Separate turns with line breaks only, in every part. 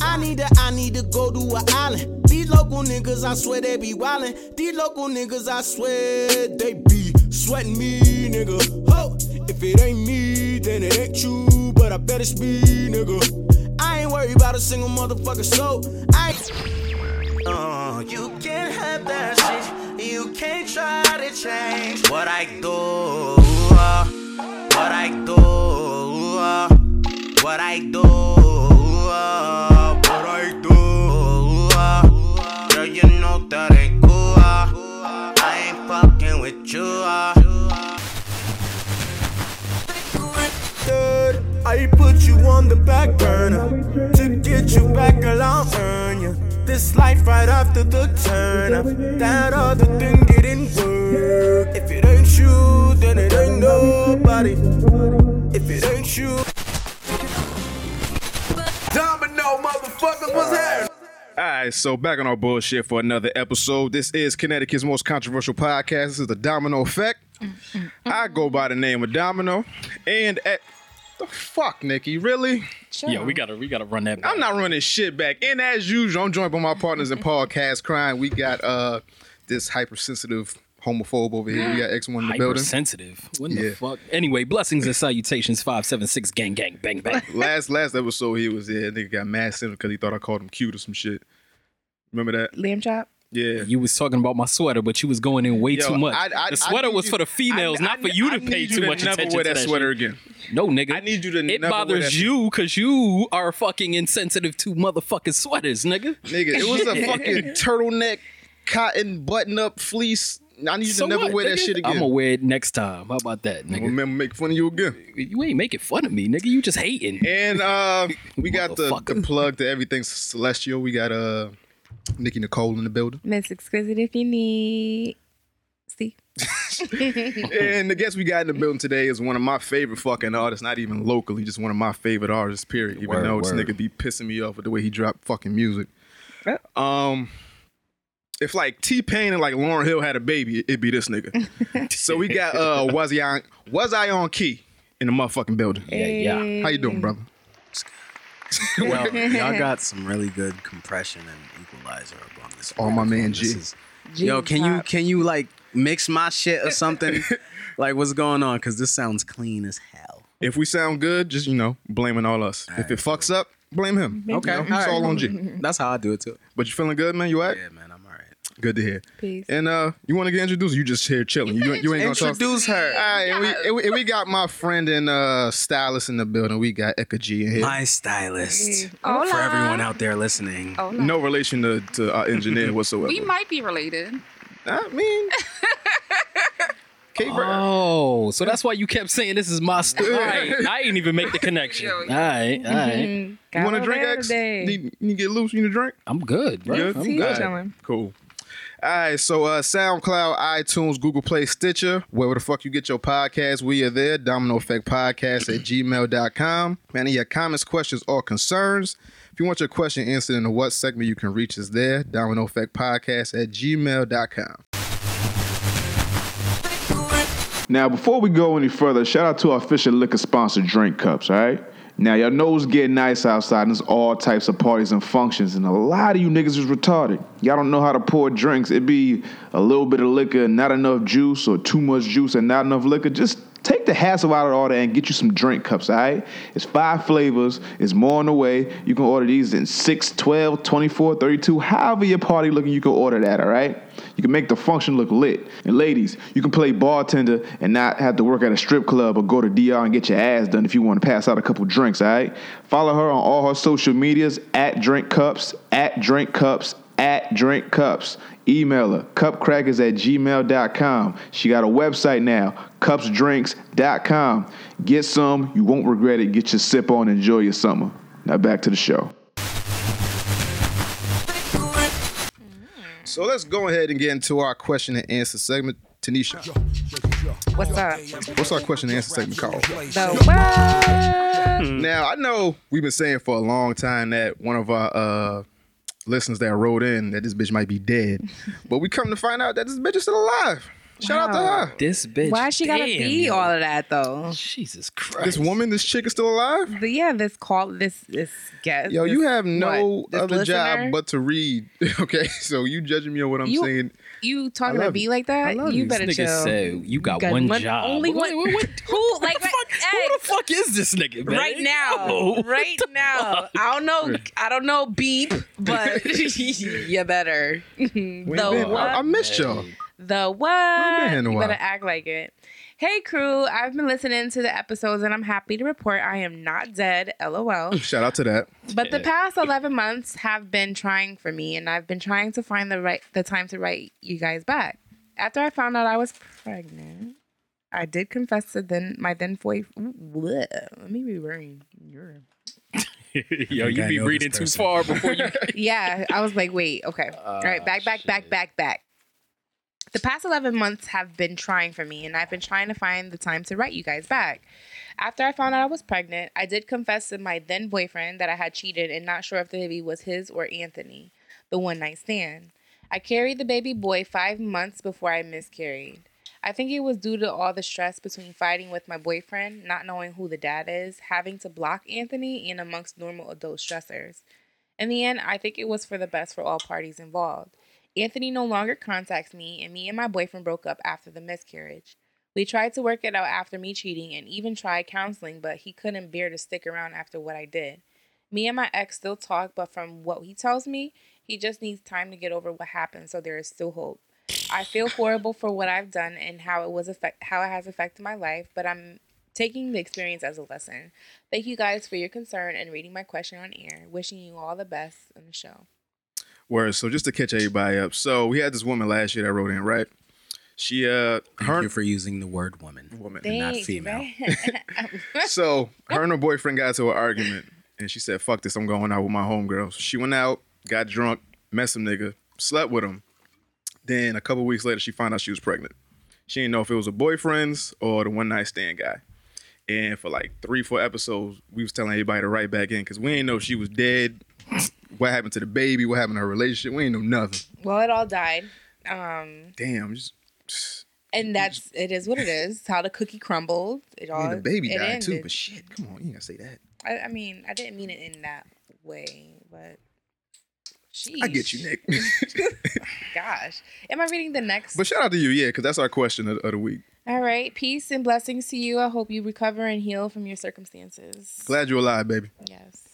I need to, I need to go to an island. These local niggas, I swear they be wildin'. These local niggas, I swear they be sweating me, nigga. Ho, if it ain't me, then it ain't you, but I bet it's me, nigga. I ain't worried about a single motherfucker, so I ain't. Uh, you can't have that shit. You can't try to change what I do. uh, what I do. uh, what I do. uh, what I do. uh. Girl, you know that ain't cool. uh. I ain't fucking with you. uh. Third, I put you on the back burner to get you back, girl. I'll earn you. This life right after the turn up. That other thing didn't work. If it ain't you, then it ain't nobody. If it ain't you. Domino, motherfuckers, what's happening?
All right, so back on our bullshit for another episode. This is Connecticut's most controversial podcast. This is the Domino Effect. I go by the name of Domino, and at the fuck, Nikki, really?
Yeah, we gotta we gotta run that. Back.
I'm not running shit back. And as usual, I'm joined by my partners in podcast crime. We got uh this hypersensitive homophobe over here. We got X one in the building.
hypersensitive. When
Yeah.
the fuck? Anyway, blessings and salutations. Five seven six gang gang bang bang.
Last last episode he was there. Nigga got mad at him because he thought I called him cute or some shit. Remember that?
Lamb chop.
Yeah.
You was talking about my sweater, but you was going in way
Yo,
too much.
I- I-
the
I
sweater
need
was
you-
for the females,
I-
not
I-
for you
I
to
need
pay
you
too much
never
attention
wear
to
that
that shit.
sweater again.
No, nigga.
I need you to
It
never wear
bothers
that-
you because you are fucking insensitive to motherfucking sweaters, nigga.
Nigga, it was a fucking turtleneck, cotton button up fleece. I need you to never wear that shit again.
I'm gonna wear it next time. How about that,
I'll
nigga?
remember make fun of you again.
You ain't making fun of me, nigga. You just hating.
And uh we got the, the
Motherfucker.
plug to everything celestial. We got uh Nikki Nicole in the building.
Miss Exquisite if you need. See?
And the guest we got in the building today is one of my favorite fucking artists, not even locally, just one of my favorite artists, period. Even
Word,
though this
word.
nigga be pissing me off with the way he dropped fucking music. Um if like T Pain and like Lauren Hill had a baby, it'd be this nigga. so we got uh was I on was I on key in the motherfucking building.
Yeah, yeah.
How you doing, brother?
Well, y'all got some really good compression and equalizer up on this.
All my
microphone.
man
This
G.
is- Yo, can you
G-pop.
can you like mix my shit or something? like what's going on? Cause this sounds clean as hell.
If we sound good, just you know, blaming all us. if it fucks up, blame him.
Okay,
You know, it's
all
all
right.
on G.
That's how I do it too.
But you feeling good, man? You all right?
Yeah, man, I'm alright.
Good to hear.
Peace.
And uh, you want to get introduced? Or you just here chilling. You, you ain't gonna talk.
Introduce her.
All right, and we, and we and we got my friend and uh stylist in the building. We got Eka G in here.
My stylist.
Hola.
For everyone out there listening.
Oh, no.
no relation to, to our engineer whatsoever.
We might be related.
I mean, K Bird.
Oh, so that's why you kept saying this is my story. I ain't even make the connection.
Yo,
All
yo.
right, all right.
Oh,
you want to drink? X? Need, need to get loose. You need a drink?
I'm good, bro.
Good?
I'm
Tea
good.
chilling.
Cool. All right, so uh, SoundCloud, iTunes, Google Play, Stitcher, wherever the fuck you get your podcast, we are there. Domino Effect Podcast at gmail.com. Man, any of your comments, questions, or concerns. If you want your question answered in the what segment, you can reach us there. Domino Effect Podcast at gmail.com.
Now, before we go any further, shout out to our official liquor sponsor, Drink Cups, all right? Now, y'all know it's getting nice outside, and there's all types of parties and functions, and a lot of you niggas is retarded. Y'all don't know how to pour drinks. It be a little bit of liquor and not enough juice, or too much juice and not enough liquor. Just take the hassle out of all that and get you some drink cups, all right? It's five flavors, it's more on the way. You can order these in 6, 12, 24, 32, however your party looking, you can order that, all right? You can make the function look lit. And ladies, you can play bartender and not have to work at a strip club or go to DR and get your ass done if you want to pass out a couple drinks, all right? Follow her on all her social medias at Drink Cups, at Drink Cups, at Drink Cups. Email her, cupcrackers at gmail.com. She got a website now, cupsdrinks.com. Get some, you won't regret it. Get your sip on, enjoy your summer. Now back to the show.
So let's go ahead and get into our question and answer segment. Tanisha,
What's up?
what's our question and answer segment called?
The what?
Now I know we've been saying for a long time that one of our uh listeners that wrote in that this bitch might be dead, but we come to find out that this bitch is still alive. Shout
Wow.
out to her.
This bitch.
Why she gotta
Damn,
be
yo.
all of that though?
Jesus Christ.
This woman, this chick is still alive.
But yeah, this call, this this guest.
Yo,
this-
you have no
what, this
other
listener?
job but to read. Okay, so you judging me on what I'm
You-
saying?
you
I
talking to
love
be
you.
like that.
love
Oh, You
you.
better
This
chill.
nigga said you got,
got
one,
one-
job.
only
What-
one-
what- what-
Who like
the fuck-
hey,
who the fuck is this nigga? man?
right now?
Yo.
Right now. I don't know. I don't know. Beep, but you better. the
Man,
what?
I, I missed y'all.
The what?
been here in a
you
while.
better act like it. Hey crew, I've been listening to the episodes and I'm happy to report I am not dead. LOL.
Shout out to that.
But the
Yeah.
past 11 months have been trying for me, and I've been trying to find the right the time to write you guys back. After I found out I was pregnant, I did confess to then my then boyfriend. Let me be worrying.
Yo,
think
you
I
be
know this
reading too
person.
far before you.
yeah, I was like, wait, okay. All right, back, back, back, back, back. The past 11 months have been trying for me, and I've been trying to find the time to write you guys back. After I found out I was pregnant, I did confess to my then boyfriend that I had cheated and not sure if the baby was his or Anthony, the one night stand. I carried the baby boy five months before I miscarried. I think it was due to all the stress between fighting with my boyfriend, not knowing who the dad is, having to block Anthony, and amongst normal adult stressors. In the end, I think it was for the best for all parties involved. Anthony no longer contacts me, and me and my boyfriend broke up after the miscarriage. We tried to work it out after me cheating and even tried counseling, but he couldn't bear to stick around after what I did. Me and my ex still talk, but from what he tells me, he just needs time to get over what happened, so there is still hope. I feel horrible for what I've done and how it was affect how it has affected my life, but I'm taking the experience as a lesson. Thank you guys for your concern and reading my question on air. Wishing you all the best on the show.
Word. So just to catch everybody up. So we had this woman last year that wrote in, right? She uh
Thank
her
you for using the word woman.
woman.
And not
Thanks,
female.
right?
So her and her boyfriend got into an argument, and she said, "Fuck this, I'm going out with my homegirl." So she went out, got drunk, met some nigga, slept with him. Then a couple weeks later, she found out she was pregnant. She didn't know if it was a boyfriend's or the one night stand guy. And for like three, four episodes, we was telling everybody to write back in because we didn't know if she was dead, what happened to the baby, what happened to her relationship. We didn't know nothing.
well, it all died. Um,
Damn, just
and that's it is what it is. How the cookie crumbled. It
I
all
mean, the baby
Uh, it
died too.
ended.
But shit, come on, you ain't gotta say that.
I, I mean, I didn't mean it in that way, but sheesh,
I get you, Nick.
Gosh, am I reading the next?
but shout out to you, yeah, because that's our question of, of the week.
all right, peace and blessings to you. I hope you recover and heal from your circumstances.
Glad you're alive, baby.
yes.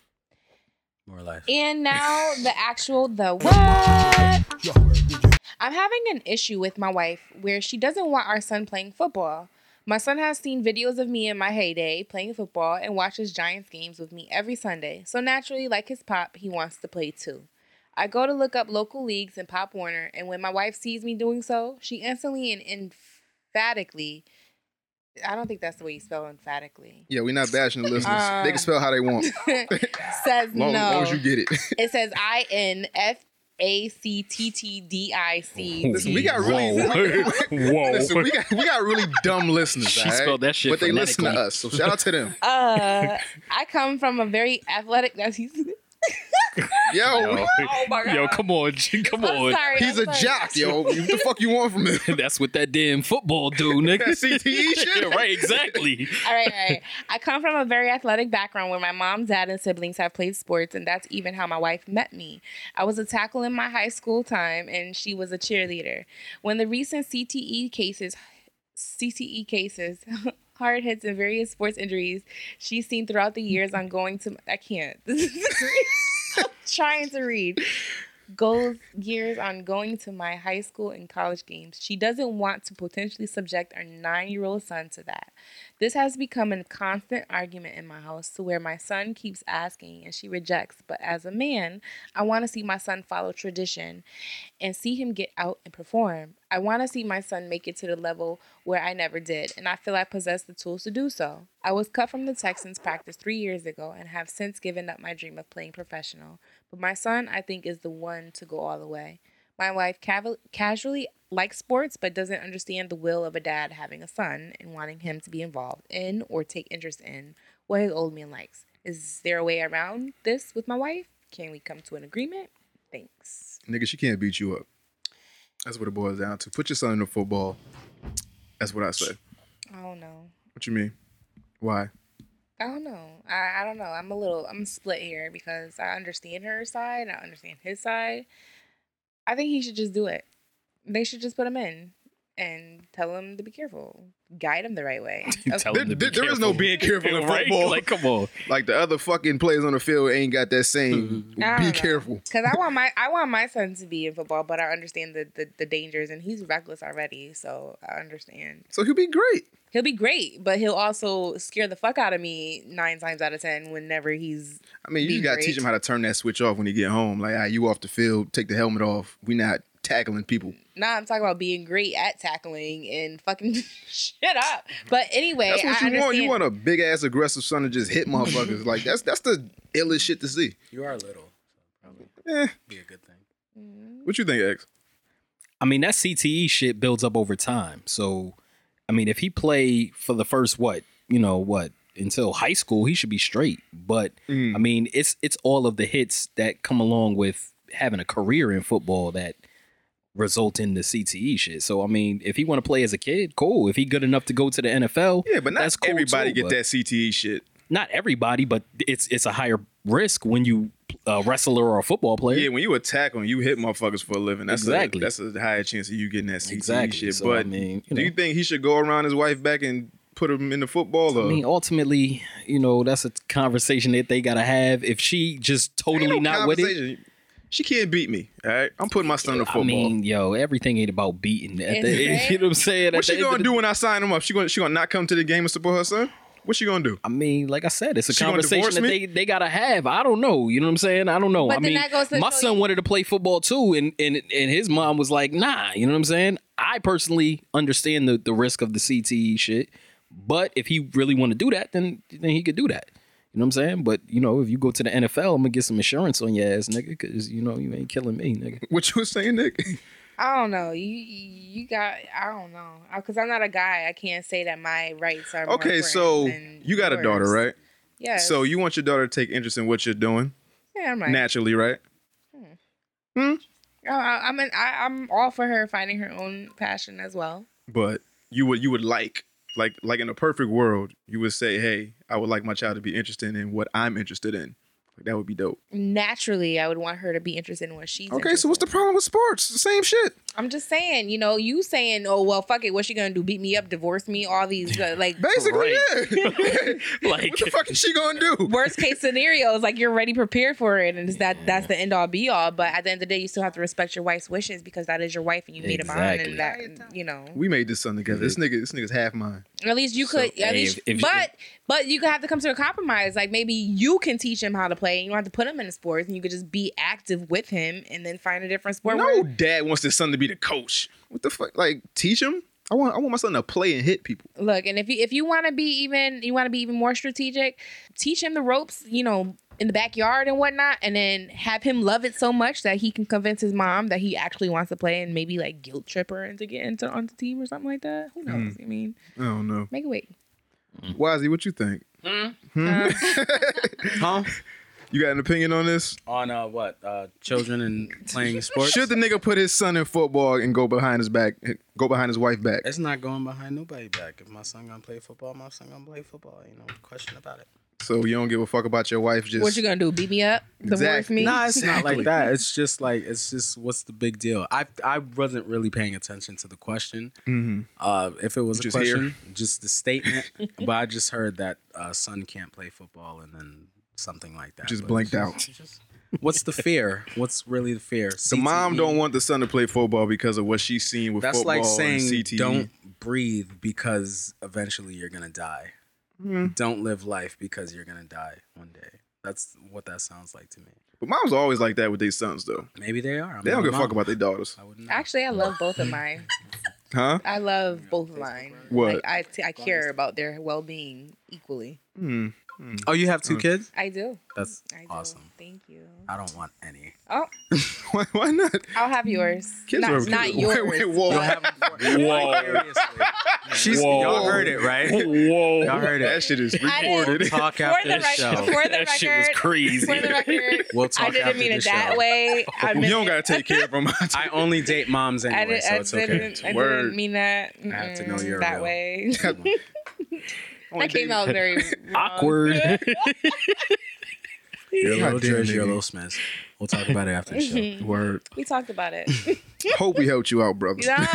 More life.
And now the actual the what? I'm having an issue with my wife where she doesn't want our son playing football. My son has seen videos of me in my heyday playing football and watches Giants games with me every Sunday. So naturally, like his pop, he wants to play too. I go to look up local leagues in Pop Warner, and when my wife sees me doing so, she instantly and emphatically I don't think that's the way you spell emphatically.
Yeah, we're not bashing the listeners. they can spell how they want,
Says
long,
Uh, no.
long as you get it.
It says I N F A C T T D I C.
Listen, we got really,
Whoa.
listen, we got we got really dumb listeners.
Oh. She
all right?
spelled that shit
but they listen to
phonetically.
us. So shout out to them.
Uh, I come from a very athletic. That's he's.
Yo,
Yo.
Oh my
Yo, come on, G, come
I'm
on.
sorry.
he's
I'm
a
sorry.
jock, yo. What the fuck you want from him?
That's what that damn football do, nigga.
That CTE shit?
Yeah, right, exactly.
All right, all right. I come from a very athletic background where my mom, dad, and siblings have played sports, and that's even how my wife met me. I was a tackle in my high school time, and she was a cheerleader. When the recent CTE cases, CTE cases, hard hits, and various sports injuries she's seen throughout the years on going to, I can't. I'm trying to read goes years on going to my high school and college games. She doesn't want to potentially subject our nine year old son to that. This has become a constant argument in my house to where my son keeps asking and she rejects. But as a man, I want to see my son follow tradition and see him get out and perform. I want to see my son make it to the level where I never did, and I feel I possess the tools to do so. I was cut from the Texans practice three years ago and have since given up my dream of playing professional. But my son, I think, is the one to go all the way. My wife cav- casually likes sports but doesn't understand the will of a dad having a son and wanting him to be involved in or take interest in what his old man likes. Is there a way around this with my wife? Can we come to an agreement? Thanks.
Nigga, she can't beat you up. That's what it boils down to. Put your son in the football. That's what I say.
I don't know.
What you mean? Why?
I don't know. I, I don't know. I'm a little I'm split here because I understand her side. I understand his side. I think he should just do it. They should just put him in and tell him to be careful. Guide him the right way. Okay.
Tell
There-
him to be
there- there is no
careful.
being careful in
Right?
football.
Like, come on.
Like the other fucking players on the field ain't got that same.
I don't
Be
know.
careful.
Cause I want my I want my son to be in football, but I understand the, the the dangers and he's reckless already, so I understand.
So he'll be great.
He'll be great, but he'll also scare the fuck out of me nine times out of ten whenever he's
I mean, you
Be
just gotta
great.
teach him how to turn that switch off when he get home. Like, ah, you off the field, take the helmet off. We not tackling people.
nah, I'm talking about being great at tackling and fucking shit up. But anyway,
That's what
I
you want. You
understand-
want a big ass aggressive son to just hit motherfuckers. like that's that's the illest shit to see.
You are little, so probably
Eh,
be a good thing.
Mm-hmm.
what you think, X?
I mean, that CTE shit builds up over time. So, I mean, if he play for the first what, you know, what until high school, he should be straight. But
Mm.
I mean, it's it's all of the hits that come along with having a career in football that result in the CTE shit. So, I mean, if he want to play as a kid, cool. If he good enough to go to the NFL,
Yeah, but not
that's cool
everybody
too,
get
but-
that CTE shit.
Not everybody, but it's it's a higher risk when you a wrestler or a football player.
Yeah, when you attack on, you hit motherfuckers for a living. That's
Exactly.
A, that's a higher chance of you getting that CTE
Exactly.
shit.
So,
but
I mean, you
do you
know.
think he should go around his wife back and put him in the football? Or?
I mean, ultimately, you know, that's a conversation that they gotta have. If she just
Ain't
totally
no
not with it,
conversation. She can't beat me. All right, I'm putting my son to football.
I mean, yo, everything ain't about beating. At the,
It's-
you know what I'm saying? At
what she
the end of
gonna
the-
do when I sign him up? She gonna she gonna not come to the game and support her son? What she gonna do?
I mean, like I said, it's a
She gonna
conversation
divorce
that
me?
they, they gotta have. I don't know. You know what I'm saying? I don't know.
But
I
then
mean,
that goes to
my
show
son
you-
wanted to play football too, and and and his mom was like, nah. You know what I'm saying? I personally understand the the risk of the CTE shit, but if he really want to do that, then then he could do that. You know what I'm saying? But you know, if you go to the NFL, I'm gonna get some insurance on your ass, nigga, because you know you ain't killing me, nigga.
What you was saying, Nick?
I don't know. You you got I don't know because I'm not a guy. I can't say that my rights are. more
Okay,
important
so
than
you got a
yours.
daughter, right?
Yes.
So you want your daughter to take interest in what you're doing
yeah, I'm right.
naturally, right?
I, Oh, I- I'm an, I, I'm all for her finding her own passion as well.
But you would you would like like like in a perfect world, you would say, "Hey, I would like my child to be interested in what I'm interested in." Like that would be dope.
Naturally, I would want her to be interested in what she's.
Okay, so
interested
what's the problem with sports? The same shit.
in. I'm just saying, you know, you saying, oh well, fuck it, what's she gonna do? Beat me up, divorce me, all these uh, like
Basically,
Right.
yeah.
Like-
what the fuck is she gonna do?
worst case scenarios. Like you're already prepared for it, and it's that that's the end all be all. But at the end of the day, you still have to respect your wife's wishes because that is your wife, and you made a
Exactly.
bond, and that you know.
We made this son together.
Mm-hmm.
This nigga, this nigga's half mine.
At least you could.
So,
at
hey,
least,
if- if-
but but you could have to come to a compromise. Like maybe you can teach him how to play, and you don't have to put him in the sports, and you could just be active with him, and then find a different sport.
No
where-
dad wants his son to be the coach. What the fuck? Like teach him. I want I want my son to play and hit people.
Look, and if you if you want to be even you want to be even more strategic, teach him the ropes. You know. In the backyard and whatnot, and then have him love it so much that he can convince his mom that he actually wants to play, and maybe like guilt trip her into getting into on the team or something like that. Who knows? I mean,
I don't know.
make it wait.
Mm.
Wazzy, what you think? Hmm?
Huh?
You got an opinion on this?
On uh, what? Uh, children and playing sports.
Should the nigga put his son in football and go behind his back, go behind his wife back?
It's not going behind nobody back. If my son gonna play football, my son gonna play football. You know, question about it.
So you don't give a fuck about your wife? Just
What you gonna do? Beat me up? Divorce
Exactly.
me?
Nah, it's not
Exactly.
like that. It's just like it's just what's the big deal? I I wasn't really paying attention to the question. Uh, if it was
Mm-hmm. Just
a question, just the statement. but I just heard that uh, son can't play football, and then something like that.
just
But
blanked
it's
out.
just- What's the fear? What's really the fear?
The
CTE?
mom don't want the son to play football because of what she's seen with
That's
football
like saying
and E. CTE.
don't breathe because eventually you're gonna die.
Mm-hmm.
Don't live life because you're gonna die one day. That's what that sounds like to me.
But moms are always like that with their sons though.
Maybe they are. I'm
They
not
don't
a
give a fuck
mom.
about their daughters,
I wouldn't. know.
Actually, I love both of mine.
huh?
I love both of mine.
What?
Like, I, t- I care about their well being equally.
Oh, you have two kids?
I do.
That's
I do.
awesome.
Thank you.
I don't want any.
Oh,
why, why not?
I'll have yours. not
are-
not
wait,
yours.
Wait, whoa.
Whoa. She's,
Whoa.
Y'all heard it, right? Y'all
Whoa.
heard
That
it.
shit is
I
recorded.
didn't,
Talk
for
after
the
the
record,
show.
for the
That
record,
shit was crazy.
for the record,
We'll talk
I didn't
after
mean
the
it that
show.
way. I
you
meant
don't
it-
gotta take care of them.
I only date moms
I,
anyway,
did,
so
I,
it's okay.
didn't, I
Word.
didn't mean that.
I have to know
Mm-mm,
you're
that
real.
way. I
Only
came
date-
out very wrong.
Awkward.
You're a
God
little
damn,
George, you're a
nigga.
little Smith. We'll talk about it after the show.
Word.
We talked about it.
Hope we helped you out, brother.
no,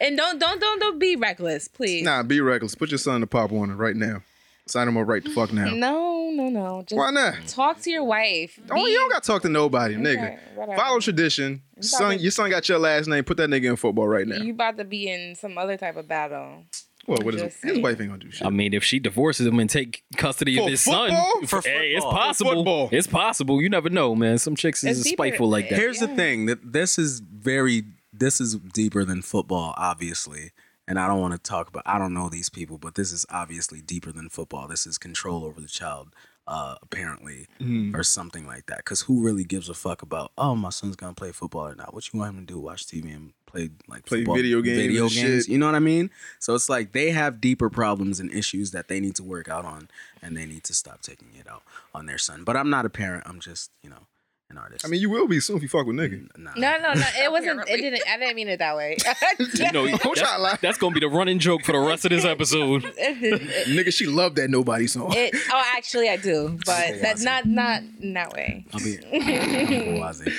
and don't don't don't don't be reckless, please.
Nah, be reckless. Put your son to Pop Warner right now. Sign him up right the fuck now.
No, no, no. Just
Why not?
talk to your wife.
Oh, you don't gotta talk to nobody, nigga.
whatever.
Follow tradition. Son,
talking-
your son got your last name. Put that nigga in football right now.
You about to be in some other type of battle.
well, what is
just
his
saying.
wife ain't gonna do shit.
I mean, if she divorces him and take custody
For
of his
football?
son,
For
hey, it's
football. For
possible.
football.
It's possible. You never know, man. Some chicks
It's
is
deeper.
spiteful like that.
Here's the thing that this is very this is deeper than football, obviously. And I don't want to talk about I don't know these people, but this is obviously deeper than football. This is control over the child, uh, apparently,
Mm-hmm.
or something like that. Because who really gives a fuck about oh my son's gonna play football or not? What you want him to do? Watch TV and play like
Play
football-
video games
video
and
games.
shit.
You know what I mean? So it's like they have deeper problems and issues that they need to work out on, and they need to stop taking it out on their son. But I'm not a parent. I'm just you know an artist.
I mean, you will be soon if you fuck with nigga.
Nah.
No, no, no. It wasn't. It didn't. I didn't mean it that way.
You know,
Don't try to lie.
that's, that's gonna be the running joke for the rest of this episode.
it,
Eh, Nigga, she loved that nobody song.
it, oh, actually, I do, but that's not not in that way.
I'll be Uncle Wazzy.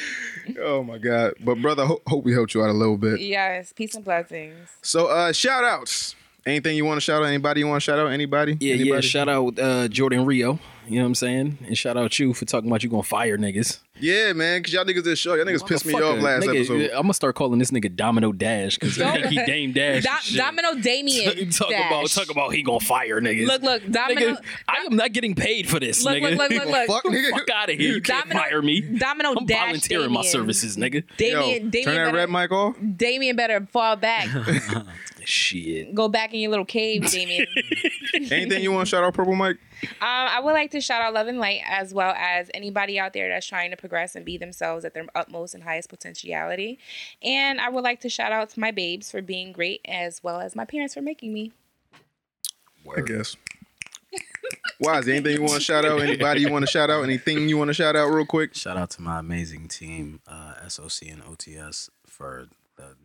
oh my god. But brother, ho- hope we helped you out a little bit.
Yes, peace and blessings.
So uh shout outs. Anything you want to shout out? Anybody you want to shout out? Anybody?
Yeah,
Anybody?
yeah. Shout out uh, Jordan Rio. You know what I'm saying? And shout out you for talking about you gonna fire niggas.
yeah, man. Cause y'all niggas did show. Y'all niggas pissed me off last episode.
I'm gonna start calling this nigga Domino Dash because he
Don't-
think he Dame Dash. and
Do-
shit.
Domino Damien.
talk about
Dash.
talk about he gonna fire niggas.
Look, look, Domino.
nigga, I am not getting paid for this,
Look,
nigga.
look, look, look, look.
Fuck nigga.
Fuck out of here. You can't
Domino-
fire me.
Domino
I'm
Dash
volunteering my
Damien.
services, nigga.
Yo,
Damien,
turn
Damien,
that red
better,
mic off.
Damien better fall back.
Shit.
Go back in your little cave, Damien.
Anything you want to shout out, Purple Mike?
Um, I would like to shout out Love and Light as well as anybody out there that's trying to progress and be themselves at their utmost and highest potentiality. And I would like to shout out to my babes for being great as well as my parents for making me.
I guess. Why is there anything you want to shout out? Anybody you want to shout out? Anything you want to shout out real quick?
Shout out to my amazing team, uh, SOC and OTS, for the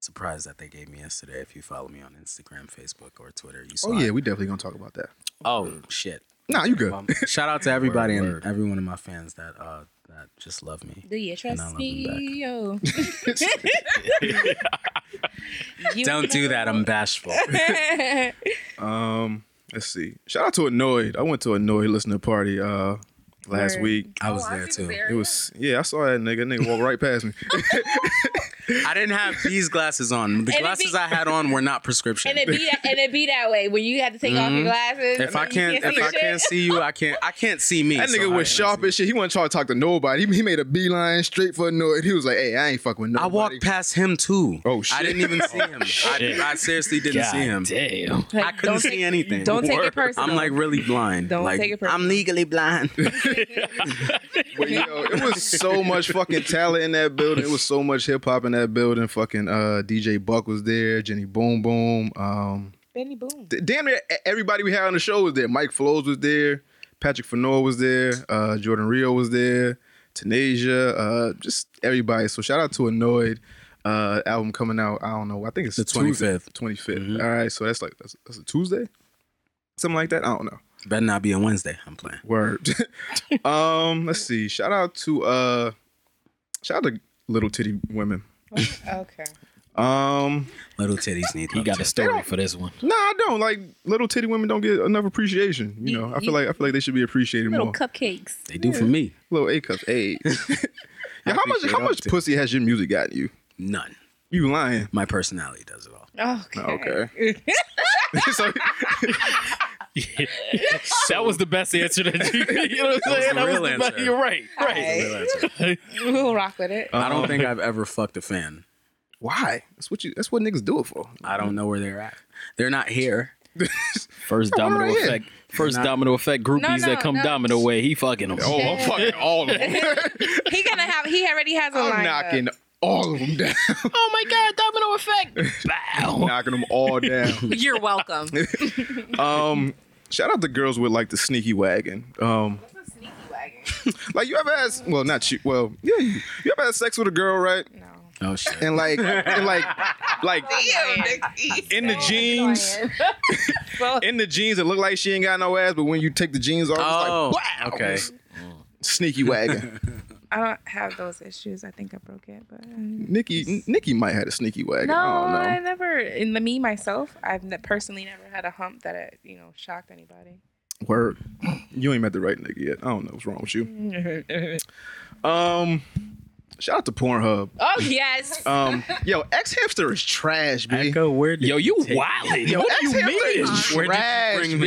surprise that they gave me yesterday. If you follow me on Instagram, Facebook, or Twitter, you saw.
Oh yeah,
it.
we definitely gonna talk about that.
Oh shit.
Nah, you good.
Um, shout out to everybody
Word,
and
word.
every one of my fans that uh that just love me.
Do you
I
trust
love
me? Yo. You
Don't do that. I'm bashful.
Um, let's see. Shout out to Annoyed. I went to Annoyed listener party uh last
Word.
week.
I
Oh,
was there too.
It was yeah, I saw that nigga. Nigga walked right past me.
I didn't have these glasses on. The
And it
glasses
be-
I had on were not prescription.
And it be that, and it be that way when you had to take off your glasses.
Mm-hmm. if I
and you
can't, if
see
I
shit.
can't see you, I can't. I can't see me.
That
so
nigga
how
was
can I
sharp
see you?
as shit. He wasn't trying to talk to nobody. He, he made a beeline straight for Annoyed. He was like, "Hey, I ain't fucking with
I
nobody."
walked past him too.
Oh, shit.
I didn't even see him.
shit.
I, I seriously didn't
God
see him.
Damn.
I couldn't
Don't
see
take-
anything.
Don't take
Word.
it
I'm
personal.
I'm like really blind.
Don't
Like,
take it personal.
I'm legally blind.
But yo, it was so much fucking talent in that building. It was so much hip hop in that building. Fucking uh, DJ Buck was there. Jenny Boom Boom. Um,
Benny Boom.
th- damn near e- everybody we had on the show was there. Mike Flows was there. Patrick Fenor was there. Uh, Jordan Rio was there. Tanasia. Uh, just everybody. So shout out to Annoyed. Uh, album coming out. I don't know. I think it's
The 25th.
Twenty right. So that's like that's, that's a Tuesday. Something like that. I don't know.
Better not be a Wednesday. I'm playing.
Word. um, let's see. Shout out to uh shout out to little titty women.
Okay.
Um
Little titties need.
He
love
got a
too.
story for this one.
no, I don't. Like little titty women don't get enough appreciation. You know, I feel like I feel like they should be appreciated
Little
more.
cupcakes.
They do for me.
Little A cup A. yeah, how much
appreciate
how
up
much
to-
pussy has your music gotten you?
None.
You lying.
My personality does it all.
Okay.
Okay. so
that was the best answer that you. You know what I'm saying? That was
That was the
the
real
best.
answer.
You're right. Right.
Alright. We'll rock with it.
I don't think I've ever fucked a fan.
why? That's what you that's what niggas do it for.
I don't know where they're at. They're not here.
First
Yeah, we're
domino
right here.
effect. First domino effect groupies
No, no,
that come
no.
domino way. He fucking them.
Oh, I'm fucking all of them.
He gonna have. He already has a
I'm
lineup.
knocking all of them down.
Oh my god, domino effect. Bow.
knocking them all down.
You're welcome.
Um, shout out to girls with like the sneaky wagon. Um,
Sneaky wagon.
like you ever had? Well, not you. Well, yeah, you, you ever had sex with a girl, right?
No.
Oh shit.
And like, and like, like in the jeans,
Well,
in the jeans, it look like she ain't got no ass, but when you take the jeans off,
Oh,
it's like, wow,
okay.
sneaky wagon.
I don't have those issues. I think I broke it, but
Nikki, Nikki might have a sneaky wagon.
no,
I don't know.
I never. In the me myself, I've ne- personally never had a hump that I, you know shocked anybody.
Word. You ain't met the right nigga yet. I don't know what's wrong with you. um, shout out to Pornhub.
Oh yes.
Um, yo, X Hamster is trash, B.
where
Yo, you wildin'.
Yo,
What
X
do you
Hamster
mean?
is
Where did you
trash,
bring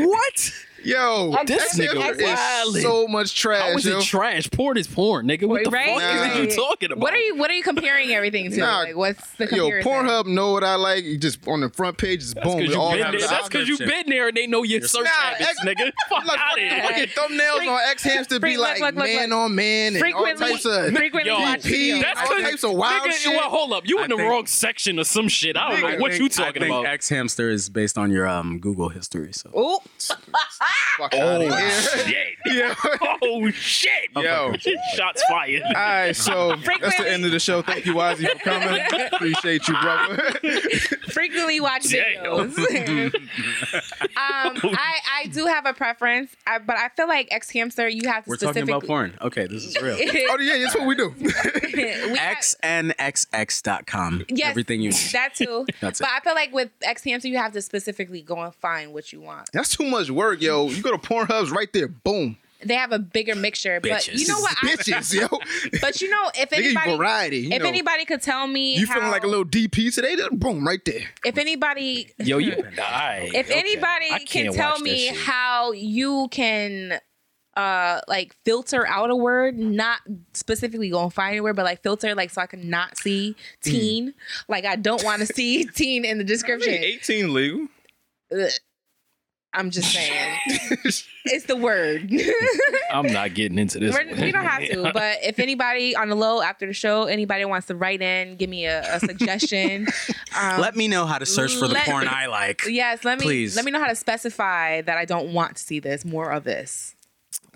B.
What?
Yo,
This
X
nigga
Hamster
wildin'.
is so much
How
trash,
is
yo.
it trash? Porn is porn, nigga. What the
Right?
fuck
Nah.
is you talking about?
What are you? What are you comparing everything to?
Nah.
like, what's the
Yo,
comparison?
Pornhub know what I like. You Just on the front page, just boom.
Cause
it
you
all
been
have
there.
the
That's because you
option.
been there and they know your search
Nah,
habits,
ex-
nigga. Fuck
Like,
out
fucking,
of here.
fucking thumbnails on X Hamster be
Freak- look,
like
look, look,
man
look.
on man and all
Frequently-
types of
frequently watched
DP,
videos.
all
That's
all
types of wild
nigga,
shit.
Well, hold up. You
I
in the
think-
wrong section or some shit. I don't know what you talking about.
X hamster is based on your um, Google history. So
Oh,
Fuck outta here.
shit.
Oh. Yeah.
Oh shit.
Yo.
Shots fired.
All right, so that's the
Frequently-
end of the show. Thank you, Ozzy, for coming. Appreciate you, brother.
frequently watch
Damn.
videos. um, I I do have a preference, I, but I feel like ex hamster. You have to
we're talking
specifically.
about porn. Okay, this is real.
oh yeah, that's what we do.
We have-
xnxx.com.
Yes,
Everything you need.
That too.
That's
but
it.
I feel like with ex hamster, you have to specifically go and find what you want.
That's too much work, yo. You go to Pornhub's right there, boom,
They have a bigger mixture, but you
Bitches.
know what? I,
bitches, yo.
but you know, if
They give you
anybody,
variety. You
if
know.
anybody could tell me,
you feeling
how-
like a little DP today? Then boom, right there.
if anybody,
Yo, you die.
if
I
anybody can
can't
tell
watch that
me
shit.
how you can uh like filter out a word not specifically gonna find a word but like filter like so i can not see
Mm.
teen like i don't want to see teen in the description
Eighteen legal.
Ugh. i'm just saying it's the word
I'm not getting into this.
We're,
one.
we don't have to, but if anybody on the low after the show, anybody wants to write in, give me a, a suggestion. Um,
Let me know how to search for the
Let-
porn I like.
yes, let me
Please.
let me know how to specify that I don't want to see this, more of this.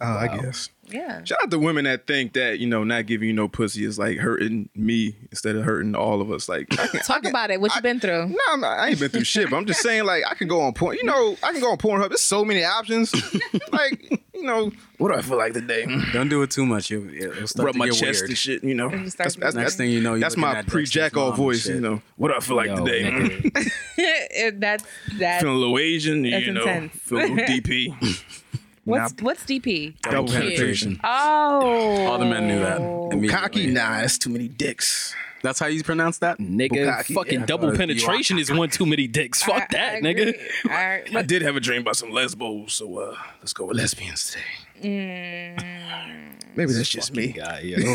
Oh, I guess.
Yeah,
Shout out to women that think that you know not giving you no pussy is like hurting me instead of hurting all of us. Like, I can,
talk about it. What you been through?
no, I'm not, I ain't been through shit. But I'm just saying, like, I can go on porn. You know, I can go on Pornhub. There's so many options. like, you know, what do I feel like today?
Don't do it too much. You, it'll start
Rub
to
my
get
chest
weird.
and shit. You know,
you start
that's,
to
that's,
get
Next thing you know, you're
that's
looking
my
at
pre jack
Dexter's
all
mom and
voice. You
shit.
know, what do I feel like
Yo,
today?
nigga.
It- that's that.
feeling a little Asian.
That's
you know,
intense.
feeling a little DP.
What's what's DP?
Double
Cute.
penetration.
Oh,
All the men knew that. immediately.
Cocky, nah, that's too many dicks.
That's how you pronounce that.
Nigga,
Bukkake,
fucking
yeah.
double penetration is one too many dicks. Fuck
I-
that,
I
nigga.
agree. All right,
I
but
did have a dream about some lesbos, so uh, let's go with lesbians today. Maybe that's just me.
God, yo.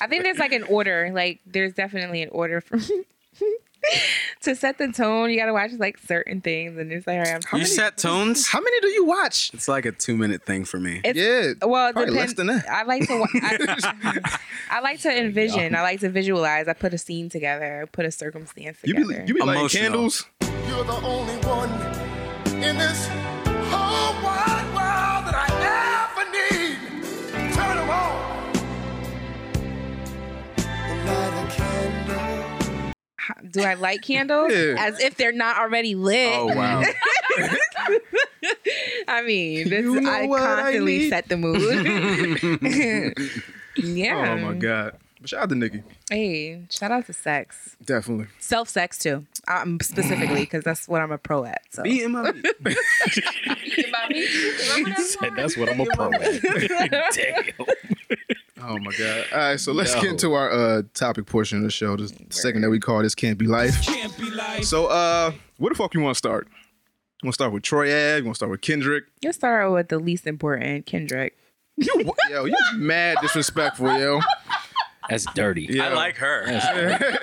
I think there's like an order. Like there's definitely an order for to set the tone. You gotta watch like certain things, and it's like, all right, I'm
You set tones.
How many do you watch?
It's like a two minute thing for me.
It's,
Yeah,
Well, it
probably
depends.
less than that.
I like to. wa- I, I like to envision. I like to visualize. I put a scene together. I put a circumstance
You
together.
be, you be lighting
Emotional.
candles.
You're the only one in this whole wide world that I ever need. Turn 'em on. And light a candle.
Do I light candles
Yeah.
as if they're not already lit?
Oh wow.
I mean, this,
You know
I
what I
constantly
need?
set the mood. yeah.
Oh my god! But shout out to Nikki,
Hey, shout out to sex,
definitely.
self sex too. Um, specifically because that's what I'm a pro at. So.
Be in my-
Said, that's what I'm a pro at. Damn.
Oh my god! All right, so let's get into our uh, topic portion of the show. This the second that we call this can't be life. Can't be life. So, uh, where the fuck you want to start? You want to start with Troy Ave? You want to start with Kendrick?
Let's start out with the least important, Kendrick.
You, yo, you mad disrespectful, yo.
That's dirty.
Yeah.
I like her.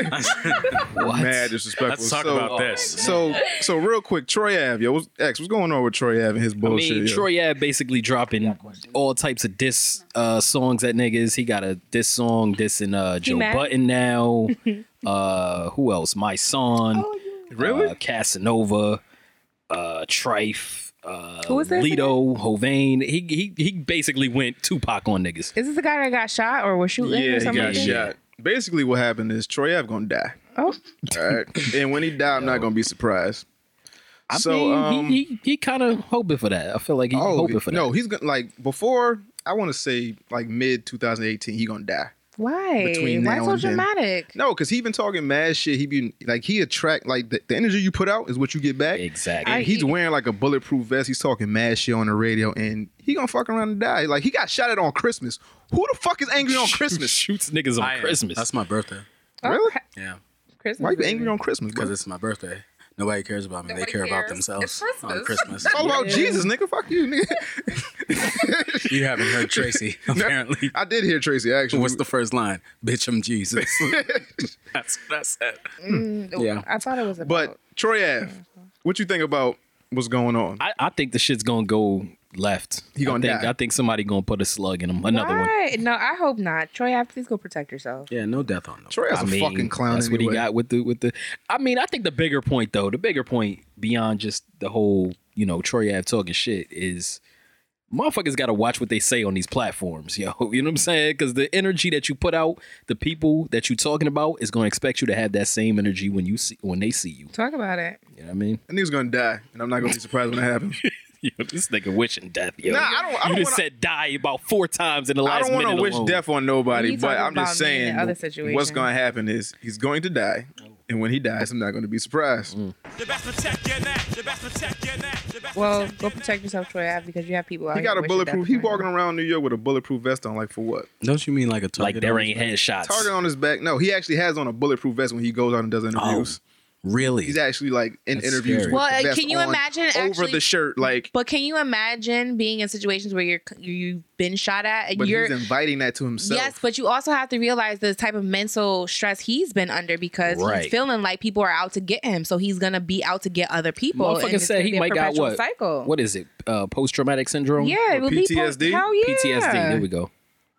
What?
Mad disrespectful.
Let's talk
So-
about this.
So, so real quick, Troy Ave, yo, what's, X, what's going on with Troy Ave and his
I
bullshit?
mean,
yo?
Troy Ave basically dropping all types of diss uh, songs at niggas. He got a diss song dissing uh, Joe
mad?
Button now. uh, who else? My son.
Oh,
Really?
Uh, Casanova. Uh, Trife. Uh,
Who was this
Lido, Hovain. He, he he basically went Tupac on niggas.
Is this the guy that got shot or was shooting
yeah,
or
he
something?
got
like that?
shot. Basically, what happened is Troy Ave gonna die.
Oh,
All right, and when he die, I'm not gonna be surprised.
I
so,
mean,
um,
he, he, he kind of hoping for that. I feel like he
oh
hoping for that.
no, he's gonna like before. I want to say like mid 2018, he gonna die.
why?
Between
why
now
so
and then.
dramatic?
No, because he been talking mad shit. He been like he attract like the, the energy you put out is what you get back.
Exactly.
And he's wearing like a bulletproof vest. He's talking mad shit on the radio, and he gonna fuck around and die. Like he got shot at on Christmas. Who the fuck is angry on Christmas?
Shoots niggas on
I am.
Christmas.
That's my birthday.
really?
Yeah,
Christmas.
Why you
is-
angry on Christmas?
because
Because
it's my birthday. Nobody cares about me.
Nobody
they care about
cares.
themselves
It's Christmas.
on Christmas.
it's all about Jesus, nigga. Fuck you, nigga.
you haven't heard Tracy apparently.
I did hear Tracy actually.
What's the first line? Bitch, I'm Jesus. that's that's it. Yeah.
I thought it was about.
but Troy Ave, what you think about what's going on?
I, I think the shit's gonna go left.
He gonna
I think,
die.
I think somebody gonna put a slug in him. Another one.
why? No, I hope not. Troy, I- please go protect yourself.
Yeah, no death on no.
Troy Ave's
I
a
mean,
fucking clown.
That's
anyway.
what he got with the with the. I mean, I think the bigger point though, the bigger point beyond just the whole you know Troy Ave talking shit is. Motherfuckers got to watch what they say on these platforms, yo. You know what I'm saying? Because the energy that you put out, the people that you talking about is gonna expect you to have that same energy when you see when they see you.
Talk about it.
You know what I mean?
That nigga's gonna die, and I'm not gonna be surprised when that happens.
Yo, this nigga wishing death, yo.
Nah, I don't- I don't
you just
wanna-
said die about four times in the
I
last
don't
minute
want to wish
alone.
death on nobody,
You
but
talking
I'm just
about me in
saying
other
what's
situations.
going to happen is he's going to die, and when he dies, I'm not going to be surprised.
Mm.
Well, go protect yourself, Troy, Ave, because Oh, you have people out
He
here
got a
wishing
bulletproof.
death
He
upon you.
walking around New York with a bulletproof vest on, like for what?
Don't you mean like a target?
Like there
on his
ain't
back?
headshots.
Target on his back. No, he actually has on a bulletproof vest when he goes out and
Oh.
does interviews.
Really?
He's actually like in
That's
interviews.
scary.
with
Well,
the
uh,
vest
can you
on
imagine
over
actually-
the shirt? Like,
But can you imagine being in situations where you're you've been shot at and
but
you're
he's inviting that to himself.
Yes, but you also have to realize the type of mental stress he's been under because
Right.
he's feeling like people are out to get him. So he's gonna be out to get other people. and
Motherfucker
it's
said
gonna
he
be a
might got
perpetual
what?
Cycle.
What is it? Uh, Post traumatic syndrome.
Yeah, it
Or
would be
PTSD?
PTSD. Hell yeah.
PTSD. There we go.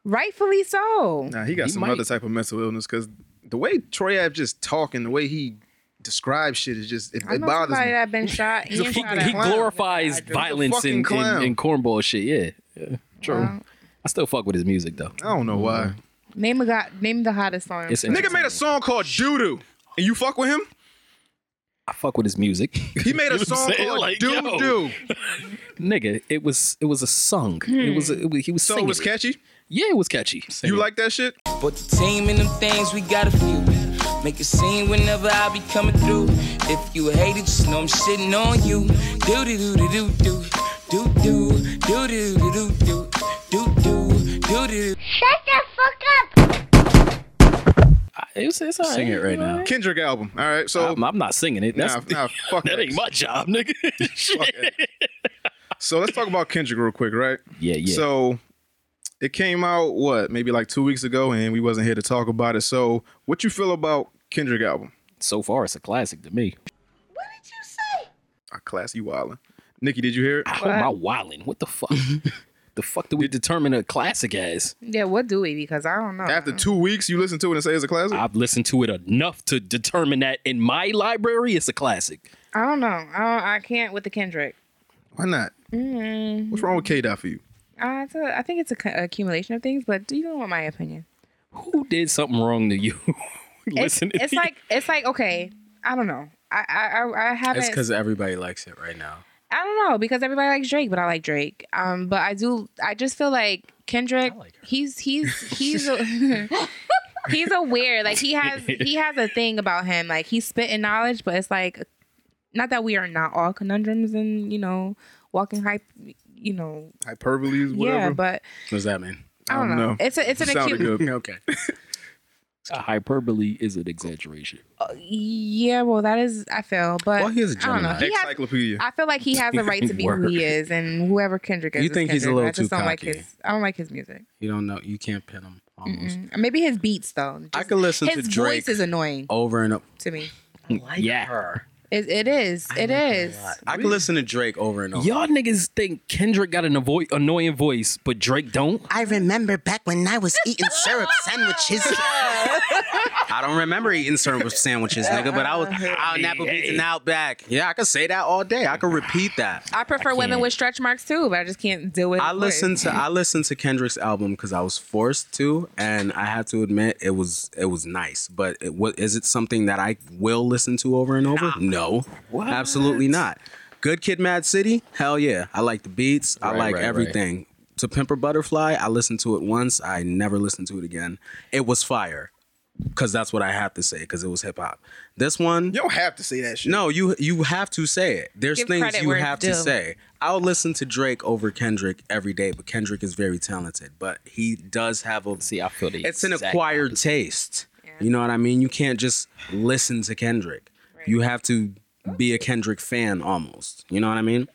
Rightfully so.
Nah, he got
He
some
might.
other type of mental illness because the way Troy Ave just talking, the way he describes shit is just it,
I
it
know
bothers
somebody
me.
that been shot.
He's a
and
fucking
shot
He
at.
clown.
glorifies
He's a
violence
fucking
and,
clown. Uh,
and, and cornball shit. Yeah, yeah. True. I still fuck with his music though.
I don't know why.
Mm-hmm.
Name a god. Name the hottest song.
It's
Nigga made a song called Doo Doo. And you fuck with him?
I fuck with his music.
He made
You know
a
what I'm
song
saying?
called
Like,
Doo
yo.
Doo.
Nigga, it was it was a song. It was a, it was- he was
So
singing.
it was
it.
catchy.
Yeah, it was catchy.
You like that shit?
But the team and them things, we got a few. Make a scene whenever I be coming through. If you hate it, just know I'm shitting on you. Do do do do do do do do do do do do do do do do.
Shut the fuck up!
I- it was, it's all right.
Sing it right now.
Kendrick album. All right. So
I'm, I'm not singing it. Ah, That's,
nah, nah, fuck
that
it.
ain't my job, nigga. Shit.
So let's talk about Kendrick real quick, right?
Yeah, yeah.
So it came out what, maybe like two weeks ago, and we wasn't here to talk about it. So what you feel about Kendrick album?
so far, it's a classic to me.
What did you say?
A Ah, class you wildin'. Nikki, did you hear it?
Oh, my wildin'. What the fuck? the fuck do we determine a classic as?
yeah. What do we? Because I don't know.
After two weeks, you listen to it and say it's a classic?
I've listened to it enough to determine that in my library, it's a classic.
I don't know. I don't, I can't with the Kendrick.
Why not?
Mm.
What's wrong with K Dot for you?
Uh, it's a, I think it's a c- accumulation of things, but you don't want my opinion.
Who did something wrong to you?
It's,
Listen, to
it's
me.
like it's like okay. I don't know. I I I, I haven't.
It's because everybody likes it right now.
I don't know because everybody likes Drake, but I like Drake. Um, but I do. I just feel like Kendrick. he's he's he's a, he's aware. Like he has he has a thing about him. Like he's spitting knowledge, but it's like not that we are not all conundrums and you know walking hype. You know,
Hyperbole is whatever.
yeah. But
What does that mean?
I don't, know. It's a it's an
Sounded
acute.
good.
Okay.
Hyperbole is an exaggeration.
Yeah, well, that is I feel, but
Well, he is a
I don't know.
Gemini.
He has,
Encyclopedia.
I feel like he has a right to be who he is, and whoever Kendrick is.
You
is
think he's a
Kendrick.
little
I just
too
don't like
cocky.
his. I don't like his music.
You don't know. You can't pin him almost.
Mm. Maybe his beats though.
I
Just-
could listen to
his
Drake Oh.
voice is annoying
over and over.
to me.
yeah.
It, it is. It is.
I could listen to Drake over and over.
Y'all niggas think Kendrick got an avo- annoying voice, but Drake don't?
I remember back when I was eating syrup sandwiches. I don't remember eating syrup sandwiches, nigga, but I was out in Applebee's and out back. Yeah, I could say that all day. I could repeat that.
I prefer women with stretch marks too, but I just can't deal with.
I
his
listened
voice.
to I listened to Kendrick's album because I was forced to, and I have to admit it was it was nice. But it, what is it something that I will listen to over and
Ah.
over? No, absolutely not. Good Kid, Mad City, hell yeah! I like the beats. I
Right,
like
right, right.
everything. To Pimp a Butterfly, I listened to it once. I never listened to it again. It was fire, because that's what I have to say. Because it was hip hop. This one,
You don't have to say that shit.
no, you you have to say it. There's
Give
things
credit
you
where it's
have
due.
to say. I'll listen to Drake over Kendrick every day, but Kendrick is very talented. But he does have a
See, I feel the
it's an
exact
acquired taste. You know what I mean? You can't just listen to Kendrick. You have to be a Kendrick fan almost. You know what I mean?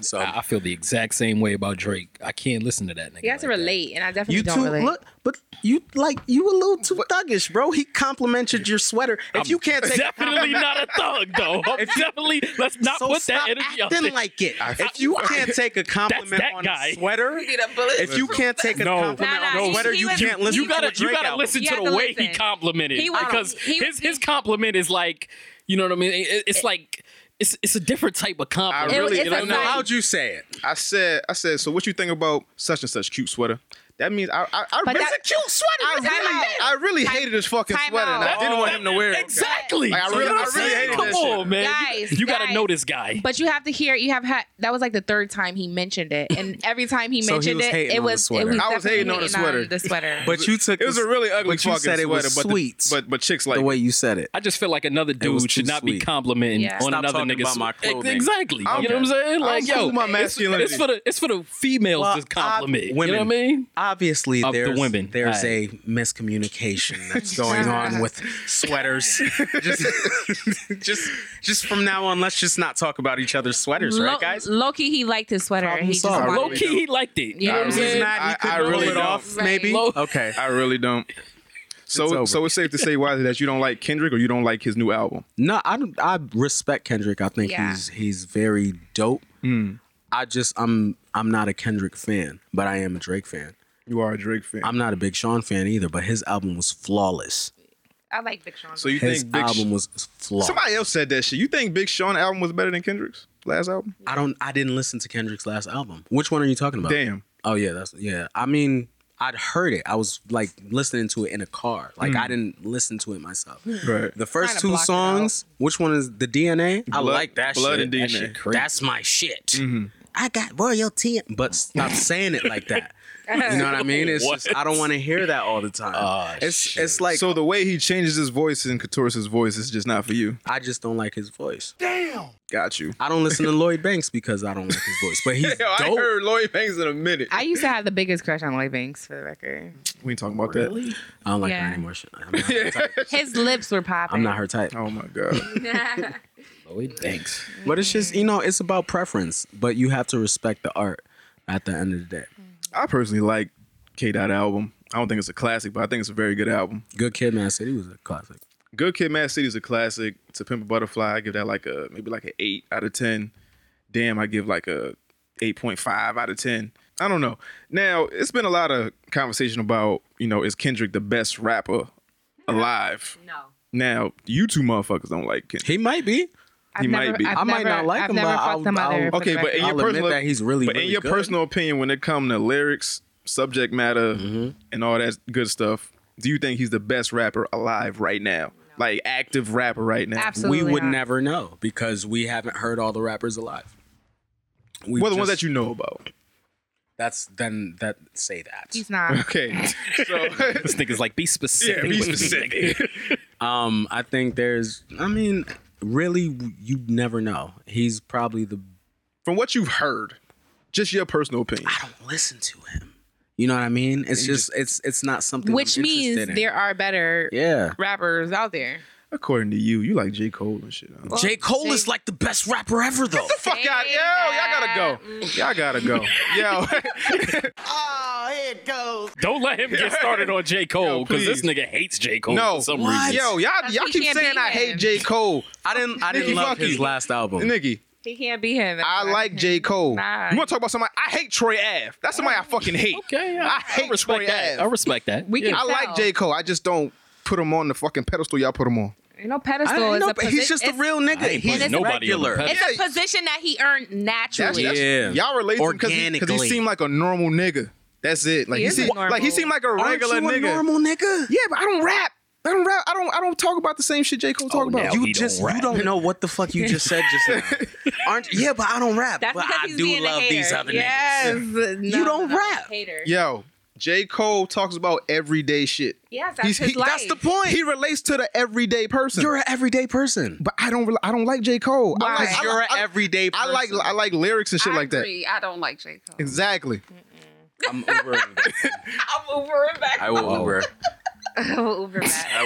So
I I feel the exact same way about Drake. I can't listen to that nigga.
You have to
like that.
relate, and I definitely
you
don't
too
relate.
look, but you like you a little too thuggish, bro. He complimented your sweater. If you can't take a
Definitely not a thug, though. I'm definitely, let's not
so
put
stop
that energy out there.
acting like it. If you can't take a compliment
that
on
guy.
a sweater, if you can't take a
No.
compliment
Nah, nah,
on
he-
a sweater,
he
you
was-
can't
he-
listen
You
you gotta,
to a Drake
you gotta
album.
listen
You
to
have
the
to
way
listen.
he complimented
He was-
because
he was
his his compliment is like, you know what I mean? It- it- it's like it's it's a different type of compliment.
I really-
it's
and I
a
know
sign.
How'd you say it?
I said, I said. So what you think about such and such cute sweater? That means I, I, I
But
really,
that- It's a
cute sweater. I
Time out.
really, I really hated this fucking
Time
sweater, and I
out.
Oh,
didn't want him to wear it.
exactly.
Like, I
So
really-
you know
I
what
really
I'm saying?
hated
Come
that
on,
shit.
man. You-
Guys,
you gotta
guys.
know this guy.
But you have to hear. You have had that was like the third time he mentioned it, and every time he
So he
mentioned
was
it,
hating
it
on the
was, it
sweater.
was
I was
definitely
hating on the sweater.
the sweater.
But you took
It was a really ugly
but you
fucking
said it was
sweater, but the-
sweet.
but but chicks like
the way you said it.
I just feel like another
was
dude should
too
not be
sweet.
complimenting
Yeah.
on
Stop
another
talking
nigga's
about my clothing.
Exactly. You know what I'm saying? Like,
cool
yo,
with my
it's,
masculinity.
it's for the it's for the females to compliment.
women,
You know what I mean?
Obviously,
Of the
there's,
women.
there's
Aye.
a miscommunication that's going on with sweaters. just, just, just from now on, let's just not talk about each other's sweaters,
Lo-
right, guys?
Loki, he liked his sweater.
Problem
he just
solved.
wanted
Low
it.
key, he liked it. You know what I'm
He's
saying?
not. He
I-
could
I
roll
really
it
don't.
off,
Right.
maybe.
Low-
Okay.
I really don't.
It's
So
over.
so it's safe to say, why that you don't like Kendrick or you don't like his new album?
No, I don't- I respect Kendrick. I think
Yeah.
he's he's very dope.
Hmm.
I just I'm I'm not a Kendrick fan, but I am a Drake fan.
You are a Drake fan.
I'm not a Big Sean fan either, but his album was flawless.
I like Big Sean.
so you
His
think Big
album
Sh-
was flawless.
somebody else said that shit? You think Big Sean album was better than Kendrick's last album?
I don't I didn't listen to Kendrick's last album. Which one are you talking about?
Damn.
Oh yeah, that's yeah. I mean, I'd heard it. I was like listening to it in a car. Like I didn't listen to it myself.
Hmm. Right.
The first
Kinda
two
blocked it
songs, which one is the DNA? I
Blood-
like that
Blood
shit.
and DNA.
That shit crazy. That's my shit.
Mm-hmm.
I got royalty, but stop saying it like that. You know what I mean? It's just I don't want to hear that all the time. it's it's like
Ah, so the way he changes his voice in Couture's voice is just not for you.
I just don't like his voice.
Got you.
I don't listen to Lloyd Banks because I don't like his voice, but he's
Yo, I
dope.
heard Lloyd Banks in a minute.
I used to have the biggest crush on Lloyd Banks, for the record.
we ain't talking about that.
I don't like
Yeah.
her anymore. I'm not her type.
His lips were popping.
I'm not her type.
Oh my god.
Lloyd Banks.
But it's just you know, it's about preference. But you have to respect the art at the end of the day.
I personally like K Dot album. I don't think it's a classic, but I think it's a very good album.
Good Kid, Man City was a classic.
Good Kid, Mad City is a classic. To Pimp a Butterfly, I give that like a maybe like an eight out of ten. Damn, I give like a eight point five out of ten. I don't know. Now it's been a lot of conversation about you know is Kendrick the best rapper alive?
No.
Now you two motherfuckers don't like Kendrick.
He might be.
I've
He
never,
might be.
I've
I might
never-
not like
I've
him,
never
but
fucked
I'll-
them
I'll-
other. for the
Okay, but in
record.
your
I'll admit
personal,
that he's really,
but in
really
your
good.
personal opinion, when it come to lyrics, subject matter,
Mm-hmm.
and all that good stuff, do you think he's the best rapper alive right now? Like active rapper right now?
absolutely.
we would
not.
never know because we haven't heard all the rappers alive. We
Well, the ones
just-
that you know about.
That's then that say that.
He's not.
Okay, so
This nigga's like, be specific.
yeah, be
with me, nigga.
specific.
Um, I think there's. I mean, really, you never know. He's probably the.
From what you've heard, just your personal opinion.
I don't listen to him. You know what I mean? It's just, it's it's not something.
Which
I'm
means
interested in.
there are better
Yeah.
rappers out there.
According to you, you like J. Cole and shit. Huh?
J. Cole is
Jay-
like the best rapper ever, though.
Fuck out, yo! Y'all gotta go. Y'all gotta go. Yo,
Don't let him get started on J. Cole because this
please.
nigga hates J. Cole
no,
for some reason.
yo, y'all,
That's
y'all
he
keep
can't
saying
be
I hate
him.
J. Cole.
I didn't, I didn't
Nicki
love his
Fucki.
last album.
Nikki,
He can't be him.
I like J. Cole.
Nah. Oh.
You want to talk about somebody? I hate Troy Ave. That's somebody I fucking hate.
Okay, I,
I hate
I respect
Troy
that.
Ave.
I respect that.
We can
I like
tell.
J. Cole. I just don't put him on the fucking pedestal y'all put him on.
You know,
I
pedestal
didn't
Oh, is
know,
a
but
position.
he's just a real
I
nigga.
ain't
He's
putting
it's-
nobody on the
regular.
pedestal.
It's a position that he earned naturally.
that's- Yeah.
Y'all relate because he, 'cause he
Organically.
seemed like a normal nigga. That's it. Like
He
he,
is a
seemed,
normal.
like he seemed like a
Aren't
regular
you a
nigga.
normal nigga?
Yeah, but I don't rap. I don't rap. I don't. I don't talk about the same shit J Cole talk
now
about.
he
You-
You
don't
just
rap.
you don't know what the fuck you just said just now. Aren't yeah, but I don't rap.
That's
but
because
I
he's
do
being a
love
hater.
these other
yes.
niggas.
You
don't rap.
Hater.
Yo, J Cole talks about everyday shit.
Yes, that's his
he-
life.
That's the point. He relates to the everyday person.
You're an everyday person.
but I don't. rela- I don't like J Cole. I
Why?
like. I
You're an
like- I-
everyday person.
I like I like lyrics and shit
I
like that.
agree. I don't like J. Cole.
Exactly.
I'm Uber.
I'm over it back.
I will Uber.
I'm over that.
I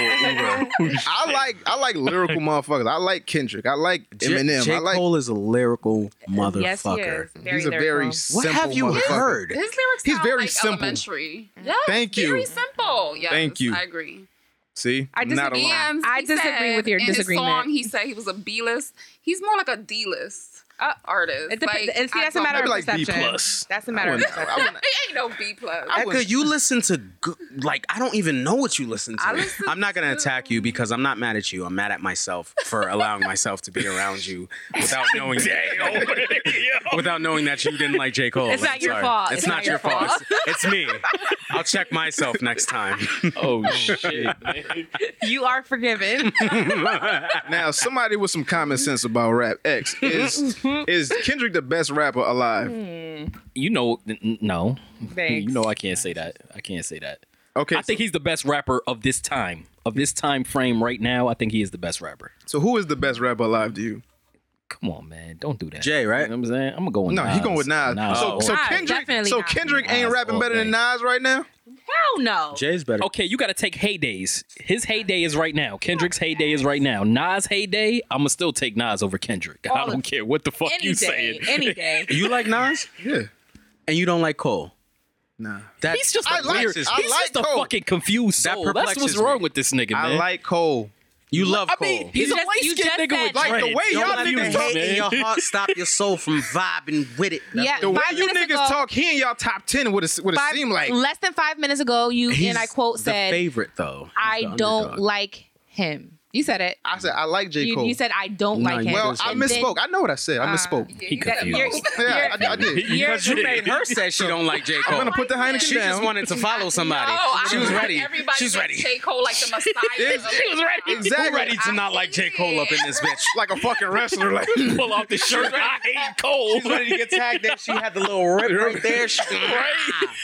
will Uber.
I like I like lyrical motherfuckers. I like Kendrick. I like Eminem.
J.
I like
Cole is a lyrical motherfucker.
Yes, he is. Very
he's a very
lyrical.
simple
what have you
motherfucker.
heard?
His lyrics
He's
sound
very
like
simple.
elementary.
Thank you.
Very simple. Yes,
Thank you.
I agree.
See,
I
not a
disagree.
lie.
And
I
he
disagree
said
with your
in
disagreement.
His song, he said he was a B list. He's more like a D list artist.
It depends.
Like,
and see,
I
that's a
don't
matter
know.
of
like B
perception.
plus.
That's a matter of perception.
I wouldn't-
He ain't no B plus.
Edgar, you listen to g- like I don't even know what you listen to.
I listen
I'm not gonna attack you because I'm not mad at you. I'm mad at myself for allowing myself to be around you without knowing without knowing that you didn't like J Cole.
It's
I'm
not your
sorry.
fault.
It's, not, your fault. It's, it's me. I'll check myself next time.
Oh shit!
You are forgiven.
Now, somebody with some common sense about rap X is is Kendrick the best rapper
Hmm.
alive?
you know, n- n- no.
Thanks.
You know, I can't say that. I can't say that.
Okay,
I think he's the best rapper of this time, of this time frame right now. I think he is the best rapper.
so who is the best rapper alive to you?
Come on, man, don't do that.
Jay, right?
You know what I'm saying I'm gonna go with
No,
Nas.
he going with Nas. So, so
Nas,
Kendrick,
definitely
so
Nas.
Kendrick ain't
Nas
rapping
all
better than
day.
Nas right now.
Hell no.
Jay's better.
okay, you got to take heydays. His heyday is right now. Kendrick's heyday is right now. Nas' heyday, I'm gonna still take Nas over Kendrick. I
All
don't
of-
care what the fuck
any
you
day.
saying.
Any day.
You like Nas
Yeah,
and you don't like Cole.
nah.
That,
He's just a
I like-
weird.
I
he's
like
just a
Cole.
fucking confused
That
soul. That's what's
perplexes
wrong
me.
with this nigga,
I
man.
like Cole.
you love
I
Cole.
mean, he's
You
a
just-
light
you
skinned
just
nigga
said
with
that.
Like, the
dreads.
way
Don't
y'all
let
you
niggas
him
talk-
talk,
hate and
man.
your heart stop your soul from vibing with it.
Yeah.
The way
five
you
minutes
niggas
ago,
talk, he in y'all top ten. What it what it
five-
seem like?
Less than five minutes ago, you
He's
and I quote
the
said,
favorite though. He's
"I
the
don't
underdog.
like him." You said it.
I said I like J
You,
Cole.
you said I don't
No,
like
you
him.
well,
said-
I
And then-
misspoke. I know what I said. I misspoke.
He
that- you're-
confused.
Yeah, I, I did.
Because you made her say she don't like J. Cole.
I'm gonna put the Heineken
she
down.
just wanted to follow somebody.
No, Oh, I
she was
think
ready.
Everybody
She's
thinks
ready.
J. Cole like the Messiah.
She was ready. Exactly.
ready to
I
not like J. Cole up in this bitch.
like a fucking wrestler. Like
Pull off the shirt. I hate Cole.
She's ready to get tagged in. She had the little rip right there. She,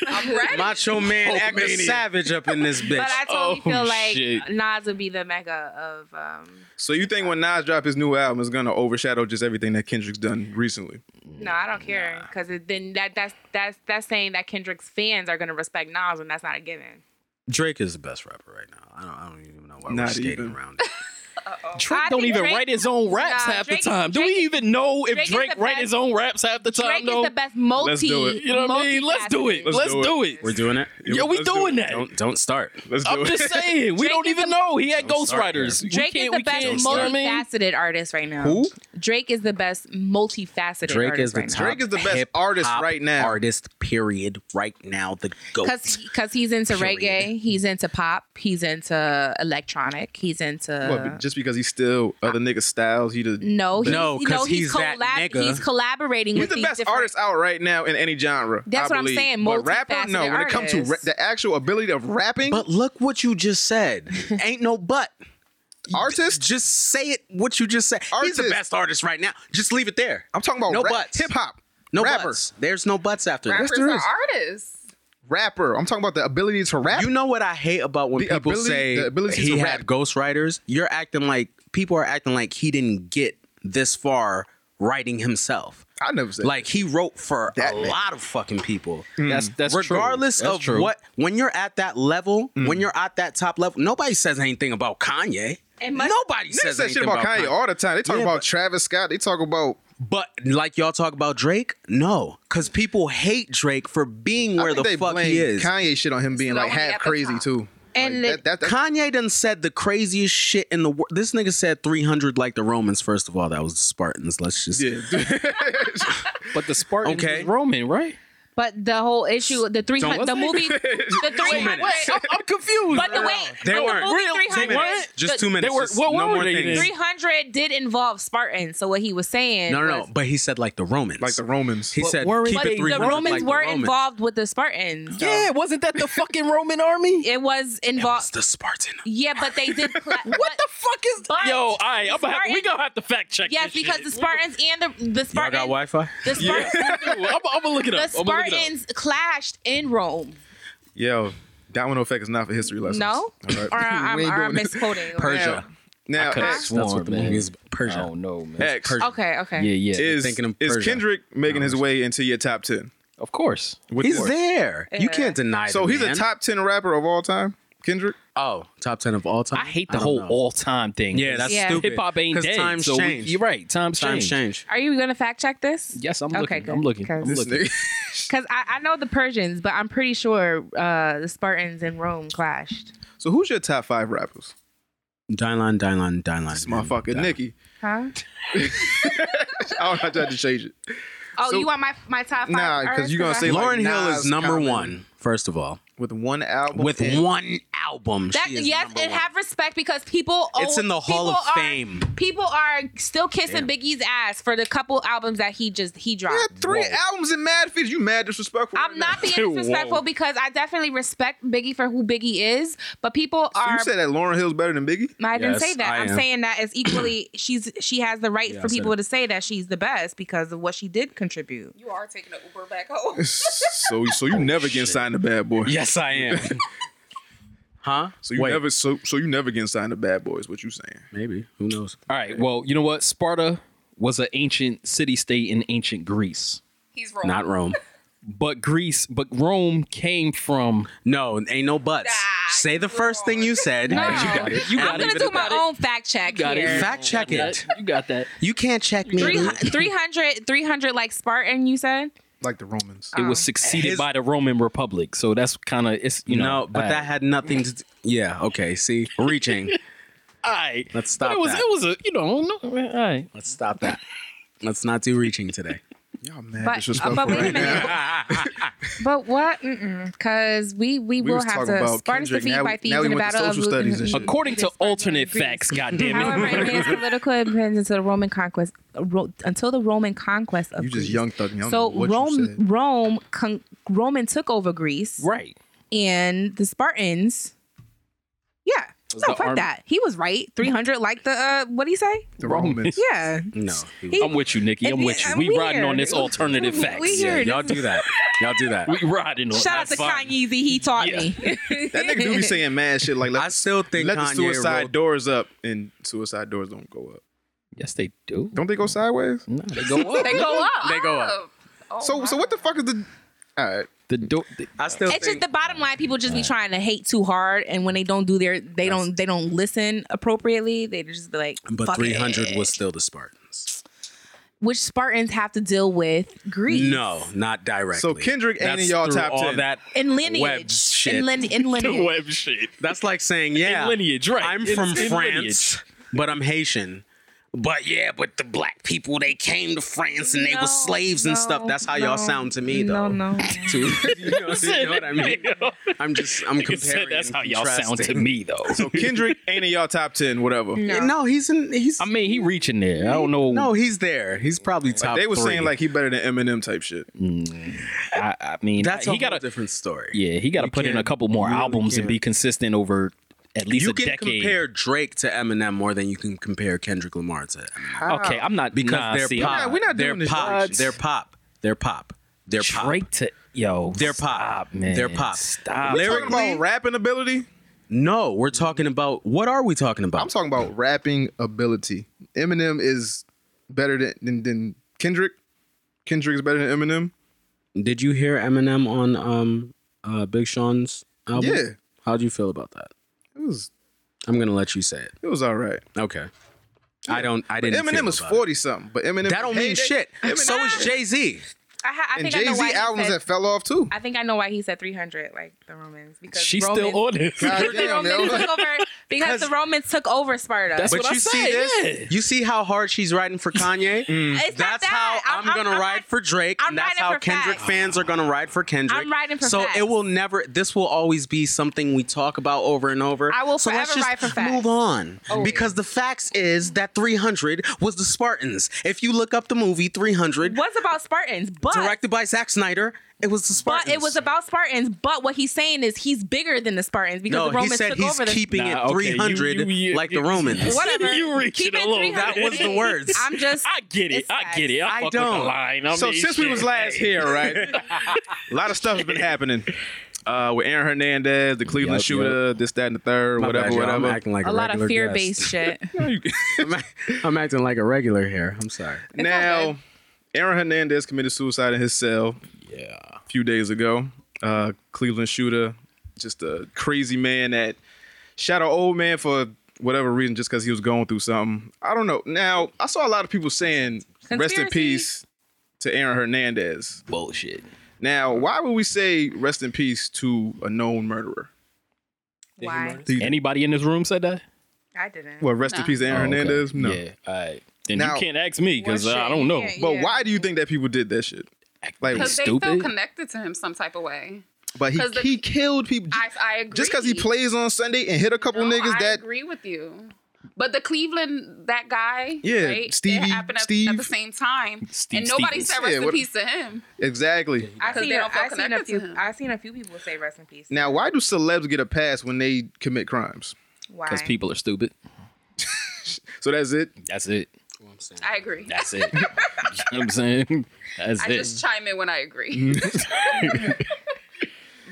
I'm ready.
Macho Man
Hulk
acting
Mania.
savage up in this bitch.
But I totally
Oh,
feel like
shit.
Nas would be the mega of. Um,
So you think when Nas drop his new album, it's gonna overshadow just everything that Kendrick's done recently?
no, I don't care because then that that's that's that's saying that Kendrick's fans are gonna respect Nas, and that's not a given.
Drake is the best rapper right now. I don't, I don't even know why
Not
we're skating
even.
around it.
Drake
I
don't
think
even
Drake-
write his own raps
Nah,
half
Drake-
the time. Do
Drake-
we even know if
Drake
Drake,
is the
write
best-
his own raps half the time?
Drake
though?
is the best multi.
do it.
You know what I mean? Let's do it.
multifaceted.
Let's,
do it.
do it.
We're doing it.
Yo, we
Let's do
doing
it.
that.
Don't don't start.
Let's do
I'm
it.
just saying. We
Drake
don't
is
even
the-
know. He had
Don't start
ghostwriters. We
Drake is
can't-
the
we
best
can't- you know what I mean?
multifaceted artist right now.
Who?
Drake is the best multifaceted
Drake
artist
is the
right
top
now.
Drake is the best
hip
artist
hop
right now.
Artist, period. Right now, the goat.
Cause, he- Cause he's into
Period.
reggae, he's into pop, he's into electronic, he's into
What, but just because he's still other niggas' styles, he the
no, he's,
No, 'cause he's that nigga.
he's collaborating
he's
with
the
these
best
different-
artist out right now in any genre.
That's
I
what I'm
believe.
saying,
But rapper, no.
multifaceted
When it comes to ra-
artist.
the actual ability of rapping,
But look what you just said. Ain't no but.
artist,
Just say it. What you just said. He's the
Artist.
best artist right now. Just leave it there.
I'm talking about
no
rap,
buts.
hip hop,
No
rapper,
buts. There's no buts after that.
Rappers
there
are
is.
artists.
rapper. I'm talking about the ability to rap.
You know what I hate about when
The
people
ability-
say
the ability
he
to
had
rap.
ghostwriters? You're acting like people are acting like he didn't get this far writing himself.
I never said
Like he wrote for
That
a
man.
lot of fucking people.
That's that's true.
Regardless
That's
of
true.
what, when you're at that level,
Mm.
when you're at that top level, nobody says anything about Kanye.
It must-
nobody
Niggas
says
say shit
anything
about Kanye all the time. They talk
Yeah,
about
but-
Travis Scott. They talk about
But like y'all talk about Drake, no, because people hate Drake for being
I
where
think
the
they
fuck
blame
he is.
Kanye shit on him being like
Throwing it
half
at the
crazy
top.
too.
And
like, that, that, that,
Kanye done said the craziest shit in the world. This nigga said 300 like the Romans. First of all, that was the Spartans. Let's just
But the Spartans
Okay.
was Roman, right?
But the whole issue, the three hundred, the movie, the three hundred.
I'm confused.
But the wait,
They
but the
weren't.
movie
Two
300
minutes. Just
the-
two minutes.
they were-
Just
what
no
were
more
they
things.
then?
300 did involve Spartans. So what he was saying.
No, no, no.
was-
But he said like the Romans.
like the Romans.
He said
weren't
keep
But
it 300
the Romans
like
were
the Romans.
involved with the Spartans. though.
Yeah, wasn't that the fucking Roman army?
It was
It was
involved.
the Spartan.
yeah, but they did. Pla- what
the fuck is
But
Yo, all right, I'm gonna have, we
Spartans-
gonna have to fact check.
Yes,
this
because
shit.
the Spartans and the the
Y'all
Spartans,
got Wi-Fi?
the Spartans,
I'm, I'm gonna
the
Oh, look it up. I'm gonna look it up.
Spartans clashed in Rome.
Yo, that one effect is not for history lessons.
No,
All
or uh, I'm,
We ain't
or
doing
I'm
this.
misquoting.
Persia.
Now,
Coulda
X,
sworn,
That's what the
man.
movie is. Persia.
I don't know, man.
X
Persia.
Okay, okay.
Yeah, yeah.
is,
thinking of
is
Persia.
Kendrick making his way into your top 10?
of course.
With
He's
this?
there. You can't deny.
So
the
he's a
man.
top 10 rapper of all time, Kendrick?
Oh, top ten of all time.
I hate the
don't
whole
know.
all time thing.
Yeah, that's
Yeah.
stupid.
hip hop ain't
'Cause
dead.
Times
so we-
change.
you're right. Times,
Times
change.
change.
Are you gonna fact check this?
Yes, I'm
Okay,
looking.
good,
I'm looking. I'm
because-
This
looking.
nigga.
Because I, I know the Persians, but I'm pretty sure uh, the Spartans and Rome clashed.
so who's your top five rappers?
Dylan, Dylan, Dylan.
This motherfucker, Nicki.
Huh?
I don't have to change it.
Oh,
So-
you want my my top five?
Nah, 'cause
artists?
you gonna
I-
say like
Lauren Hill
Nas,
is number
Common.
one, first of all,
With one album.
with
and-
one album.
that.
she is
Yes,
number
and
one.
have respect because people.
It's
own-
in the Hall
people
of
are-
Fame.
People are still kissing Biggie's ass for the couple albums that he just he dropped.
You had three albums in Mad Feeds. You mad disrespectful.
I'm
right
not
now.
being disrespectful because I definitely respect Biggie for who Biggie is, but people
So
are.
you said that Lauren Hill's better than Biggie?
I didn't
Yes,
say that.
I
I'm
am.
saying that it's equally. She's she has the right for
I said
people
it.
to say that she's the best because of what she did contribute.
You are taking an Uber back home.
so so you never getting signed to Bad Boy.
Yes, I am. huh?
So you
Wait,
never so so you never getting signed to Bad Boy is what you saying.
Maybe. Who knows?
All right. Well, you know what? Sparta was an ancient city state in ancient Greece.
He's wrong.
Not Rome.
But Greece, but Rome came from.
No, ain't no buts.
Nah,
Say the
you
first thing you said.
You got
it. You
I'm gonna do my own fact check
got
here.
it.
Fact check it.
You got that.
You can't check me.
Three- 300, 300 like Spartan, you said?
Like the Romans.
Uh,
It was succeeded
His-
by the Roman Republic, so that's kind of it's you know.
no, but that had nothing to. Do. Yeah. Okay. See, reaching.
I
Let's
but
stop
it was
that.
it was a you know no, all right.
Let's stop that. Let's not do reaching today.
Y'all mad
But,
disrespectful.
but wait a
right now.
minute. but what? Because we, we,
We
will
was
have
talking
to.
about
Spartans
Kendrick.
defeat
Now we-
by thieves
now we
in the
went to
battle of
social studies and
Luton.
shit.
According to alternate facts,
However,
goddammit.
advanced political independence to the Roman conquest ro- until the Roman conquest of
You just
Greece.
young thugging. I don't know
So
what you
Rome,
said.
Rome, con- Roman took over Greece,
right.
and the Spartans. Yeah, no,
the
fuck
arm-
that. He was right. Three hundred, like the uh, what do you say?
The Romans.
Yeah,
No.
He-
I'm with you, Nikki. I'm
And
with you.
I'm
We
weird.
riding on this alternative
We
facts.
here.
Yeah, y'all do that. Y'all do that.
We riding on.
Shout out to
that's fine.
Kanye. He taught
Yeah.
me.
That nigga do be saying mad shit like let,
I still think
let the
Kanye
suicide
wrote-
doors up and suicide doors don't go up.
Yes, they do.
Don't they go sideways?
No, they go up.
They go up.
They go up.
Oh,
So so what the fuck is the all right.
The door. the-
I still
it's just
think
the bottom line. People just be trying to hate too hard, and when they don't do their, they don't, they don't listen appropriately. They just be like,
but
"Fuck
300
it."
was still the Spartans.
which Spartans have to deal with Greece.
No, not directly.
So Kendrick ain't
That's
in y'all
through
top
all
10.
that
in lineage,
web shit.
in, lin- in lineage.
web shit.
That's like saying, yeah,
lineage, right.
I'm
It's
from
in
France, but I'm Haitian. But yeah, but the black people they came to France and they
No,
were slaves and stuff.
no,
That's how y'all
no,
sound to me, though.
No, no.
To, you, know, you know what I mean? I'm just I'm
You said
comparing.
that's how
and
y'all sound to
contrasting.
me, though.
So Kendrick ain't in y'all top ten, whatever.
Yeah, No, he's in. He's.
I mean, he reaching there. I don't know.
no, he's there. He's probably top.
They were
three.
saying like he better than Eminem type shit.
I, I mean,
that's
he
a
got
whole
to.
different story.
Yeah, he got to
You
put in a
can't-
couple more
you really
albums and
can't.
be consistent over at least
You
a
can
decade.
compare Drake to Eminem more than you can compare Kendrick Lamar to Eminem.
okay, I'm not
because
nah,
they're
see,
pop.
I'm
we're not
they're
doing this.
pop.
What?
They're pop. They're pop. They're pop.
Drake to yo.
They're
stop,
pop.
man.
They're pop.
Stop.
Lyric-
Talking about rapping ability?
No, we're talking about what are we talking about?
I'm talking about rapping ability. Eminem is better than than, than Kendrick? Kendrick's better than Eminem.
Did you hear Eminem on um uh Big Sean's album?
Yeah.
How'd you feel about that?
It was
I'm gonna let you say it.
it was all right.
Okay. I don't. I
But
didn't.
Eminem
feel
was
about it.
forty something, but Eminem
That don't
hey,
mean
they-
shit.
Eminem-
So is Jay Z.
I, ha- I
and
think
Jay
I know why
Z
he
albums
said-
that fell off too.
I think I know why he said 300, like the Romans, because
She's
Romans,
still on it.
God
because the
damn,
Romans
yo.
took over because the Romans took over Sparta.
That's
But
what
you
I
see
said,
this?
yeah.
You see how hard she's riding for Kanye?
It's not
That's
that.
how I'm,
Mm. I'm- I'm-
gonna
I'm
ride
riding-
for Drake,
I'm
and that's
riding
how
for
Kendrick
facts.
fans are gonna ride for Kendrick.
I'm riding for
so
facts.
it will never. This will always be something we talk about over and over.
I will
so let's
forever
just
ride for facts. Oh.
Move on, because the facts is that 300 was the Spartans. If you look up the movie 300,
was about Spartans, but
directed by Zack Snyder, it was the
but
Spartans.
it was about Spartans. But what he's saying is he's bigger than the Spartans because
no,
the Romans
he said
took
he's
over the
keeping
Nah,
it
okay,
300
you- you-
like the
you-
Romans.
whatever.
You reaching
Keep
a
it
little bit.
300.
That was the words.
I'm just
I get it.
It's
I get it. I,
I
fuck with
don't.
the line. I
so
mean,
since we
shit.
was last here, right? a lot of stuff's been happening. Uh, with Aaron Hernandez, the Cleveland
Yup, yup.
shooter, this, that, and the third,
My
whatever,
bad, y'all. I'm
whatever.
acting like
a lot of
regular
fear
guest.
based shit.
I'm, act- I'm acting like a regular here. I'm sorry.
now, Aaron Hernandez committed suicide in his cell
Yeah.
a few days ago. Uh, Cleveland shooter, just a crazy man that shot an old man for whatever reason, just because he was going through something. I don't know. Now, I saw a lot of people saying, rest in
Conspiracy.
peace to Aaron Hernandez.
bullshit.
Now, why would we say rest in peace to a known murderer?
Why?
Anybody in this room said that?
I didn't.
Well, rest in
Nah.
peace to Aaron
Oh, okay.
Hernandez? No.
Yeah. All right. Then
Now-
you can't ask me because
Well,
I
shit,
don't know.
yeah.
But why do you think that people did that shit? Like,
Because they feel
Stupid.
connected to him some type of way.
but he,
'cause the-
he killed people.
I, I agree.
just because he plays on Sunday and hit a couple
No,
niggas
I
that
agree with you. But the Cleveland, that guy,
Yeah,
right,
Stevie-
it happened at,
Steve-
at the same time,
Steve
and nobody
Stevens.
said rest
Yeah,
in
what-
peace to him.
exactly.
I
'Cause
seen,
they
a,
don't feel
I seen a
connected to
few.
him.
I seen a few people say rest in peace.
Now, why do celebs get a pass when they commit crimes?
Why?
Because people are stupid.
So that's it.
That's it.
I agree.
That's it. you know what I'm saying? That's
I
it.
just chime in when I agree.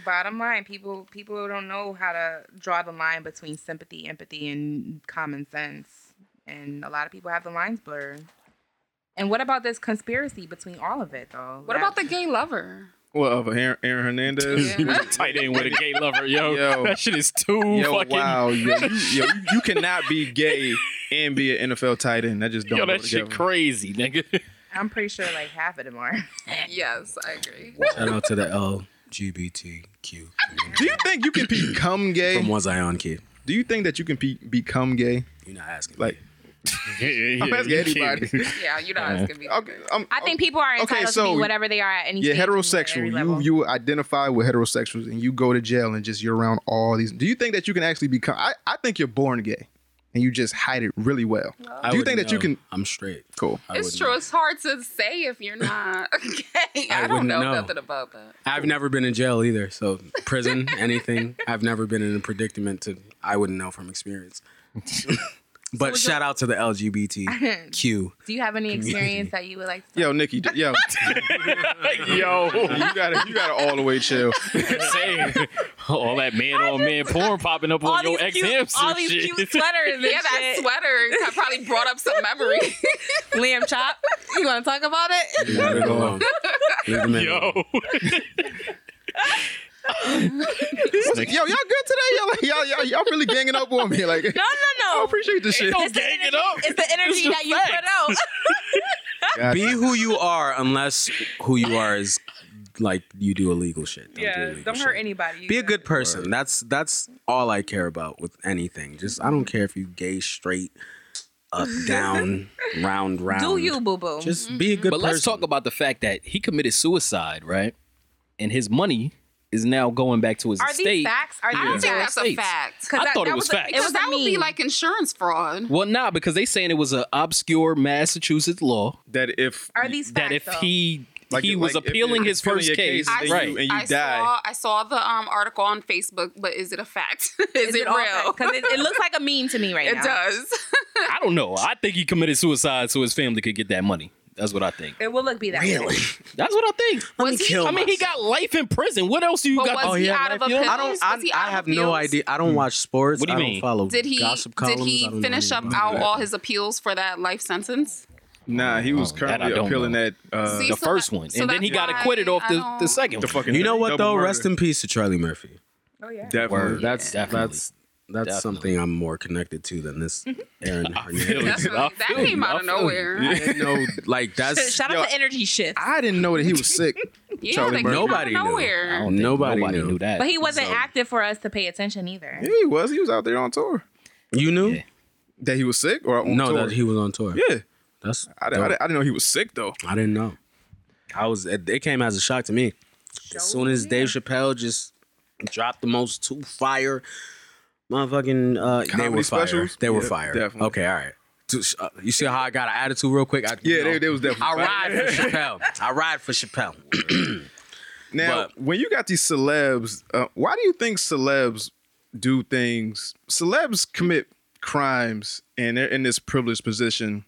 Bottom line, people people don't know how to draw the line between sympathy, empathy, and common sense, and a lot of people have the lines blurred. And what about this conspiracy between all of it, though?
what about the gay lover?
Well, of Aaron, Aaron Hernandez.
Yeah.
tight end with a gay lover, yo.
Yo.
That shit is too
Yo,
fucking.
wow, yo, you, yo, you- you cannot be gay and be an NFL tight end. That just don't
Yo,
go
that shit
together.
crazy, nigga.
I'm pretty sure like half of them are.
Yes, I agree.
Shout out to the LGBTQ
Do you think you can become
from
gay?
Was I on Kid.
Do you think that you can pe- become gay?
You're not asking.
Like,
Yeah, yeah,
I'm
yeah,
asking
you
anybody.
kidding.
Yeah, you're not asking me.
Okay, I'm,
I think people are entitled
so
to be whatever they are at any
you're
stage, at
heterosexual.
every
You
level.
you identify with heterosexuals, and you go to jail and just you're around all these. Do you think that you can actually become? I, I think you're born gay, and you just hide it really well.
I
Do you
would
think that you
know.
can?
I'm straight.
Cool.
I
It's
would
true.
know.
It's hard to say if you're not gay. I,
wouldn't
don't know,
know.
nothing about that.
I've never been in jail either. So prison, anything. I've never been in a predicament to. I wouldn't know from experience. but shout out to the LGBTQ.
Do you have any experience that you would like? to
Yo, Nikki. d- Yo,
Yo,
you gotta you gotta all the way chill.
saying all that man on man porn popping up on your ex hips
all
and
these
shit.
cute sweaters. and
Yeah, that
shit.
sweater probably brought up some memories.
Liam Chop. You want to talk about it?
Leave it alone. Leave the man alone.
Yo,
yo, y'all good today? Y'all, like, y'all, y'all, y'all really ganging up on me. Like,
No, no,
I
no.
appreciate this shit.
no-
It's the
Gang it
energy-
up.
It's the energy
just
that you put out.
Be who you are, unless who you are is like you do illegal shit. Don't do illegal shit.
anybody.
Be a good person. That's that's all I care about with anything. Just I don't care if you gay, straight, up, down, round, round.
Do you, boo boo?
um, Just be a good
but
person.
let's talk about the fact that he committed suicide, right? And his money is now going back to his
Are
estate.
these facts? Are
I don't
these
think
facts?
that's a
States.
fact.
I
that-
thought it
that
was
was a-
facts.
it
Because
was
that would be
meme.
like insurance fraud.
well, nah, because they saying it was an obscure Massachusetts law
That if
Are these facts?
that if
though?
he
Like-
he was
like if
appealing
you're
his
appealing
first
your
case,
case, then you-
right?
and
I
die.
saw I saw the um, article on Facebook, but is it a fact? is, it, real?
Because it, it looks like a meme to me right
It
now.
does.
I don't know. I think he committed suicide so his family could get that money. That's what I think.
It will look be that. Really?
That's what I think.
Let me kill
I mean, he got life in prison. What else do you
But
got?
was he out of a
I don't.
Was
I,
he out
I
of
have
appeals?
no idea. I don't watch sports.
What do you
I don't
mean?
follow
Did he
gossip
did
columns. I
he
don't know
finish up
anything
out
about
all his appeals for that life sentence?
Nah, he was
Oh, that I
currently
don't
appealing
know.
that uh,
the first one, and then he got acquitted off the, the second.
The
one.
fucking
You know what
double
though?
murder.
Rest in peace to Charlie Murphy.
Oh yeah.
Definitely.
Word. That's
Definitely.
that's that's
Definitely.
something I'm more connected to than this Aaron
feel
Hernandez.
you.
Definitely. That
feel
came
you. I
out of
feel you.
nowhere.
I didn't know like that's
Shout
Yo,
out to Energy Shift.
I didn't know that he was sick.
Yeah,
Charlie
that
Brown.
came
Nobody
out
I
knew.
of nowhere.
don't think
Nobody
nobody
knew.
knew that.
But he wasn't
So-
active for us to pay attention either.
Yeah, he was. He was out there on tour.
you knew?
Yeah.
That he was sick or on
No,
tour?
that he was on tour.
yeah.
That's
I, di- I, di- I didn't know he was sick though.
I didn't know. I was. It, it came as a shock to me. As soon as Dave Chappelle just dropped the most two fire, motherfucking. Uh, they
Comedy
were fire.
specials?
They were
Yeah,
fire.
definitely.
Okay, all right. Dude, sh- uh, You see how I got an attitude real quick? I, you
Yeah, they- they was definitely fire.
I ride for Chappelle. I ride for Chappelle.
Now,
But-
when you got these celebs, uh, why do you think celebs do things? Celebs commit crimes, and they're in this privileged position.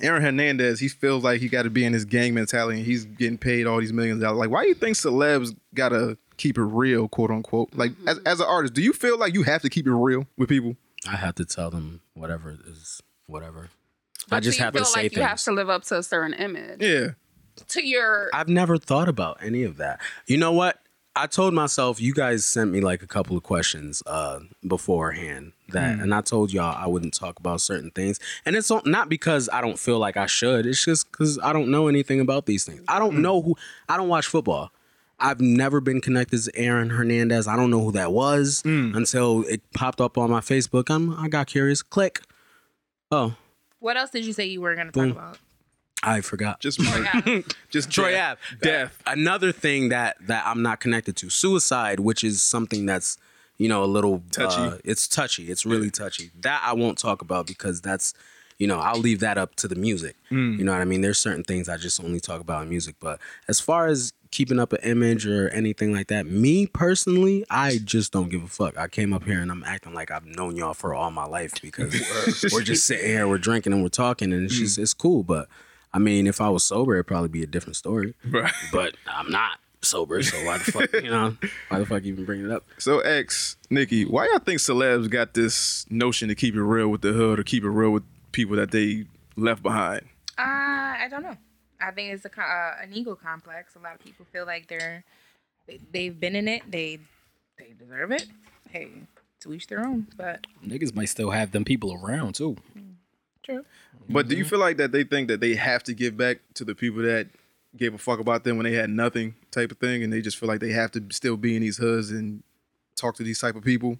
Aaron Hernandez, he feels like he got to be in his gang mentality, and he's getting paid all these millions dollars. Like, why do you think celebs gotta keep it real, quote unquote? Like, as, as an artist, do you feel like you have to keep it real with people?
I have to tell them whatever is whatever. I
But
just
do you
have
feel
to say
like
things.
you have to live up to a certain image.
Yeah,
To your
I've never thought about any of that. You know what? I told myself you guys sent me like a couple of questions uh beforehand that and I told y'all I wouldn't talk about certain things. And it's not- not because I don't feel like I should. It's just cuz I don't know anything about these things. I don't know who I don't watch football. I've never been connected to Aaron Hernandez. I don't know who that was until it popped up on my Facebook. I'm I got curious. Click. Oh,
What else did you say you were gonna talk about?
I forgot.
just murder. just
Troy
death.
Ave.
Death.
Another thing that that I'm not connected to. Suicide, which is something that's you know a little
Touchy.
uh, it's touchy. It's really touchy. That I won't talk about because that's you know I'll leave that up to the music. You know what I mean? There's certain things I just only talk about in music. But as far as keeping up an image or anything like that, me personally, I just don't give a fuck. I came up here and I'm acting like I've known y'all for all my life because we're just sitting here, we're drinking and we're talking, and it's just it's cool. But I mean, if I was sober, it'd probably be a different story.
Right.
But I'm not sober, so why the fuck, you know, why the fuck even bring it up?
So, ex Nikki, why y'all think celebs got this notion to keep it real with the hood or keep it real with people that they left behind?
Uh, I don't know. I think it's a co- uh, an ego complex. A lot of people feel like they're they, they've been in it. They they deserve it. Hey, to each their own. But
Niggas might still have them people around too.
true.
But do you feel like that they think that they have to give back to the people that gave a fuck about them when they had nothing, type of thing, and they just feel like they have to still be in these hoods and talk to these type of people?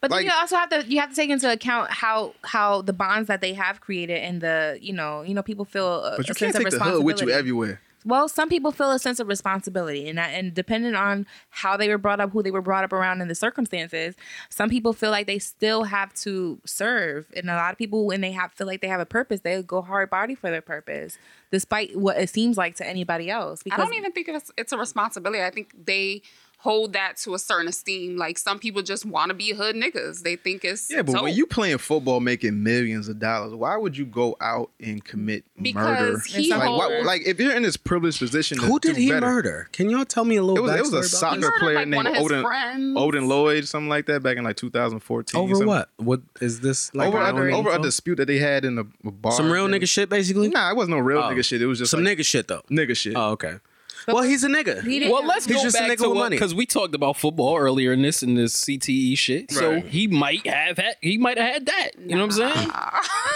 But then
Like-
you also have to you have to take into account how how the bonds that they have created and the you know you know people feel a,
But you
a
can't
sense of
take the hood with you
responsibility.
everywhere.
Well, some people feel a sense of responsibility, and that, and depending on how they were brought up, who they were brought up around, and the circumstances, some people feel like they still have to serve, and a lot of people when they have feel like they have a purpose, they go hard body for their purpose, despite what it seems like to anybody else.
I
Because
don't even think it's, it's a responsibility. I think they hold that to a certain esteem. Like some people just want to be hood niggas. They think it's
Yeah, but
dope.
when you playing football, making millions of dollars, why would you go out and commit
Because
murder?
he
like, why-
holds-
like, if you're in this privileged position, to
Who did
do
he
better-
murder? Can y'all tell me a
It
little
was it was a
backstory about
soccer
this?
murdered,
player
like, one
named
of his
Odin
friends.
Odin Lloyd, something like that, back in like 2014.
Over
something.
what? What is this? Like
over
I don't
a,
know
over a
info?
dispute that they had in the bar.
some real
That-
nigga shit, basically.
Nah, it wasn't no real
Oh.
nigga shit. It was just
some
like,
nigga shit though.
nigga shit.
Oh, okay. Well, he's a nigga.
he didn't
Well, let's
He's
go
just a nigga
back
with
to what
money.
because we talked about football earlier in this in this CTE shit. So
Right.
he might have had he might have had that. You know what I'm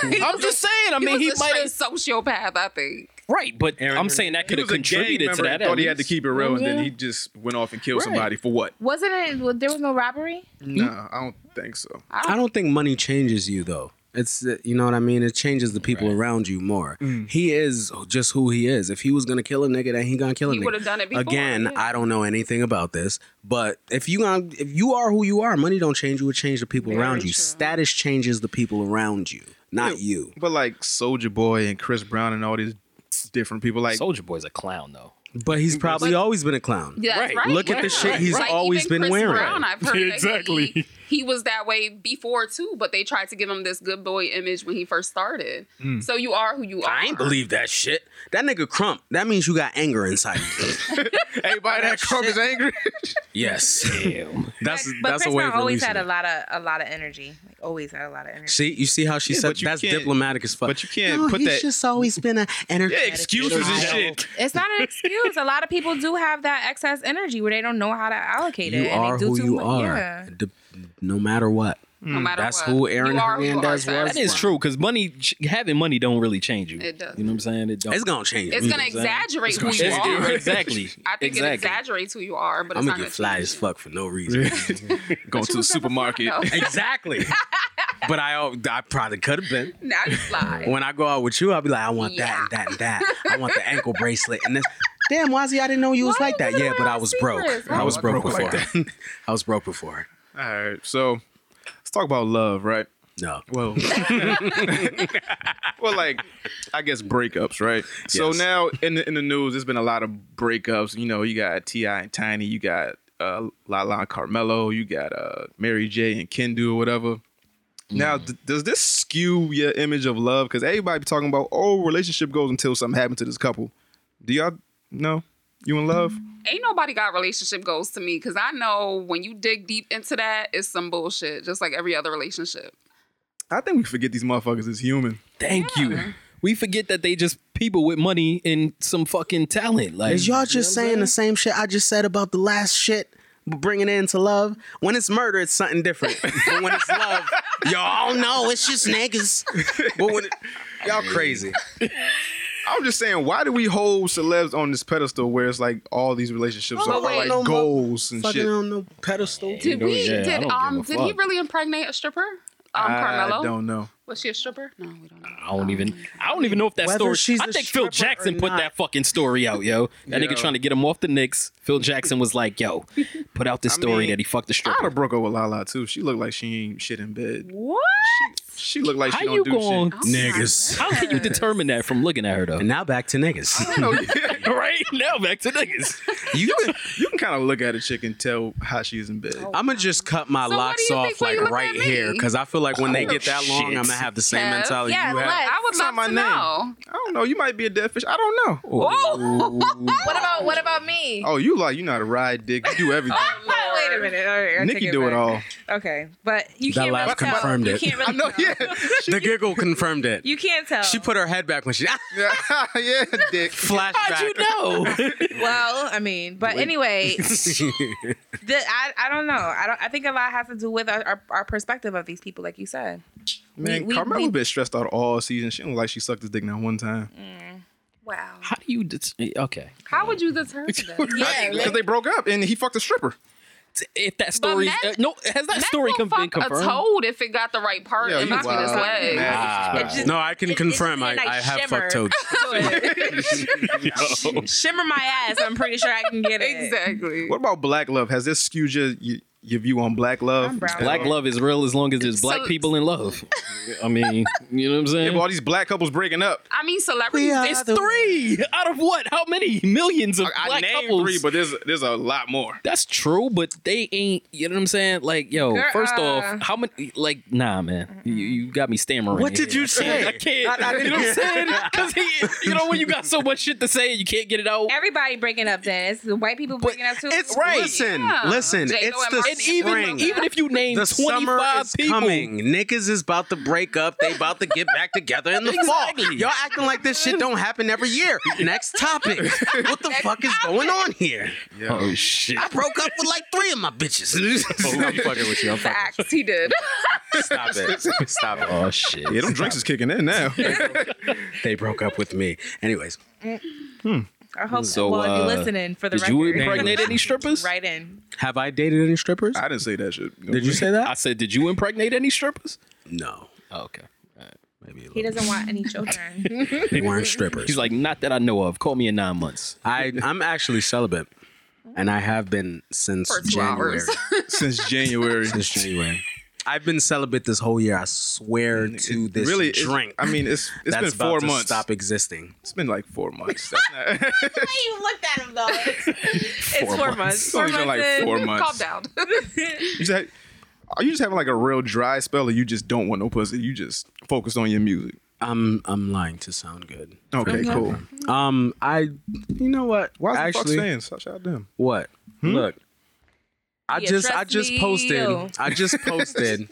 saying? I'm just saying. I mean, he,
was a
might have
straight sociopath. I think.
right, but I'm saying that
He
could have
was a gang
contributed
member
to that.
and
at
Thought he had to
least.
keep it real, and then
Yeah.
he just went off and killed
Right.
somebody for what?
wasn't it? Well, there was no robbery.
Mm.
Nah, I don't think so.
I don't think money changes you though. It's uh, you know what I mean. It changes the people around you more. He is just who he is. If he was gonna kill a nigga, then he gonna kill a
He
nigga.
would've done it before,
Again,
yeah.
I don't know anything about this, but if you gonna, if you are who you are, money don't change you. It change the people around you. Status changes the people around you, not you.
But like Soldier Boy and Chris Brown and all these different people, like
Soldier Boy's a clown though.
But he's probably always been a clown.
Yeah, that's
Right.
right.
Look at the
right,
shit
right,
he's
right.
always
Even
been
Chris
wearing.
Brown, I've heard
Exactly.
That he, he was that way before too, but they tried to give him this good boy image when he first started. So you are who you are.
I ain't believe that shit. That nigga crump. That means you got anger inside you.
everybody that crump is angry.
yes,
Damn.
that's
But
that's
Chris
a way
Brown
of
always
releasing.
had a
it.
lot of a lot of energy. Like always had a lot of energy.
See, you see how she
Yeah,
said
but you
that's
can't-
diplomatic as fuck. But you
can't put that-
just always been an energetic.
excuses and
shit.
It's not an excuse. A lot of people do have that excess energy where they don't know how to allocate it.
You
and
are
they do
who
too
you
much.
are,
Yeah.
d- no matter what.
No matter
that's
what.
who Aaron
You are who you are,
Hernandez was.
fam.
That is true because money, ch- having money, don't really change you.
It does.
You know what I'm saying? It don't.
It's gonna change.
It's gonna exaggerate who you are.
Exactly.
I think it
exactly.
exaggerates who you are, but
I'm
it's not
gonna
gonna
get fly as fuck for no reason. Go to the supermarket.
though.
exactly. but I, al- I probably could have been.
now you fly.
When I go out with you, I'll be like, I want that and that and that. I want the ankle bracelet and this. Damn, Wazzy, I didn't know you was like that. Yeah, but I was broke.
secrets?
I was
Why
broke
would I
before.
broke like
I was broke before.
All right, so let's talk about love, right?
No.
Well, well, like I guess breakups, right? So
Yes.
now in the in the news, there's been a lot of breakups. You know, you got Ti and Tiny, you got uh, Lala and Carmelo, you got uh, Mary J and Kendu or whatever. Now, d- does this skew your image of love? Because everybody be talking about, oh, relationship goes until something happened to this couple. Do y'all know you in love?
Ain't nobody got relationship goals to me because I know when you dig deep into that, it's some bullshit, just like every other relationship.
I think we forget these motherfuckers is human.
Thank you. We forget that they just people with money and some fucking talent. Like
Is y'all just saying the same shit I just said about the last shit, but bringing it into love? When it's murder, it's something different. but when it's love, y'all know it's just niggas. but when it, y'all crazy.
I'm just saying, why do we hold celebs on this pedestal where it's like all these relationships are like goals and
fucking
shit?
on no pedestal.
Did we? did um? Did he really impregnate a stripper? Um, Carmelo.
I don't know.
Was she a stripper? No, we don't. know.
I don't even. I don't even know if that
Whether
story.
she's
I
a
think Phil
stripper or
Jackson put
not.
that fucking story out, yo. That
Yo.
nigga trying to get him off the Knicks. Phil Jackson was like, "Yo, put out this
I
story
mean,
that he fucked the stripper."
I'd have broke up with Lala too. She looked like she ain't shit in bed.
What?
She looked like she
How
don't
you
do
going,
shit.
niggas? How can you determine that from looking at her though? And
now back to niggas.
right now back to niggas.
You
can, you can kind of look at a chick and tell how she is in bed.
I'm gonna just cut my locks off like right here because I feel like when they
Oh,
get that long,
shit.
I'm gonna have the same mentality you have.
I would love to know.
I don't know. You might be a dead fish. I don't know.
what about what about me?
Oh, you like you know how to ride dick. You do everything.
Wait a minute. All right, I
Nikki
take
do it
back.
all.
Okay, but you
That
can't
laugh
really tell.
confirmed
you
it.
can't really
I know,
tell.
the giggle confirmed it.
You can't tell.
She put her head back when she. yeah,
dick.
Flashback.
How'd well, I mean, but anyway, the, I, I don't know. I don't. I think a lot has to do with our, our, our perspective of these people, like you said.
Man,
we,
Carmelo
we,
been stressed out all season. She don't like she sucked his dick not one time.
Wow.
How do you? Det- okay.
How would you determine that?
because they broke up and he fucked a stripper.
If that story, uh, no, has that story com- been
a
confirmed?
toad if it got the right part.
Yeah,
it
you
must be this
wild.
way.
Wow.
It just-
Uh, no, I can
it- it
confirm. I,
just be a
I
nice
have
shimmer.
fucked toads.
Shimmer my ass. I'm pretty sure I can get it.
Exactly.
What about black love? Has this skewed your your, your view on black love?
brown.
Black love is real as long as there's black
So-
people in love. I mean, you know what I'm saying?
all these black couples breaking up.
I mean, celebrities.
It's three out of what? How many millions of
I
black
named
couples?
three, but there's there's a lot more.
That's true, but they ain't. You know what I'm saying? Like, yo,
Girl,
first
uh,
off, how many? Like, nah, man, you, you got me stammering.
What did you
I can't-
say?
I can't.
I- I
you know what I'm saying? Because he, you know, when you got so much shit to say, you can't get it out.
Everybody breaking up. Then it's the white people breaking up too.
It's Listen, listen. It's the
And even-
spring.
even if you name
the summer
25
is
people.
coming, niggas is about to break up. They about to get back together in the fall.
Exactly.
Y'all acting like this shit don't happen every year. Next topic. What the fuck is going on here?
Oh shit!
I broke up with like three of my bitches. I'm fucking with you. I'm fucking.
Facts. He did.
Stop it. Stop it.
Oh shit.
Yeah, them drinks is kicking in now.
Uh, they broke up with me. Anyways.
I hope
So,
so. Well, if
uh,
you're listening for the
did
record,
you impregnate any
strippers?
Right in.
Have I dated any strippers?
I didn't say that shit.
Did you say that?
I said, did you impregnate any strippers?
No.
Oh, okay.
He doesn't want any children.
They weren't strippers.
He's like, not that I know of. Call me in nine months.
I I'm actually celibate, and I have been since
For two
January.
hours.
since January.
Since January. I've been celibate this whole year. I swear to this
really is-
drink.
I mean, it's- it's
that's
been
about
four
to
months.
Stop existing.
It's been like four months.
you looked at him though. It's
Four
four,
months.
months.
It's only been, like, four months.
Calm
You said, are you just having like a real dry spell, or you just don't want no pussy? You just focus on your music.
I'm I'm lying to sound good.
Okay, cool.
Um, I you know what?
Why is the
Actually-
fuck saying such out them?
What? Look, I
Yeah,
just I
trust
just
me,
posted.
yo.
I just posted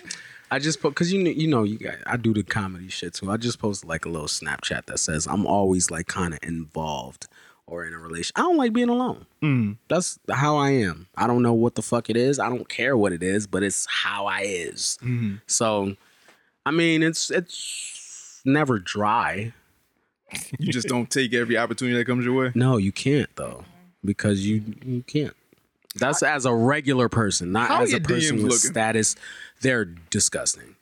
I just put because you kn- you know you got, I do the comedy shit too. I just posted like a little Snapchat that says I'm always like kind of involved or in a relation. I don't like being alone. That's how I am. I don't know what the fuck it is. I don't care what it is, but it's how I is.
Mhm.
So, I mean, it's it's never dry.
You just don't take every opportunity that comes your way.
No, you can't though, because you you can't. That's as a regular person, not
How
as a
your
person
DMs
with
looking?
status. They're disgusting.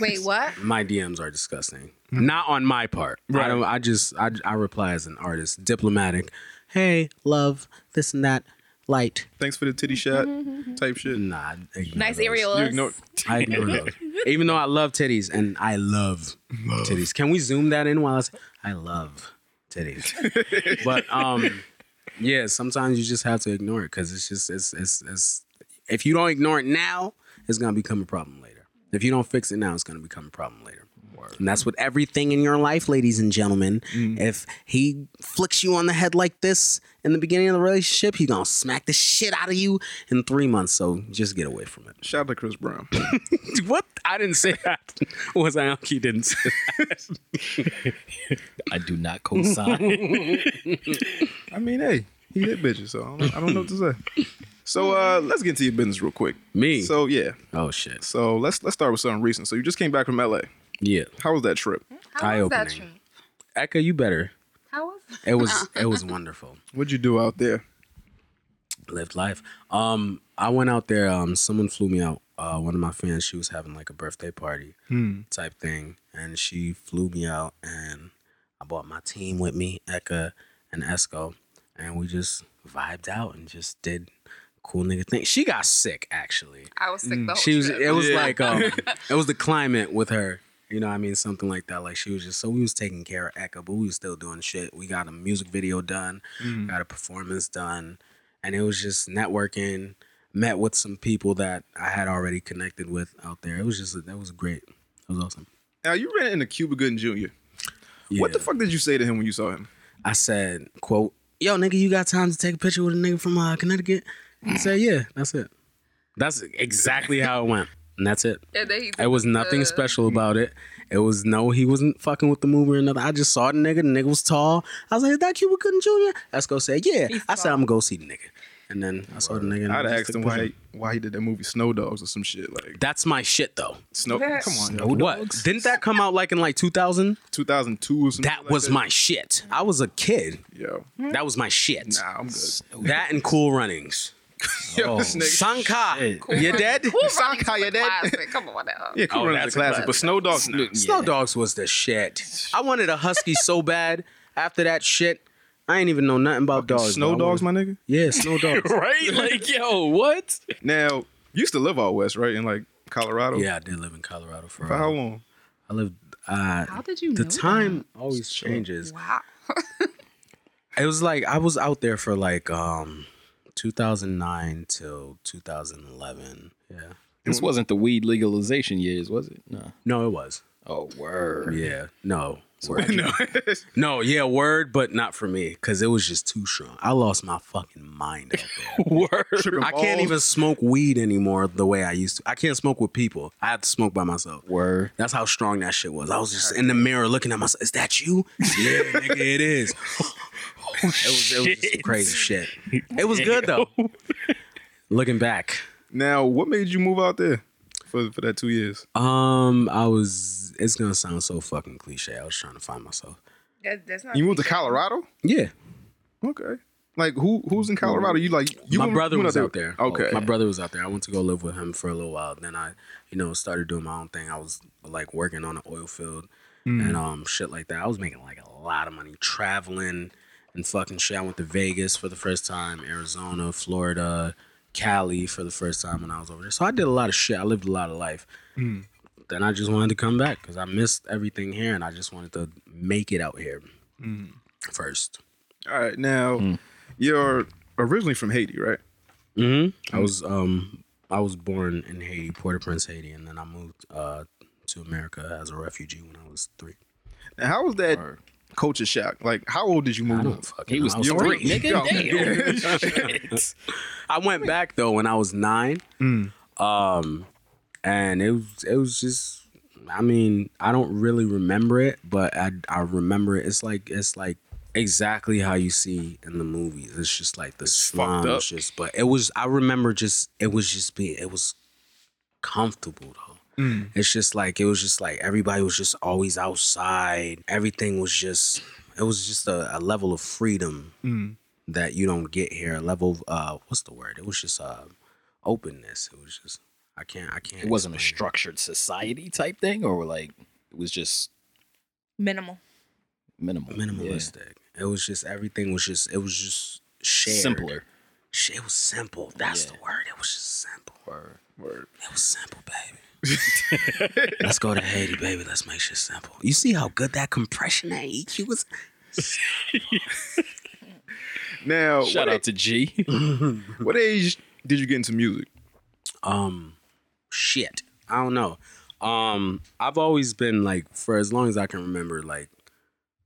Wait, what?
My DMs are disgusting.
Hmm.
Not on my part. I don't. I just I I reply as an artist, diplomatic. Hey, love this and that. Light.
Thanks for the titty shot
Mm-hmm.
type shit.
Nah, I ignore
Nice
those.
areolas. You ignore-
I ignore those. Even though I love titties and I love, titties. Can we zoom that in while I say I love titties? but um, yeah, sometimes you just have to ignore it because it's just it's, it's it's if you don't ignore it now, it's gonna become a problem later. If you don't fix it now, it's gonna become a problem later. And that's with everything in your life, ladies and gentlemen. If he flicks you on the head like this in the beginning of the relationship, he's gonna smack the shit out of you in three months. So just get away from it.
Shout out to Chris Brown.
what? I didn't say that. Was I he didn't say that.
I do not co-sign.
I mean, hey, he hit bitches, so I don't, I don't know what to say. So uh, let's get into your business real quick.
Me.
So yeah.
Oh shit.
So let's let's start with something recent. So you just came back from LA.
Yeah.
How was that trip?
Eye
That
opening.
trip.
Eka, you better.
How was
It was it was wonderful.
What'd you do out there?
Lived life. Um, I went out there. Um, someone flew me out. Uh, one of my fans. She was having like a birthday party
Hmm.
type thing, and she flew me out, and I brought my team with me, Eka and Esco, and we just vibed out and just did cool nigga thing. She got sick actually.
I was sick the whole
Mm, she was
trip.
it was like um it was the climate with her you know what i mean something like that like she was just so we was taking care of echo but we was still doing shit we got a music video done
Mm.
got a performance done and it was just networking met with some people that i had already connected with out there it was just that was great it was awesome
Now you ran into Cuba Gooding Jr. What the fuck did you say to him when you saw him?
I said, quote, yo nigga you got time to take a picture with a nigga from uh, connecticut he said yeah that's it that's exactly how it went and that's it
And then he
It was
did
nothing
the-
special about it. It was no, he wasn't fucking with the movie or nothing. I just saw the nigga. The nigga was tall. I was like, is that Cuba Gooding Jr.? Esco said, yeah. I said, I'm going to go see the nigga. And then I saw the nigga. and
I'd
I
have
just
asked him
took a picture.
why why he did that movie Snow Dogs or some shit like
That's my shit though.
Snow.
That-
Come on,
Snow Dogs? Didn't that come out like in like 2000?
2002 or something.
That was my shit. I was a kid.
Yo.
That was my shit.
Nah, I'm good.
That and Cool Runnings.
Yo, this nigga.
Sanka, you dead?
Cool Sanka, you dead? Come on now.
Yeah, Cool
Oh,
Runnings
that's
is a
a
classic,
classic.
but Snow Dogs,
Snow- yeah.
Snow Dogs was the shit. I wanted a husky so bad. After that shit, I ain't even know nothing about dogs.
Snow Dogs, my nigga.
Yeah, Snow Dogs.
right? Like, yo, what?
Now you used to live out west, right? In like Colorado.
Yeah, I did live in Colorado for,
For
a-
how long?
I lived. Uh,
How did you
The
know
time always changes.
Wow.
It was like I was out there for like um 2009 till 2011. Yeah.
This wasn't the weed legalization years, was it? No.
No, it was.
Oh, word.
Yeah. No. Word. no. yeah, word, but not for me because it was just too strong. I lost my fucking mind out there.
Tripping
I can't
balls.
even smoke weed anymore the way I used to. I can't smoke with people. I have to smoke by myself.
Word.
That's how strong that shit was. I was just in the mirror looking at myself. Is that you? yeah, nigga, it is. it was it was just some crazy shit. It was good though. looking back.
Now, what made you move out there for for that two years?
Um, I was it's gonna sound so fucking cliche. I was trying to find myself.
That, that's not
You moved to Colorado?
Yeah.
Okay. Like who who's in Colorado? You like you?
my
went-
brother
you went
was out there.
Okay.
my brother was out there. I went to go live with him for a little while. Then I, you know, started doing my own thing. I was like working on an oil field
Hmm.
Mm.
and um shit like that. I was making like a lot of money traveling and fucking shit. I went to Vegas for the first time, Arizona, Florida, Cali for the first time when I was over there. So I did a lot of shit. I lived a lot of life.
Hmm.
Mm.
Then I just wanted to come back because I missed everything here and I just wanted to make it out here
Mm.
first.
All right. Now, you're originally from Haiti, right?
hmm I was um I was born in Haiti, Port-au-Prince, Haiti, and then I moved uh to America as a refugee when I was three.
Now, how was that culture shock? Like, how old did you move? I don't
fucking He know. was I was three, nigga.
Mm.
I went back though when I was nine. Um, and it was it was just I mean, I don't really remember it, but I I remember it. It's like it's like exactly how you see in the movies. It's just like the slime
up.
just but it was I remember just it was just being it was comfortable though.
Mm.
It's just like it was just like everybody was just always outside. Everything was just it was just a, a level of freedom
Mm.
that you don't get here. A level of uh what's the word? It was just uh openness. It was just I can't I can't
It wasn't a structured society type thing, or like it was just
Minimal.
minimal,
minimalistic. It was just everything was just it was just
yeah.
shared.
simpler.
Sh- It was simple. That's the word. It was just simple. It was simple, baby. Let's go to Haiti, baby. Let's make shit simple. You see how good that compression E that EQ was?
Now,
Shout
what,
out to G.
a- what age did you get into music?
Um, shit. I don't know. Um, I've always been like, for as long as I can remember, like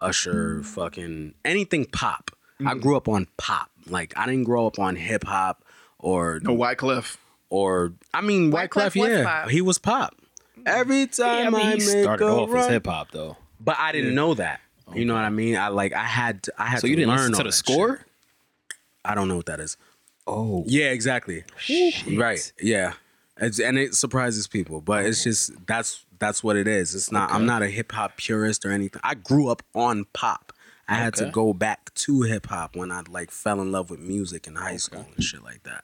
Usher, fucking anything pop.
Mm-hmm.
I grew up on pop. Like I didn't grow up on hip hop or
No, Wyclef.
or I mean Wyclef,
Wyclef was
yeah,
pop.
he was pop. Every time
Mm-hmm. I mean,
I
he
make
started
a
off as
run-
hip hop though,
but I didn't know that. You know what I mean? I like I had to, I had
so
to
you didn't
learn
listen to
all
the
that
score.
shit. I don't know what that is.
Oh,
Yeah, exactly. Right. Yeah. It's, and it surprises people, but it's just that's that's what it is. It's not. I'm not a hip hop purist or anything. I grew up on pop. I had to
Okay.
go back to hip hop when I like fell in love with music in high school and shit like that.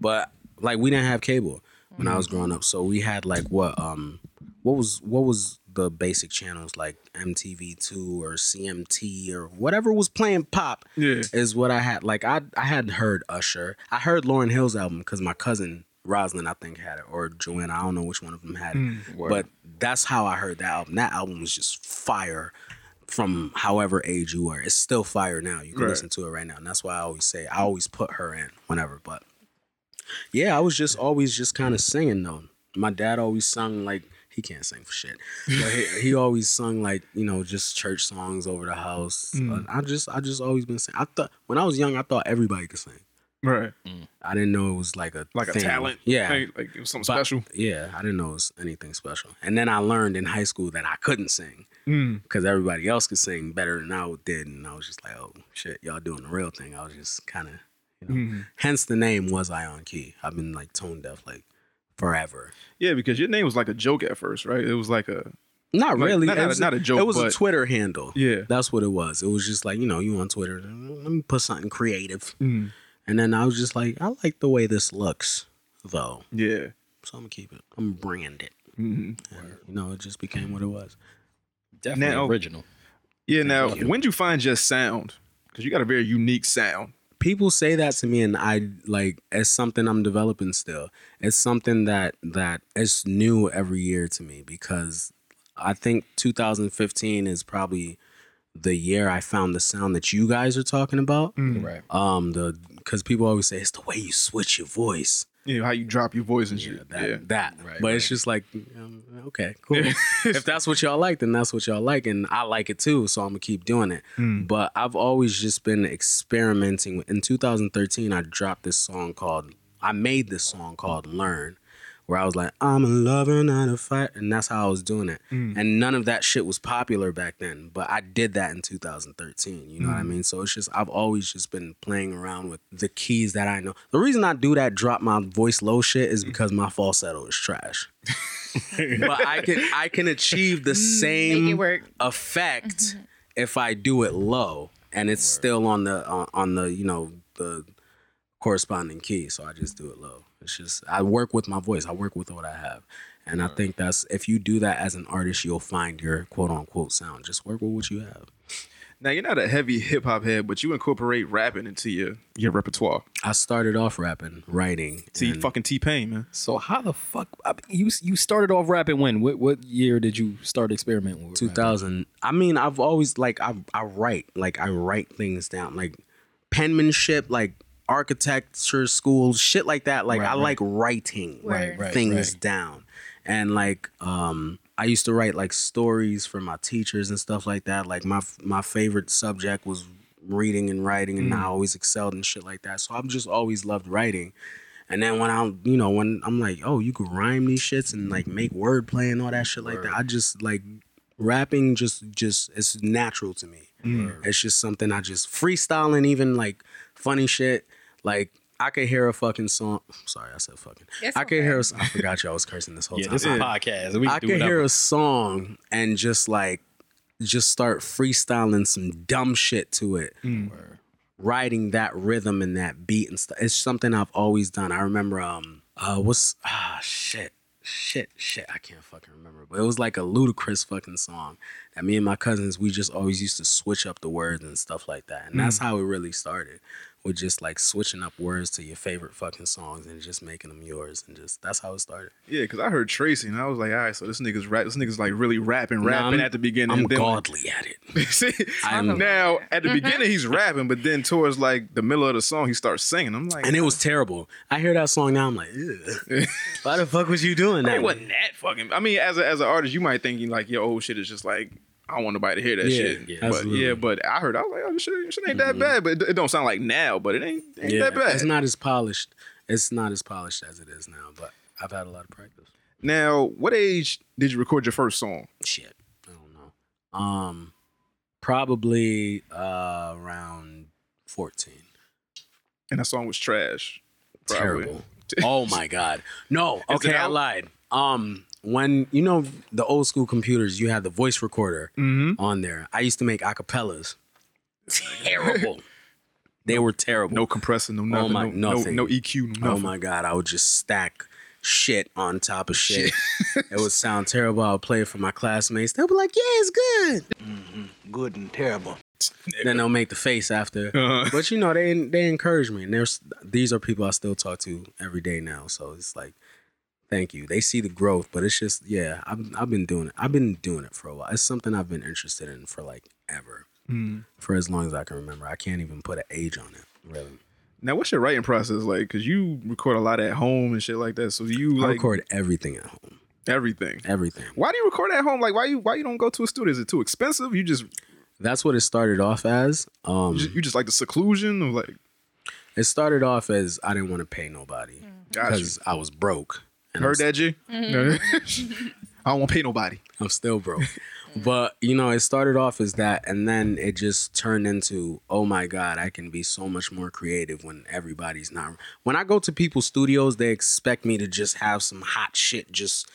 But like we didn't have cable when I was growing up, so we had like what um what was what was the basic channels like MTV two or CMT or whatever was playing pop
Yeah.
is what I had. Like I I had heard Usher. I heard Lauren Hill's album because my cousin Rosalind I think had it or Joanna. I don't know which one of them had it, but that's how I heard that album. That album was just fire. From however age you were, it's still fire now. You can
Right.
listen to it right now, and that's why I always say I always put her in whenever. But yeah, I was just always just kind of singing though. My dad always sung like he can't sing for shit, but he, he always sung like you know just church songs over the house.
Mm.
Uh, I just I just always been singing. I thought when I was young I thought everybody could sing.
Right.
I didn't know it was like a
Like
thing.
a talent.
Yeah,
Like, like it was something
But-
special.
Yeah, I didn't know it was anything special. And then I learned in high school that I couldn't sing
Mm.
because everybody else could sing better than I did, and I was just like, oh shit, y'all doing the real thing. I was just kind of, you know. Hence the name was I on key. I've been like tone deaf like forever.
Yeah, because your name was like a joke at first, right? It was like a
Not
Like,
really.
not-
It
not-
was
not a joke,
It was a
but-
Twitter handle.
Yeah.
that's what it was. It was just like you know, you on Twitter. "Mm, Let me put something creative. And then I was just like, I like the way this looks, though.
yeah.
So I'm gonna keep it. I'm gonna brand it. And, you know, it just became what it was.
definitely
Now-
original.
Yeah. Now, when'd you find your sound? Because you got a very unique sound.
people say that to me and i like it's something i'm developing still it's something that that is new every year to me because i think 2015 is probably the year i found the sound that you guys are talking about
Right.
um the because people always say it's the way you switch your voice
You know how you drop your voice and shit.
that,
yeah.
that.
Right,
but it's just like, um, okay, cool. if that's what y'all like, then that's what y'all like, and I like it too, so I'm gonna keep doing it.
Hmm.
But I've always just been experimenting. In 2013, I dropped this song called, I made this song called "Learn," where I was like, I'm a lover, not a fight, and that's how I was doing it. And none of that shit was popular back then, but I did that in 2013. You know what I mean? So it's just I've always just been playing around with the keys that I know. The reason I do that drop my voice low shit is because my falsetto is trash. but I can I can achieve the
Make it
same
work. Mm-hmm.
effect if I do it low and it's still on the on, on the you know the corresponding key. So I just do it low. It's just I work with my voice. I work with what I have. And I think that's if you do that as an artist, you'll find your quote unquote sound. Just work with what you have.
Now you're not a heavy hip hop head, but you incorporate rapping into your your repertoire.
I started off rapping, writing.
T
and
fucking T Pain, man.
So how the fuck I mean, you you started off rapping when? What what year did you start experimenting with? rapping?
2000. I mean, I've always like I I write, like I write things down, like penmanship, like architecture school, shit like that. Like I like writing
Right,
like,
right,
things
right.
down. And like um I used to write like stories for my teachers and stuff like that. Like my my favorite subject
Mm.
was reading and writing and I always excelled and shit like that. So I've just always loved writing. And then when I'm, you know, when I'm like, oh, you could rhyme these shits and like make wordplay and all that shit like that. I just like rapping. Just, just it's natural to me.
Mm.
It's just something I just freestyling. Even like funny shit. Like I could hear a fucking song. Sorry, I said fucking.
It's
I could
okay.
hear. A, s- I forgot y'all was cursing this whole
Yeah,
time.
this is a podcast. We can
I
do
could hear
whatever.
a song and just like just start freestyling some dumb shit to it
Mm.
riding that rhythm and that beat and stuff. It's something I've always done. I remember um uh what's ah shit. Shit, shit, I can't fucking remember. But it was like a ludicrous fucking song that me and my cousins, we just always used to switch up the words and stuff like that. And that's
Mm.
how it really started with just like switching up words to your favorite fucking songs and just making them yours. And just that's how it started.
Yeah, because I heard Tracy and I was like, all right, so this nigga's rap. This nigga's like really rapping,
Nah,
rapping
I'm-
at the beginning.
I'm
and then,
godly at
it. See, now at the beginning he's rapping, but then towards like the middle of the song he starts singing. I'm like,
And it was terrible. I hear that song now, I'm like, Ew. why the fuck was you doing
I
that?
mean, wasn't that fucking. I mean, as a, as an artist, you might think like your old shit is just like I don't want nobody to hear that
Yeah,
shit.
yeah,
but
absolutely. Mm-hmm.
yeah, but I heard I was like, oh, this shit, this shit ain't that bad. But it, it don't sound like now, but it ain't, ain't that bad.
It's not as polished. It's not as polished as it is now, but I've had a lot of practice.
Now, what age did you record your first song?
Shit. Um probably uh around 14.
And that song was trash. Probably.
Terrible. oh my god. No,
Is it
okay, I
out?
lied. Um when you know the old school computers, you had the voice recorder
Mm-hmm.
on there. I used to make acapellas. Terrible. They were terrible.
No compressing, no
Oh
nothing.
my,
no,
nothing.
No, no EQ, no
Oh
nothing.
my god, I would just stack shit on top of shit. it would sound terrible. I would play it for my classmates. They'll be like, "Yeah, it's good." Mm-hmm. Good and terrible. Then they'll make the face after.
Uh-huh.
But you know, they they encourage me, and there's these are people I still talk to every day now. So it's like, thank you. They see the growth, but it's just yeah, I've I've been doing it. I've been doing it for a while. It's something I've been interested in for like ever, for as long as I can remember. I can't even put an age on it, really.
Now, what's your writing process like? Because you record a lot at home and shit like that. So you
I
like
record everything at home.
Everything.
Everything.
Why do you record at home? Like, why you why you don't go to a studio? Is it too expensive? You just
That's what it started off as. Um,
you just, you just like the seclusion or like
It started off as I didn't want to pay nobody
Gotcha.
because I was broke. I
Heard
was-
that, G? I don't want to pay nobody.
I'm still broke. but you know, it started off as that, and then it just turned into, oh my god, I can be so much more creative when everybody's not. When I go to people's studios, they expect me to just have some hot shit just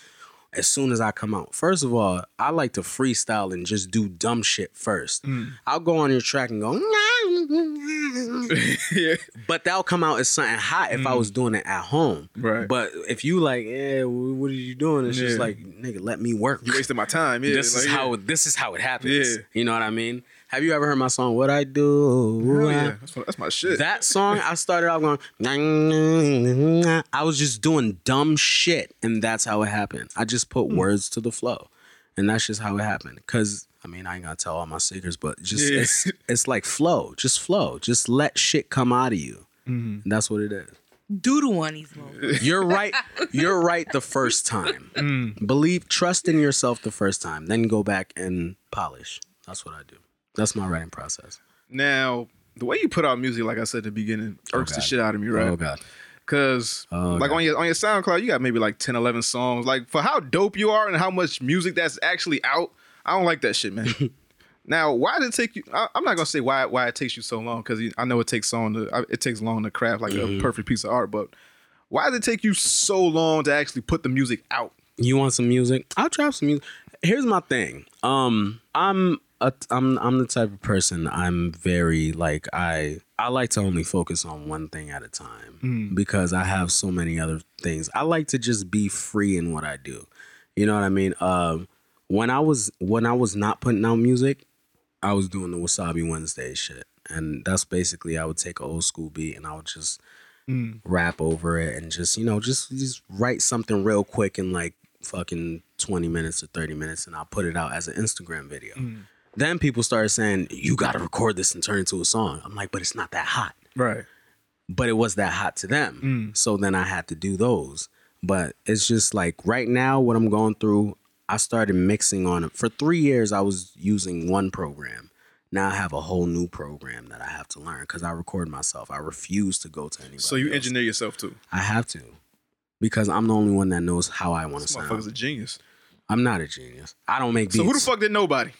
as soon as I come out. First of all, I like to freestyle and just do dumb shit first.
Mm.
I'll go on your track and go, but that'll come out as something hot if
Mm.
I was doing it at home. Right. But if you like, eh, wh- what are you doing? It's just
Yeah.
like, nigga, let me work. You
wasting my time. Yeah,
This is
like,
how
yeah.
this is how it happens.
Yeah.
You know what I mean? Have you ever heard my song "What I Do"?
Hell
I-
yeah. That's my, that's my shit.
That song, I started off going. "Nah, nah, nah." I was just doing dumb shit, and that's how it happened. I just put words to the flow, and that's just how it happened. Cause I mean, I ain't gonna tell all my secrets, but just
Yeah.
it's, it's like flow, just flow, just let shit come out of you. And That's what it is.
Doodle on these moments.
You're right. You're right the first time. Believe, trust in yourself the first time. Then go back and polish. That's what I do. That's my writing process.
Now, the way you put out music, like I said at the beginning, irks the
God.
shit out of me, right?
Oh, God.
Cause like
God.
on your on your SoundCloud, you got maybe like 10, 11 songs. Like for how dope you are and how much music that's actually out, I don't like that shit, man. now, why did it take you? I, I'm not gonna say why why it takes you so long because I know it takes on to I- it takes long to craft like a perfect piece of art, but why did it take you so long to actually put the music out?
You want some music? I'll drop some music. Here's my thing. Um, I'm a, I'm I'm the type of person. I'm very like I I like to only focus on one thing at a time
Mm.
because I have so many other things. I like to just be free in what I do. You know what I mean? Um, when I was when I was not putting out music, I was doing the Wasabi Wednesday shit, and that's basically I would take an old school beat and I would just
Mm.
rap over it and just you know just just write something real quick in like fucking 20 minutes or 30 minutes and i'll put it out as an instagram video
Mm.
then people started saying you gotta record this and turn it into a song i'm like but it's not that hot
right Mm.
but it was that hot to them so then i had to do those but it's just like right now what i'm going through i started mixing on it for three years i was using one program Now I have a whole new program that I have to learn because I record myself. I refuse to go to anybody.
So you engineer yourself too.
I have to because I'm the only one that knows how I want to
This
sound.
motherfucker's a genius.
I'm not a genius. I don't make beats.
So who the fuck did nobody?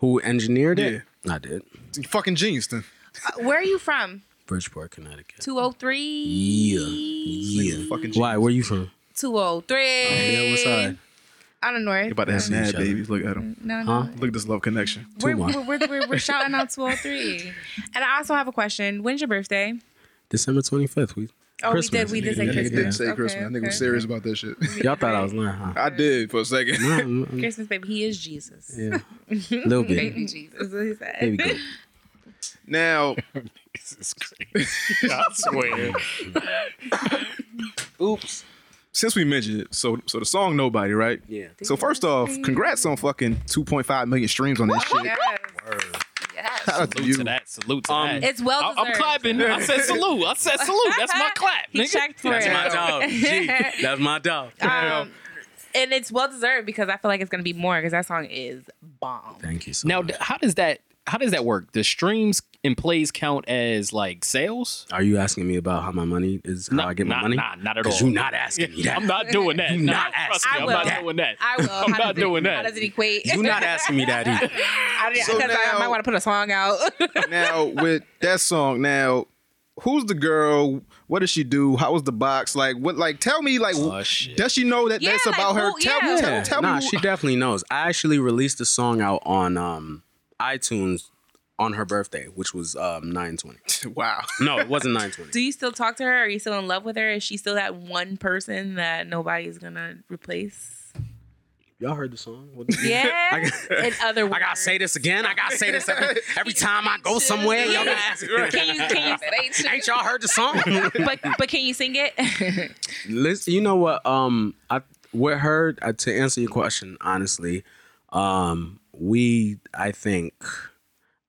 Who engineered it? I did.
You fucking genius then.
Uh, Where are you from?
Bridgeport, Connecticut.
203?
Yeah. Yeah. Why? Where you from?
203.
Oh, Yeah, what's up?
I don't know.
You about to have some mad babies. Look at him.
No, no. Huh?
Look at this love connection.
We're, we're, we're, we're, we're shouting out 203. And I also have a question. When's your birthday?
December 25th. We.
Oh, we did- we did say
Yeah, nigga did
Christmas.
say
Okay,
Christmas. I think
okay.
was serious about that shit.
Y'all thought I was lying, huh?
I did for a second.
Christmas baby. He is Jesus.
Yeah. Little bit. Baby
Jesus. That's what he said.
Baby goat.
Now,
this is crazy. I swear.
Oops. Since we mentioned it, so so the song Nobody, right?
Yeah.
So first off, congrats on fucking 2.5 million streams on that shit.
Yes.
Shout out to
Salute
you.
to that. Salute to
um,
that.
It's well
I- I'm
deserved.
clapping. I said salute. I said salute. That's my clap,
He
nigga.
checked for
That's
it.
my dog. Ah.
Gee, that's my dog.
Um, and it's well deserved because I feel like it's gonna be more because that song is bomb.
Thank you so
Now, d- how does that how does that work? The streams and plays count as like sales?
Are you asking me about how my money is? How I get my
nah,
money?
nah, not at
'Cause
all.
you not asking me that.
I'm not doing that.
You
Nah,
not
trust
asking
me, I'm
me
not
that.
doing that.
I will.
I'm
How
not
does it-
doing
How
that.
does it equate?
You not asking me that either.
I, didn't-
So
'cause I
now-
might want to put a song out.
now with that song, now who's the girl? What does she do? How was the box? Like what? Like tell me, like
Oh, shit.
does she know that
Yeah,
that's
like,
about her?
who-
Tell,
yeah.
tell,
Yeah,
tell
nah,
me.
she
who-
definitely knows. I actually released a song out on um, iTunes on her birthday, which was um, nine twenty.
wow.
No, it wasn't nine twenty.
Do you still talk to her? Are you still in love with her? Is she still that one person that nobody's gonna replace?
Y'all heard the song? What- I,
Yeah.
got-
In other words,
I gotta say this again. I gotta say this every, every time I go somewhere. Y'all gotta ask.
Can you can
Ain't y'all heard the song?
you? But but can you sing it?
Listen, you know what? Um, I with her uh, to answer your question honestly. Um, we I think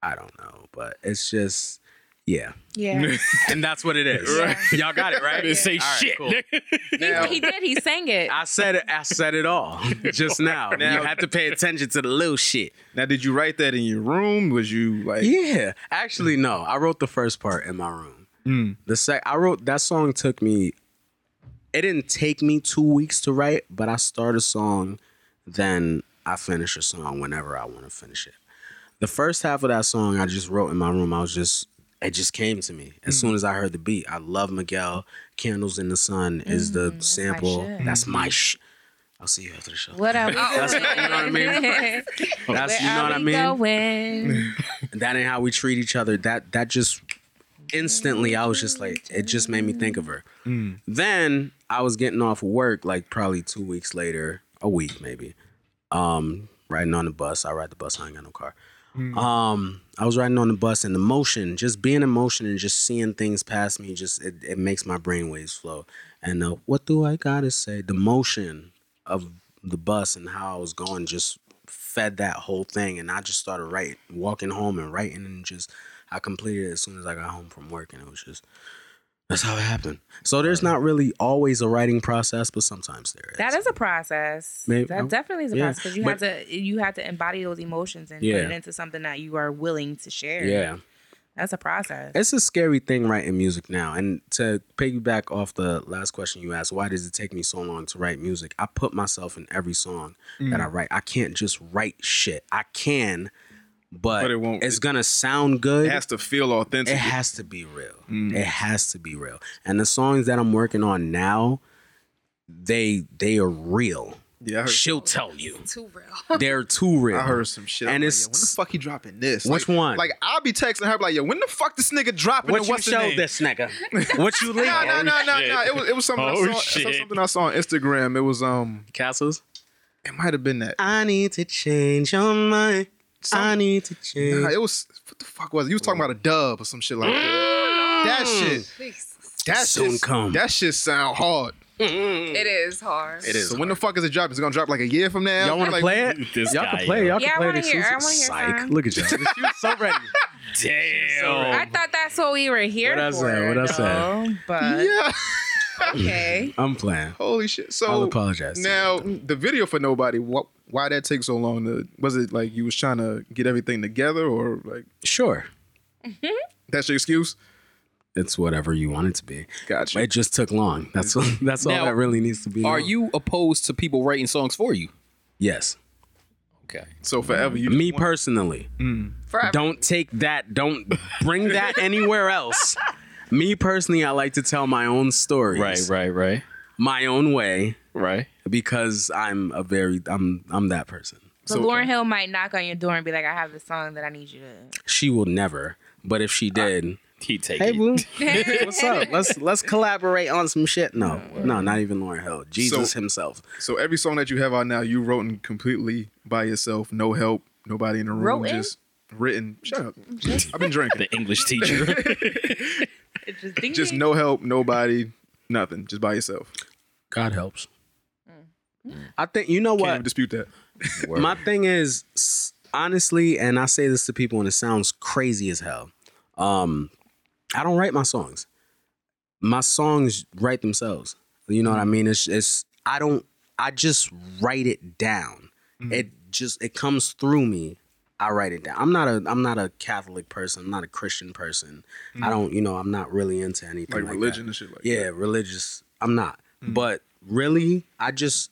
I don't know, but it's just yeah,
yeah.
and that's what it is. Y'all got it right.
I didn't say
All right,
shit.
cool.
nigga.
Now,
He did. He sang it.
I said it. I said it all just now.
Now-
You have to pay attention to the little shit.
now, did you write that in your room? Was you like?
Yeah, actually, no. I wrote the first part in my room. The sec, I wrote that song took me. It didn't take me two weeks to write, but I start a song, then I finish a song whenever I want to finish it. The first half of that song I just wrote in my room. I was just it just came to me as soon as I heard the beat. I love Miguel. Candles in the Sun is the sample.
Mm, shit.
That's my. Sh- I'll see you after the show.
What are we
That's- you
doing?
know what I mean? That's you
Where
know
are
what I
we
mean.
Going?
that ain't how we treat each other. That that just instantly I was just like it just made me think of her. Then I was getting off work like probably two weeks later, a week maybe. Um, riding on the bus. I ride the bus, I ain't got no car. Um, I was riding on the bus and the motion, just being in motion and just seeing things past me, just it, it makes my brain waves flow. And uh, what do I gotta say? The motion of the bus and how I was going just fed that whole thing. And I just started writing, walking home and writing, and just I completed it as soon as I got home from work. And it was just that's how it happened. So there's not really always a writing process, but sometimes there is.
That is a process.
Maybe-
that definitely is a
yeah.
process because you
But-
have to you have to embody those emotions and
Yeah.
put it into something that you are willing to share.
yeah.
that's a process.
It's a scary thing writing music now. And to piggyback off the last question you asked, why does it take me so long to write music? I put myself in every song
Mm.
that I write. I can't just write shit. I can, but,
But it won't-
it's gonna sound good.
It has to Mm. feel authentic.
It has to be real. It has to be real. And the songs that I'm working on now, they they are real.
yeah, I heard,
She'll tell you.
Too real.
They're too real.
I heard some shit.
And
I'm
it's
like, yo, when the fuck he dropping this?
Which
Like-
one?
Like I'll be texting her like, yo, when the fuck this nigga dropping?
what
and
you
what's the
show
name?
this nigga? what you leave?
No, no, no, no,
shit.
no. It was it was something
Oh,
I saw.
shit.
Something I saw on Instagram. It was um.
Castles.
It might have been that.
I need to change your mind. I need to change.
Nah, it was what the fuck was it? You was talking about a dub or some shit like that. That shit. That
Mm. Soon
shit.
come.
That shit sound hard.
It is hard.
It
So when the fuck is it dropping? It's gonna drop like a year from now.
y'all want to
Like,
play it?
This
y'all
guy,
can play. it.
yo.
Y'all
Yeah, I
can play
wanna
this.
hear- I wanna hear
Psych.
some.
Look at y'all. She was so ready.
Damn.
I thought that's what we were here
What I
for.
said, what I said.
though, But
Yeah.
Okay.
I'm playing.
Holy shit! So
I'll apologize to you.
Now the video for nobody. What? Why that take so long? To was it like you was trying to get everything together or like?
Sure.
That's your excuse.
It's whatever you want it to be.
Gotcha.
It just took long. That's that's all
Now,
that really needs to be.
Are
known.
you opposed to people writing songs for you?
Yes.
Okay.
So forever you.
Me personally.
Mm.
Forever.
Don't take that. Don't bring that anywhere else. Me personally, I like to tell my own stories.
Right, right, right,
My own way
right.
because I'm a very I'm I'm that person.
But Lauren Hill might knock on your door and be like, "I have this song that I need you to."
She will never. But if she did,
He take
hey
it.
boo, what's up? Let's let's collaborate on some shit. No, no, not even Lauren Hill. Jesus
So-
himself.
So every song that you have out now, you wrote and completely by yourself, no help, nobody in the room,
Wrote in?
just written. Shut up. I've been drinking.
The English teacher.
It just ding
just
ding.
no help, nobody, nothing, just by yourself.
God helps. I think you know
Can't
what.
even dispute that.
My thing is s- honestly, and I say this to people, and it sounds crazy as hell. Um, I don't write my songs. My songs write themselves. You know what I
Mm.
mean? It's it's I don't I just write it down.
Mm.
It just it comes through me. I write it down. I'm not a I'm not a Catholic person. I'm not a Christian person. I don't you know I'm not really into anything
Mm. Like
like,
religion
that
and shit like Mm.
yeah, religious. I'm not. But really, I just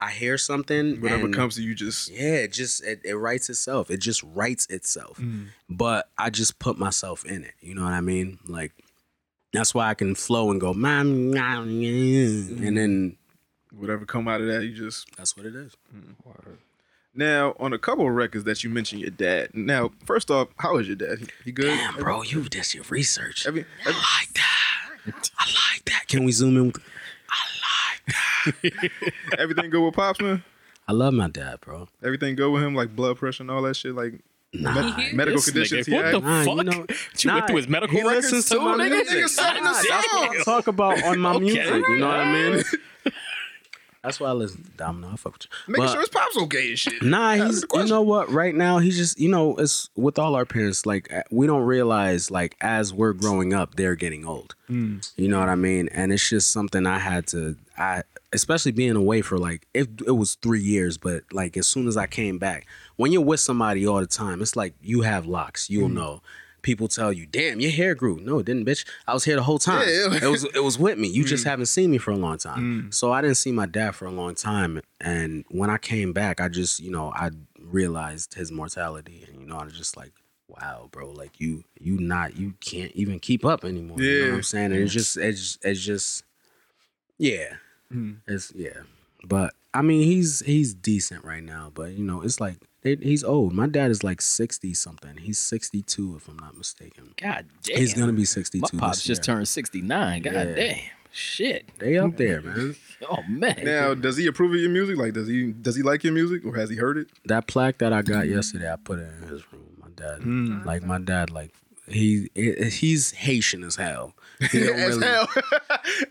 I hear something.
that. Whatever
and-
comes to you, just
Yeah, it just it, it writes itself. It just writes itself.
Mm.
But I just put myself in it. You know what I mean? Like that's why I can flow and go, "Mom, nah, yeah,"
Mm-hmm.
and then
whatever come out of that, you just
that's what it is.
Now, on a couple of records that you mentioned your dad. Now, first off, how is your dad? He, he good?
Damn, bro, you did your research.
Every,
I
every-
like that. I like that. Can we zoom in? with-
everything good with Pops, man?
I love my dad, bro.
Everything good with him? Like blood pressure and all that shit? Like
Nah,
med- medical
This
conditions?
nigga, what
he
the
had?
Nah,
fuck?
you know,
you went
nah,
through his medical
he
records
listen
too,
to my
nigga?
music.
Nigga signed
Nah,
us
that's
up.
what I talk about on my
Okay.
music. You know what I mean? That's why I listen to Domino. I fuck with you.
Making
But-
sure his Pops okay and shit.
Nah,
That's
he's
the
you
question.
know what? Right now, he's just you know it's with all our parents. Like uh, we don't realize like as we're growing up, they're getting old. You know what I mean? And it's just something I had to I especially being away for like it it was three years, but like as soon as I came back, when you're with somebody all the time, it's like you have locks. You'll
Mm-hmm.
know. People tell you, "Damn, your hair grew." No, it didn't, bitch. I was here the whole time.
Yeah. Mm.
it was it was with me. You just haven't seen me for a long time. So I didn't see my dad for a long time. And when I came back, I just, you know, I realized his mortality. And you know, I was just like, wow, bro, like you you not you can't even keep up anymore. You know what
Yeah.
I'm saying? And it's just it's it's just yeah.
Hmm.
It's yeah. But I mean he's he's decent right now, but you know, it's like they, he's old. My dad is like sixty something. He's sixty two if I'm not mistaken.
God damn.
He's gonna be sixty
My
two.
pops just
year.
turned sixty nine. God
Yeah.
damn. Shit.
They up there, man.
Oh man.
Now, does he approve of your music? Like, does he does he like your music, or has he heard it?
that plaque that I got yesterday, I put it in his room. My dad,
Hmm.
like my dad, like he he- he's Haitian as hell. He don't
As
really-
hell.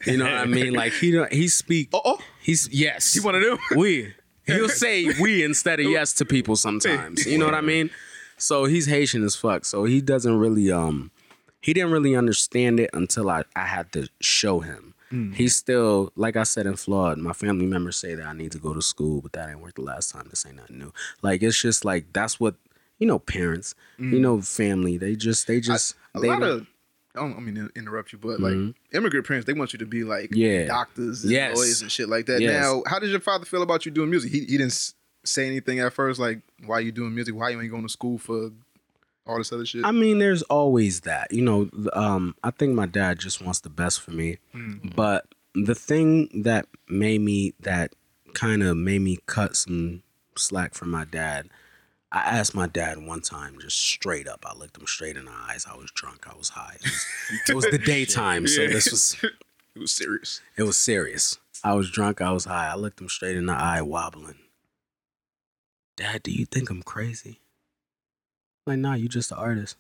You know what I mean? Like he don't he speak.
Uh-oh.
He's yes.
He one of them.
we. He'll say we instead of yes to people sometimes. You know what I mean? So he's Haitian as fuck. So he doesn't really um he didn't really understand it until I, I had to show him.
Mm.
He's still, like I said in Flawed, my family members say that I need to go to school, but that ain't work the last time. This ain't nothing new. Like it's just like that's what you know, parents, you know, family. They just they just
Mm. A
they
lot
don't- Mm-hmm.
of. I don't I mean to interrupt you, but like immigrant parents, they want you to be like
Yeah.
doctors and
Yes.
lawyers and shit like that.
Yes.
Now, how did your father feel about you doing music? He, he didn't s- say anything at first, like why you doing music? Why you ain't going to school for all this other shit?
I mean, there's always that. You know, th- um, I think my dad just wants the best for me. But the thing that made me, that kind of made me cut some slack from my dad, I asked my dad one time, just straight up. I looked him straight in the eyes. I was drunk. I was high. It was, it was the daytime. So this was
it was serious.
it was serious. I was drunk. I was high. I looked him straight in the eye, wobbling. Dad, do you think I'm crazy? Like, nah, you just an artist.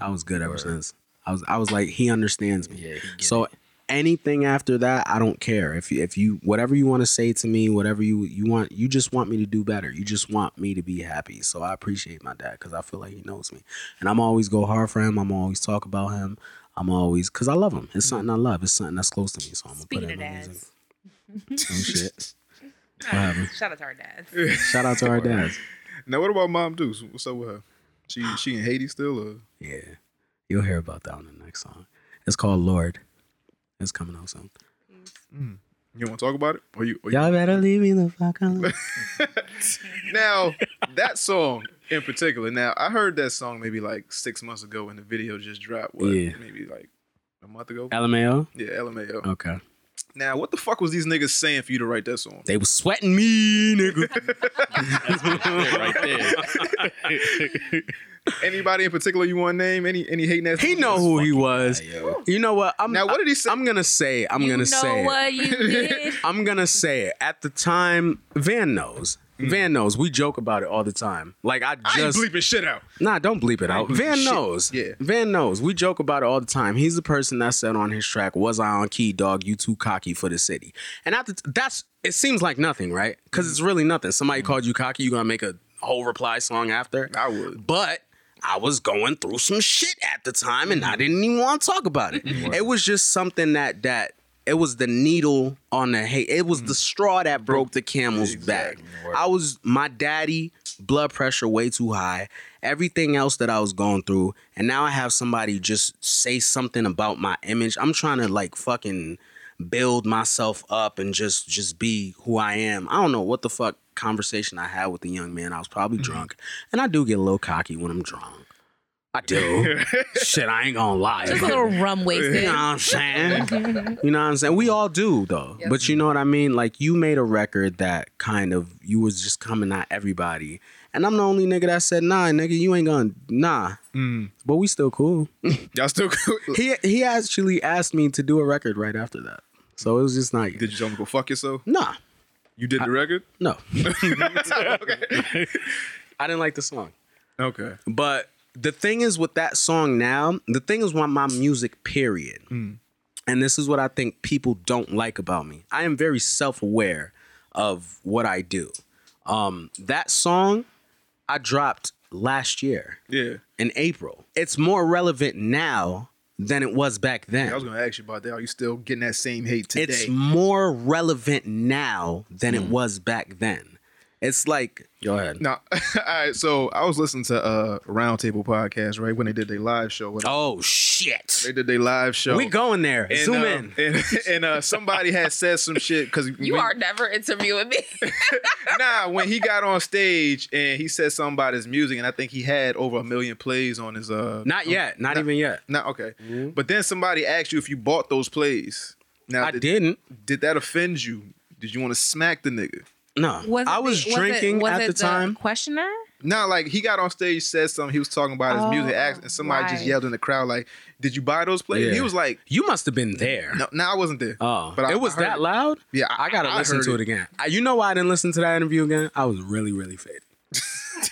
I was good ever since. I was, I was like, he understands me. so anything after that, I don't care. If you, if you, whatever you want to say to me, whatever you you want, you just want me to do better. You just want me to be happy. So I appreciate my dad because I feel like he knows me, and I'm always go hard for him. I'm always talk about him. I'm always because I love him. It's something I love. It's something that's close to me. So I'm gonna put it in my music.
Oh
shit. What happened?
Shout out to our dads.
Shout out to our dads.
Now, what about Mom Deuce? What's up with her? She she in Haiti still? Or?
Yeah, you'll hear about that on the next song. It's called Lord. It's coming out soon.
You want to talk about it? Or you? Or you-
Y'all better leave me the fuck alone.
now that song in particular. Now I heard that song maybe like six months ago, and the video just dropped. What,
Yeah. Uh-huh.
Maybe like a month ago.
LMAO.
Yeah, LMAO.
Okay.
Now, what the fuck was these niggas saying for you to write that song?
They was sweating me, nigga.
right there. Anybody in particular you want to name? Any any hating ass?
He know who he was. You know what? I'm, now what did he say? I'm gonna say. I'm gonna say. it. I'm gonna say it. At the time, Van knows. Van knows. We joke about it all the time. Like Mm.
I
I
ain't
just
bleeping shit out.
Nah, don't bleep it out.
bleeping
Van
shit.
knows. Yeah. Van knows. We joke about it all the time. He's the person that said on his track, "Was I on key, dog? You too cocky for the city." And at the t- that's it seems like nothing, right? Because it's really nothing. Somebody called you cocky. You gonna make a whole reply song after? Mm. I would. But I was going through some shit at the time, and I didn't even want to talk about it. it was just something that that. It was the needle on the hay. It was the straw that broke the camel's back. I was my daddy blood pressure way too high. Everything else that I was going through, and now I have somebody just say something about my image. I'm trying to like fucking build myself up and just just be who I am. I don't know what the fuck conversation I had with the young man. I was probably
Mm-hmm.
drunk, and I do get a little cocky when I'm drunk. I do. Shit, I ain't gonna lie.
Just a little rum wasted.
You know what I'm saying? You know what I'm saying? We all do though. But you know what I mean? Like you made a record that kind of you was just coming at everybody. And I'm the only nigga that said, nah, nigga, you ain't gonna nah.
Mm.
But we still cool.
Y'all still cool.
he he actually asked me to do a record right after that. So it was just like
Did you tell him to go fuck yourself?
Nah.
You did the record?
No.
okay.
I didn't like the song.
Okay.
But the thing is with that song now, the thing is with my music period.
Hmm.
And this is what I think people don't like about me. I am very self-aware of what I do. Um that song I dropped last year
Yeah.
in April. It's more relevant now than it was back then.
I was gonna ask you about that. Are you still getting that same hate today? Hmm.
It's more relevant now than it was back then. It's like go ahead.
No, all right. So I was listening to uh Roundtable podcast right when they did their live show.
Oh shit!
They did their live show.
We going there. Zoom in.
And, and uh, somebody had said some shit because
You are never interviewing me.
nah. When he got on stage and he said something about his music, and I think he had over a million plays on his uh.
Not
on-
yet. Not even yet.
Not okay. But then somebody asked you if you bought those plays. Now
I didn't.
Did that offend you? Did you want to smack the nigga?
No, I was
the-
drinking
it, was
at
it
the time.
Questioner.
Nah, like he got on stage, said something. He was talking about his
Oh,
music, act, and somebody just
right.
yelled in the crowd, like, "Did you buy those plays?"
Yeah.
He was like,
You must have been there.
"No, no, I wasn't there."
Oh,
I-
it was
I heard
that
it.
loud.
Yeah,
I, gotta
I
listen
heard
to
it.
it, again. I, you know why I didn't listen to that interview again? I was really, really faded.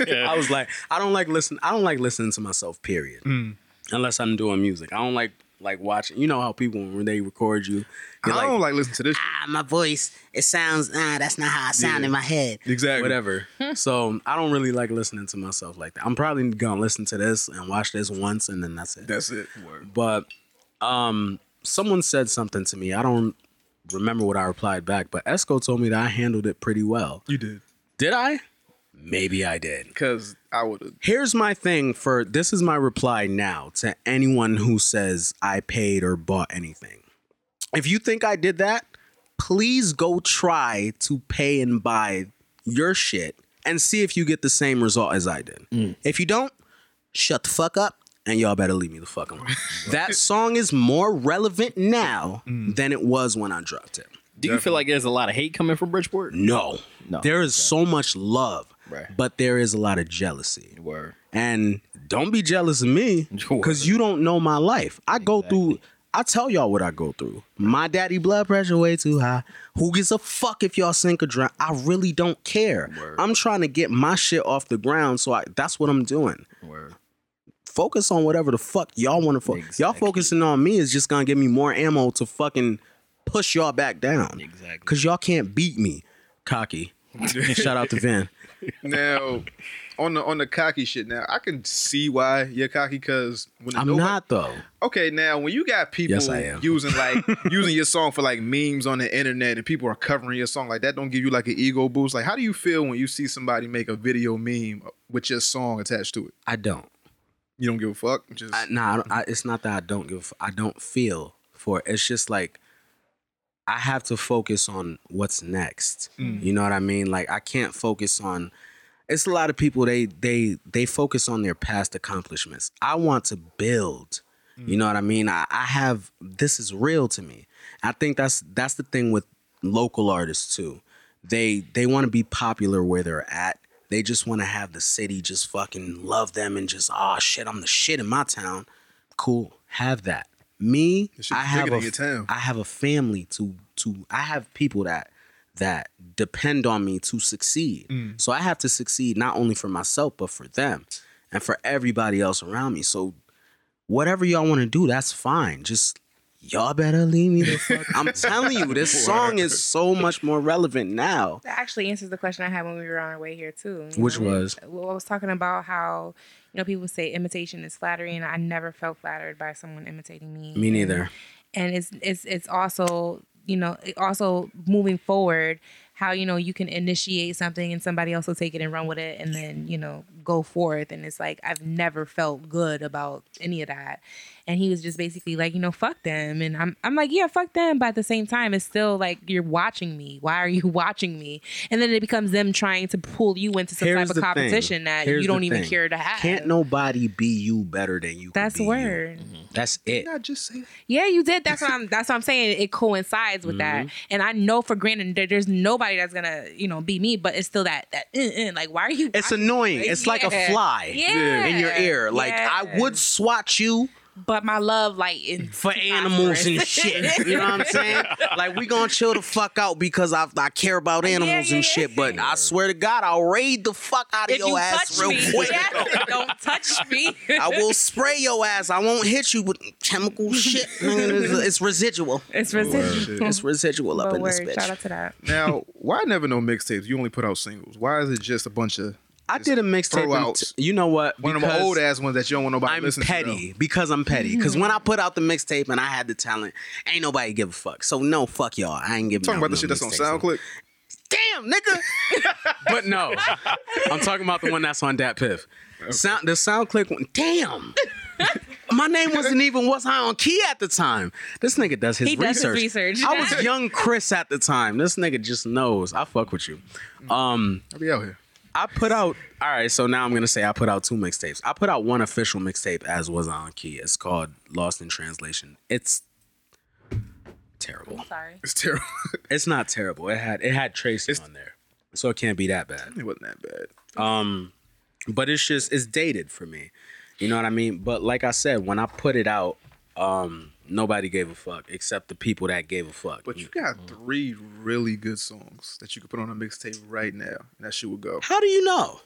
I was like, I don't like listen. I don't like listening to myself. Period.
Hmm.
Unless I'm doing music, I don't like like watching. You know how people when they record you,
I don't like listening to this.
Ah, my voice. It sounds. Ah, that's not how I sound in my head.
Exactly.
Whatever. so I don't really like listening to myself like that. I'm probably gonna listen to this and watch this once, and then that's it.
That's it. Word.
But um, someone said something to me. I don't remember what I replied back, but Esco told me that I handled it pretty well.
You did.
Did I? Maybe I did.
Because I would have.
Here's my thing for this is my reply now to anyone who says I paid or bought anything. If you think I did that, please go try to pay and buy your shit and see if you get the same result as I did. If you don't, shut the fuck up and y'all better leave me the fuck alone. that song is more relevant now than it was when I dropped it.
Do you feel like there's a lot of hate coming from Bridgeport?
No. There is so much love, but there is a lot of jealousy. And don't be jealous of me because you don't know my life. I go through, I tell y'all what I go through. My daddy blood pressure way too high. Who gives a fuck if y'all sink or drown? I really don't care. I'm trying to get my shit off the ground, so I, that's what I'm doing. Focus on whatever the fuck y'all want to focus. Y'all focusing on me is just gonna give me more ammo to fucking push y'all back down. Exactly. Cause y'all can't beat me, cocky. Shout out to Van.
Now, on the on the cocky shit. Now, I can see why you're cocky because when
I'm
nobody-
not though.
Okay, now when you got people
Yes, I am.
using like using your song for like memes on the internet and people are covering your song like that, don't give you like an ego boost. Like, how do you feel when you see somebody make a video meme with your song attached to it?
I don't.
You don't give a fuck. Just
I, nah, I don't, I, it's not that I don't give. a f- I don't feel for it. It's just like I have to focus on what's next.
Mm.
You know what I mean? Like I can't focus on. It's a lot of people. They they they focus on their past accomplishments. I want to build.
Mm.
You know what I mean? I, I have this is real to me. I think that's that's the thing with local artists too. They they want to be popular where they're at. They just want to have the city just fucking love them and just oh shit, I'm the shit in my town. Cool, have that. Me, I have
bigger
a
than your town.
I have a family to to I have people that that depend on me to succeed.
Mm.
So I have to succeed not only for myself but for them and for everybody else around me. So whatever y'all want to do, that's fine. Just y'all better leave me the fuck. I'm telling you, this song is so much more relevant now.
That actually answers the question I had when we were on our way here too. you
Which was?
well, I was talking about how you know people say imitation is flattery, and I never felt flattered by someone imitating me.
Me neither.
And it's it's it's also you know it also moving forward how you know you can initiate something and somebody else will take it and run with it and then you know go forth and it's like I've never felt good about any of that. And he was just basically like, you know, fuck them. And I'm, I'm like, yeah, fuck them. But at the same time, it's still like, you're watching me. Why are you watching me? And then it becomes them trying to pull you into some type
Here's the
of
thing.
competition that
Here's
you don't
the
even
thing.
care to have.
Can't nobody be you better than you. can
That's
be you.
word.
That's it.
I just say
Yeah, you did. That's what I'm. That's what I'm saying. It coincides with that,
Mhm.
and I know for granted that there's nobody that's gonna, you know, be me. But it's still that that uh, uh, like, why are you?
It's annoying. It's like a
Yeah.
fly
Yeah.
in your ear. Like I would swat you.
But my love, like in
for animals and shit. You know what I'm saying? Like we gonna chill the fuck out because I, I care about animals and shit. But I swear to God, I'll raid the fuck out of
If you
your ass
touch
real
me,
quick.
yes, don't touch me.
I will spray your ass. I won't hit you with chemical shit. Nigga, It's, it's residual.
It's
residual.
It's residual up
But
in this
word,
bitch.
shout out to that.
Now, why never no mixtapes? You only put out singles. Why is it just a bunch of?
I did a mixtape. in
Throwouts.
t- You know what?
One of them
Because-
old ass ones that you don't want nobody
I'm
listening
petty
to.
because I'm petty. Because
Mm-hmm.
when I put out the mixtape and I had the talent, ain't nobody give a fuck. So no, fuck y'all. I ain't giving.
Talking about
out
the
no
shit that's on SoundClick.
mixtapes. Damn, nigga. but no, I'm talking about the one that's on Dat Piff. Sound the SoundClick one. Damn. My name wasn't even was I on key at the time. This nigga does his
He does
research.
his research.
I was young Chris at the time. This nigga just knows. I fuck with you. Um,
I'll be out here.
I put out all right, so now I'm gonna say I put out two mixtapes. I put out one official mixtape as was on key. It's called Lost in Translation. It's terrible.
Sorry.
It's terrible.
it's not terrible. It had it had Tracy on there. So it can't be that bad.
It wasn't that bad.
Um, but it's just it's dated for me. You know what I mean? But like I said, when I put it out, um, nobody gave a fuck except the people that gave a fuck.
But you
Mm.
got three really good songs that you could put on a mixtape right now, and that shit would go.
How do you know?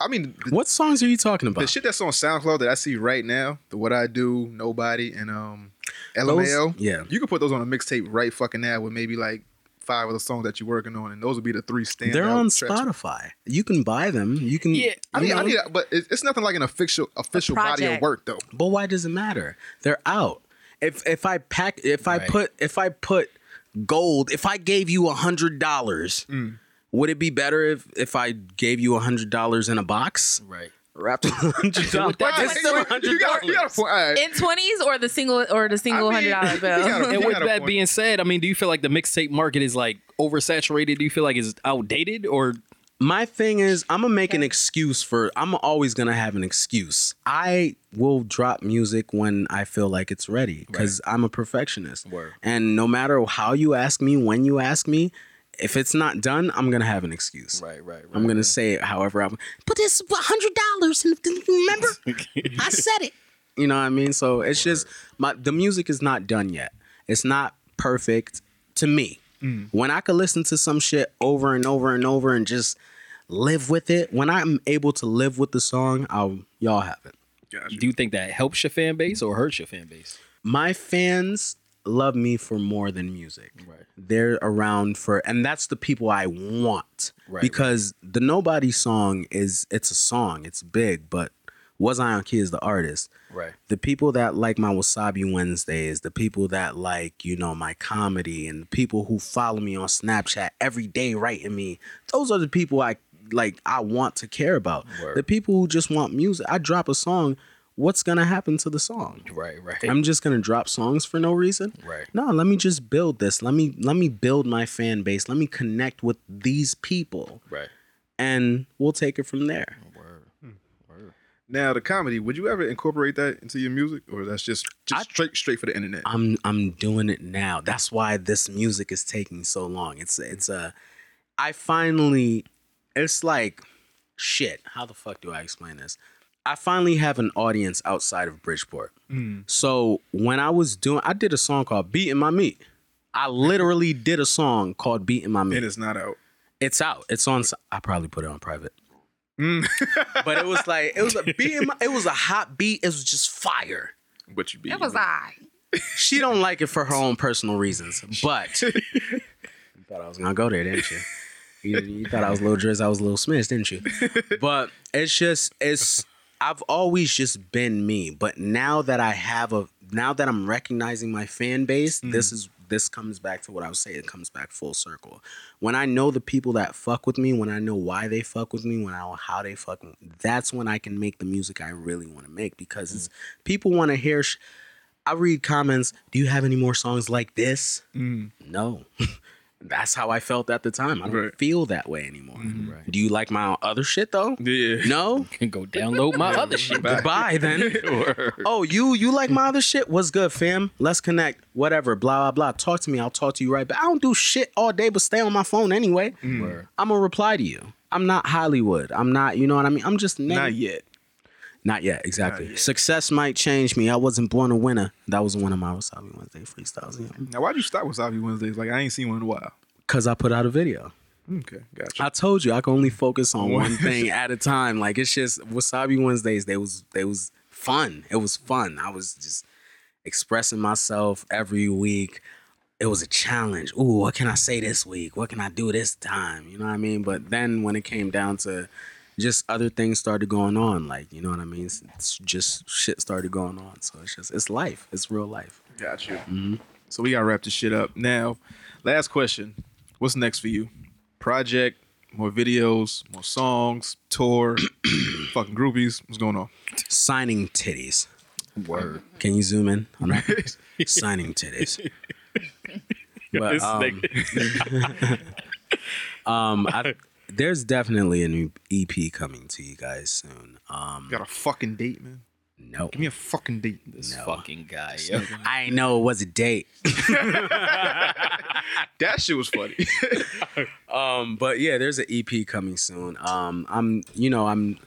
I mean,
what songs are you talking about?
The shit that's on SoundCloud that I see right now, the What I Do, Nobody, and um, LMAO.
Those- yeah.
you could put those on a mixtape right fucking now with maybe like five of the songs that you're working on, and those would be the three standout.
They're on
tracks.
Spotify. You can buy them. You can.
Yeah, I
you
need, I
know.
need, but it- it's nothing like an official official body of
project.
work though.
But why does it matter? They're out. If if I pack, if I put, if I put gold, if I gave you a hundred dollars, would it be better if if I gave you a hundred dollars in a box, right? Wrapped in a hundred dollars. It's still a hundred dollars.
In twenties or the single or the single hundred dollar bill.
and with that being said, I mean, do you feel like the mixtape market is like oversaturated? Do you feel like it's outdated or
My thing is, I'm gonna make an excuse for. I'm always gonna have an excuse. I will drop music when I feel like it's ready because I'm a perfectionist. And no matter how you ask me, when you ask me, if it's not done, I'm gonna have an excuse. Right, right. I'm gonna say it however I.
But it's hundred dollars, and remember, I said it.
You know what I mean? So it's just my the music is not done yet. It's not perfect to me. When I could listen to some shit over and over and over and just live with it, when I'm able to live with the song, I'll y'all have it.
Gotcha.
do you think that helps your fan base or hurts your fan base?
My fans love me for more than music. Right. They're around for, and that's the people I want.
Right,
Because the Nobody song is, it's a song, it's big, but Was I on Key is the artist.
Right.
The people that like my Wasabi Wednesdays, the people that like, you know, my comedy, and the people who follow me on Snapchat every day writing me, those are the people I like I want to care about.
Word.
The people who just want music. I drop a song, what's gonna happen to the song?
Right, right.
I'm just gonna drop songs for no reason.
Right.
No, let me just build this. Let me let me build my fan base. Let me connect with these people.
Right.
And we'll take it from there.
Now the comedy, would you ever incorporate that into your music, or that's just, just straight straight for the internet?
I'm I'm doing it now. That's why this music is taking so long. It's it's a I finally it's like shit. How the fuck do I explain this? I finally have an audience outside of Bridgeport. So when I was doing, I did a song called "Beating My Meat." I literally did a song called "Beating My Meat." It
is not out.
It's out. It's on. s- I probably put it on private. but it was like it was a beating. My, it was a hot beat. It was just fire.
But you beat.
It was I.
She don't like it for her own personal reasons, but you thought I was gonna go there, didn't you? You, you thought I was Lil Drizz, I was Lil Smith, didn't you? But it's just it's I've always just been me, but now that I have a now that I'm recognizing my fan base, this is this comes back to what I was saying. It comes back full circle. When I know the people that fuck with me, when I know why they fuck with me, when I know how they fuck, with me, that's when I can make the music I really want to make because it's, people want to hear. Sh- I read comments. Do you have any more songs like this? No. That's how I felt at the time. I don't feel that way anymore. Do you like my other shit though?
Yeah.
No.
Can go download my other shit.
Goodbye then. oh, you you like my other shit? What's good, fam? Let's connect. Whatever. Blah blah blah. Talk to me. I'll talk to you right back. I don't do shit all day, but stay on my phone anyway.
Mm.
I'm gonna reply to you. I'm not Hollywood. I'm not. You know what I mean? I'm just
Not yet.
Not yet. Exactly. Success might change me. I wasn't born a winner. That was one of my Wasabi Wednesday freestyles. Yeah.
Now, why'd you stop with Wasabi Wednesdays? Like I ain't seen one in a while.
Cause I put out a video.
Okay, gotcha.
I told you I can only focus on one thing at a time. Like it's just Wasabi Wednesdays. They was they was fun. It was fun. I was just expressing myself every week. It was a challenge. Ooh, what can I say this week? What can I do this time? You know what I mean? But then when it came down to just other things started going on, like you know what I mean. It's, it's just shit started going on. So it's just it's life. It's real life.
Got you.
Mm-hmm.
So we gotta wrap this shit up. Now, last question. What's next for you? Project, more videos, more songs, tour, fucking groupies. What's going on?
Signing titties.
Word.
Can you zoom in on that? Signing titties. But,
This
um, um, I, there's definitely a new EP coming to you guys soon. Um,
Got a fucking date, man.
No.
Give me a fucking date. This
fucking guy.
I ain't know it was a date.
that shit was funny.
um, but yeah, there's an EP coming soon. Um, I'm, you know, I'm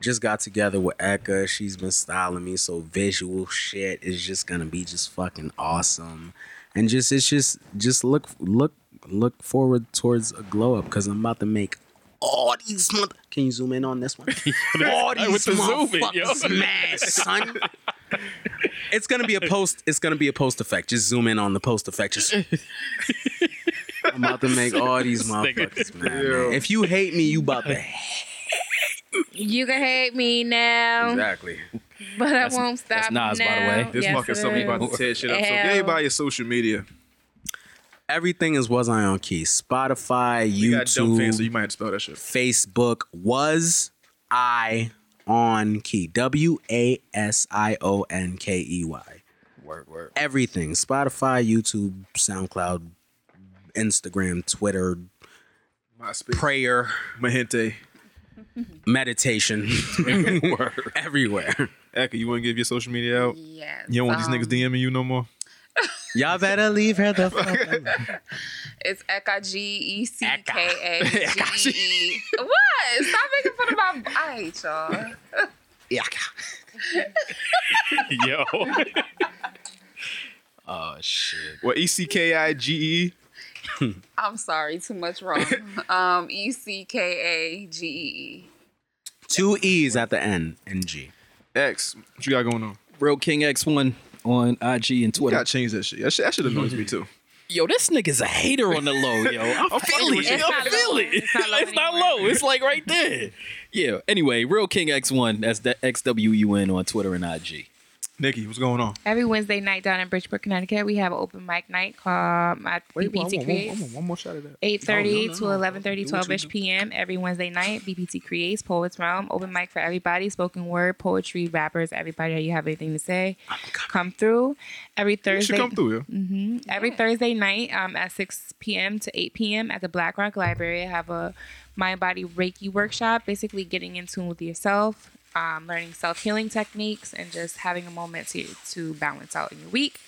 just got together with Eka. She's been styling me, so visual shit is just gonna be just fucking awesome. And just it's just just look look look forward towards a glow up because I'm about to make all these month. Can you zoom in on this one? all
With
these
the zoom in, yo.
motherfuckers mad, son. It's gonna be a post. It's gonna be a post effect. Just zoom in on the post effect. Just I'm about to make all these
This nigga.
motherfuckers mad. man. If you hate me, you about to hate.
You can hate me now,
Exactly.
but I
That's-
won't stop.
that's Nas, by the
now.
This
Yes,
market
it
something about
is.
to tear shit up. So
Hell.
get everybody your social media.
Everything is was I on key. Spotify,
You got dumb
YouTube,
fans, so you might have to spell that shit.
Facebook. Was I on key? W a s i o n k e y.
Word, word.
Everything. Spotify, YouTube, SoundCloud, Instagram, Twitter, prayer,
mahente,
meditation, everywhere.
Eka, you want to give your social media out?
Yes.
You don't want
um,
these niggas DMing you no more.
Y'all better leave her the fuck alone.
It's Eka G E C K A G E. What? Stop making fun of my. I hate y'all.
Yo.
Oh shit. Well, E C K I G E.
I'm sorry, too much wrong. Um, E C K A G E E.
Two E's at the end and G.
X, what you got going on?
Real King X1 on IG and Twitter.
gotta change that shit. That shit, that shit annoys me too.
Yo, this nigga's a hater on the low, yo. I
I'm fucking
feel
with
it.
you. It's
I
not
feel
low.
it.
It's not low
It's not low. It's like right there. Yeah. Anyway, Real King X1, that's the XWUN on Twitter and IG.
Nikki, what's going on?
Every Wednesday night down in Bridgeport, Connecticut, we have an open mic night called my BPT Creates.
one more shot of that.
8.30
No, no, no.
to 11.30,
Do what you
12ish p.m. every Wednesday night. BPT Creates, Poets Realm, open mic for everybody, spoken word, poetry, rappers, everybody that you have anything to say. Come through every
You
Thursday.
should come through, yeah.
Mhm. Every Thursday night um, at 6 p.m. to 8 p.m. at the Black Rock Library, I have a mind body Reiki workshop, basically getting in tune with yourself, um, learning self healing techniques, and just having a moment to, to balance out in your week.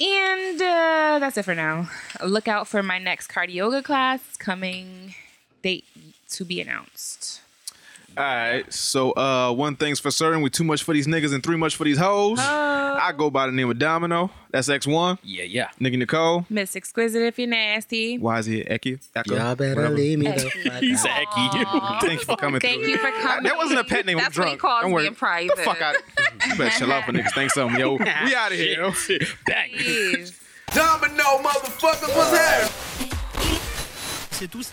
And uh, that's it for now. Look out for my next cardio yoga class coming date to be announced.
All right. So uh, one thing's for certain: we too much for these niggas and three much for these hoes. I go by the name of Domino. That's X One.
Yeah, yeah.
Nigga Nicole.
Miss Exquisite if you're nasty.
Why is he Eki? Echo?
Y'all better leave me the fuck
He's Eki. Thanks for coming
Thank
through.
you for coming.
That wasn't a pet name. I'm
That's what he
drunk.
calls
Don't
me
worry.
in private.
The fuck out. You better chill out for niggas. Think something, yo. We out of here.
Back.
Domino motherfuckers, what's happening?
C'est tous.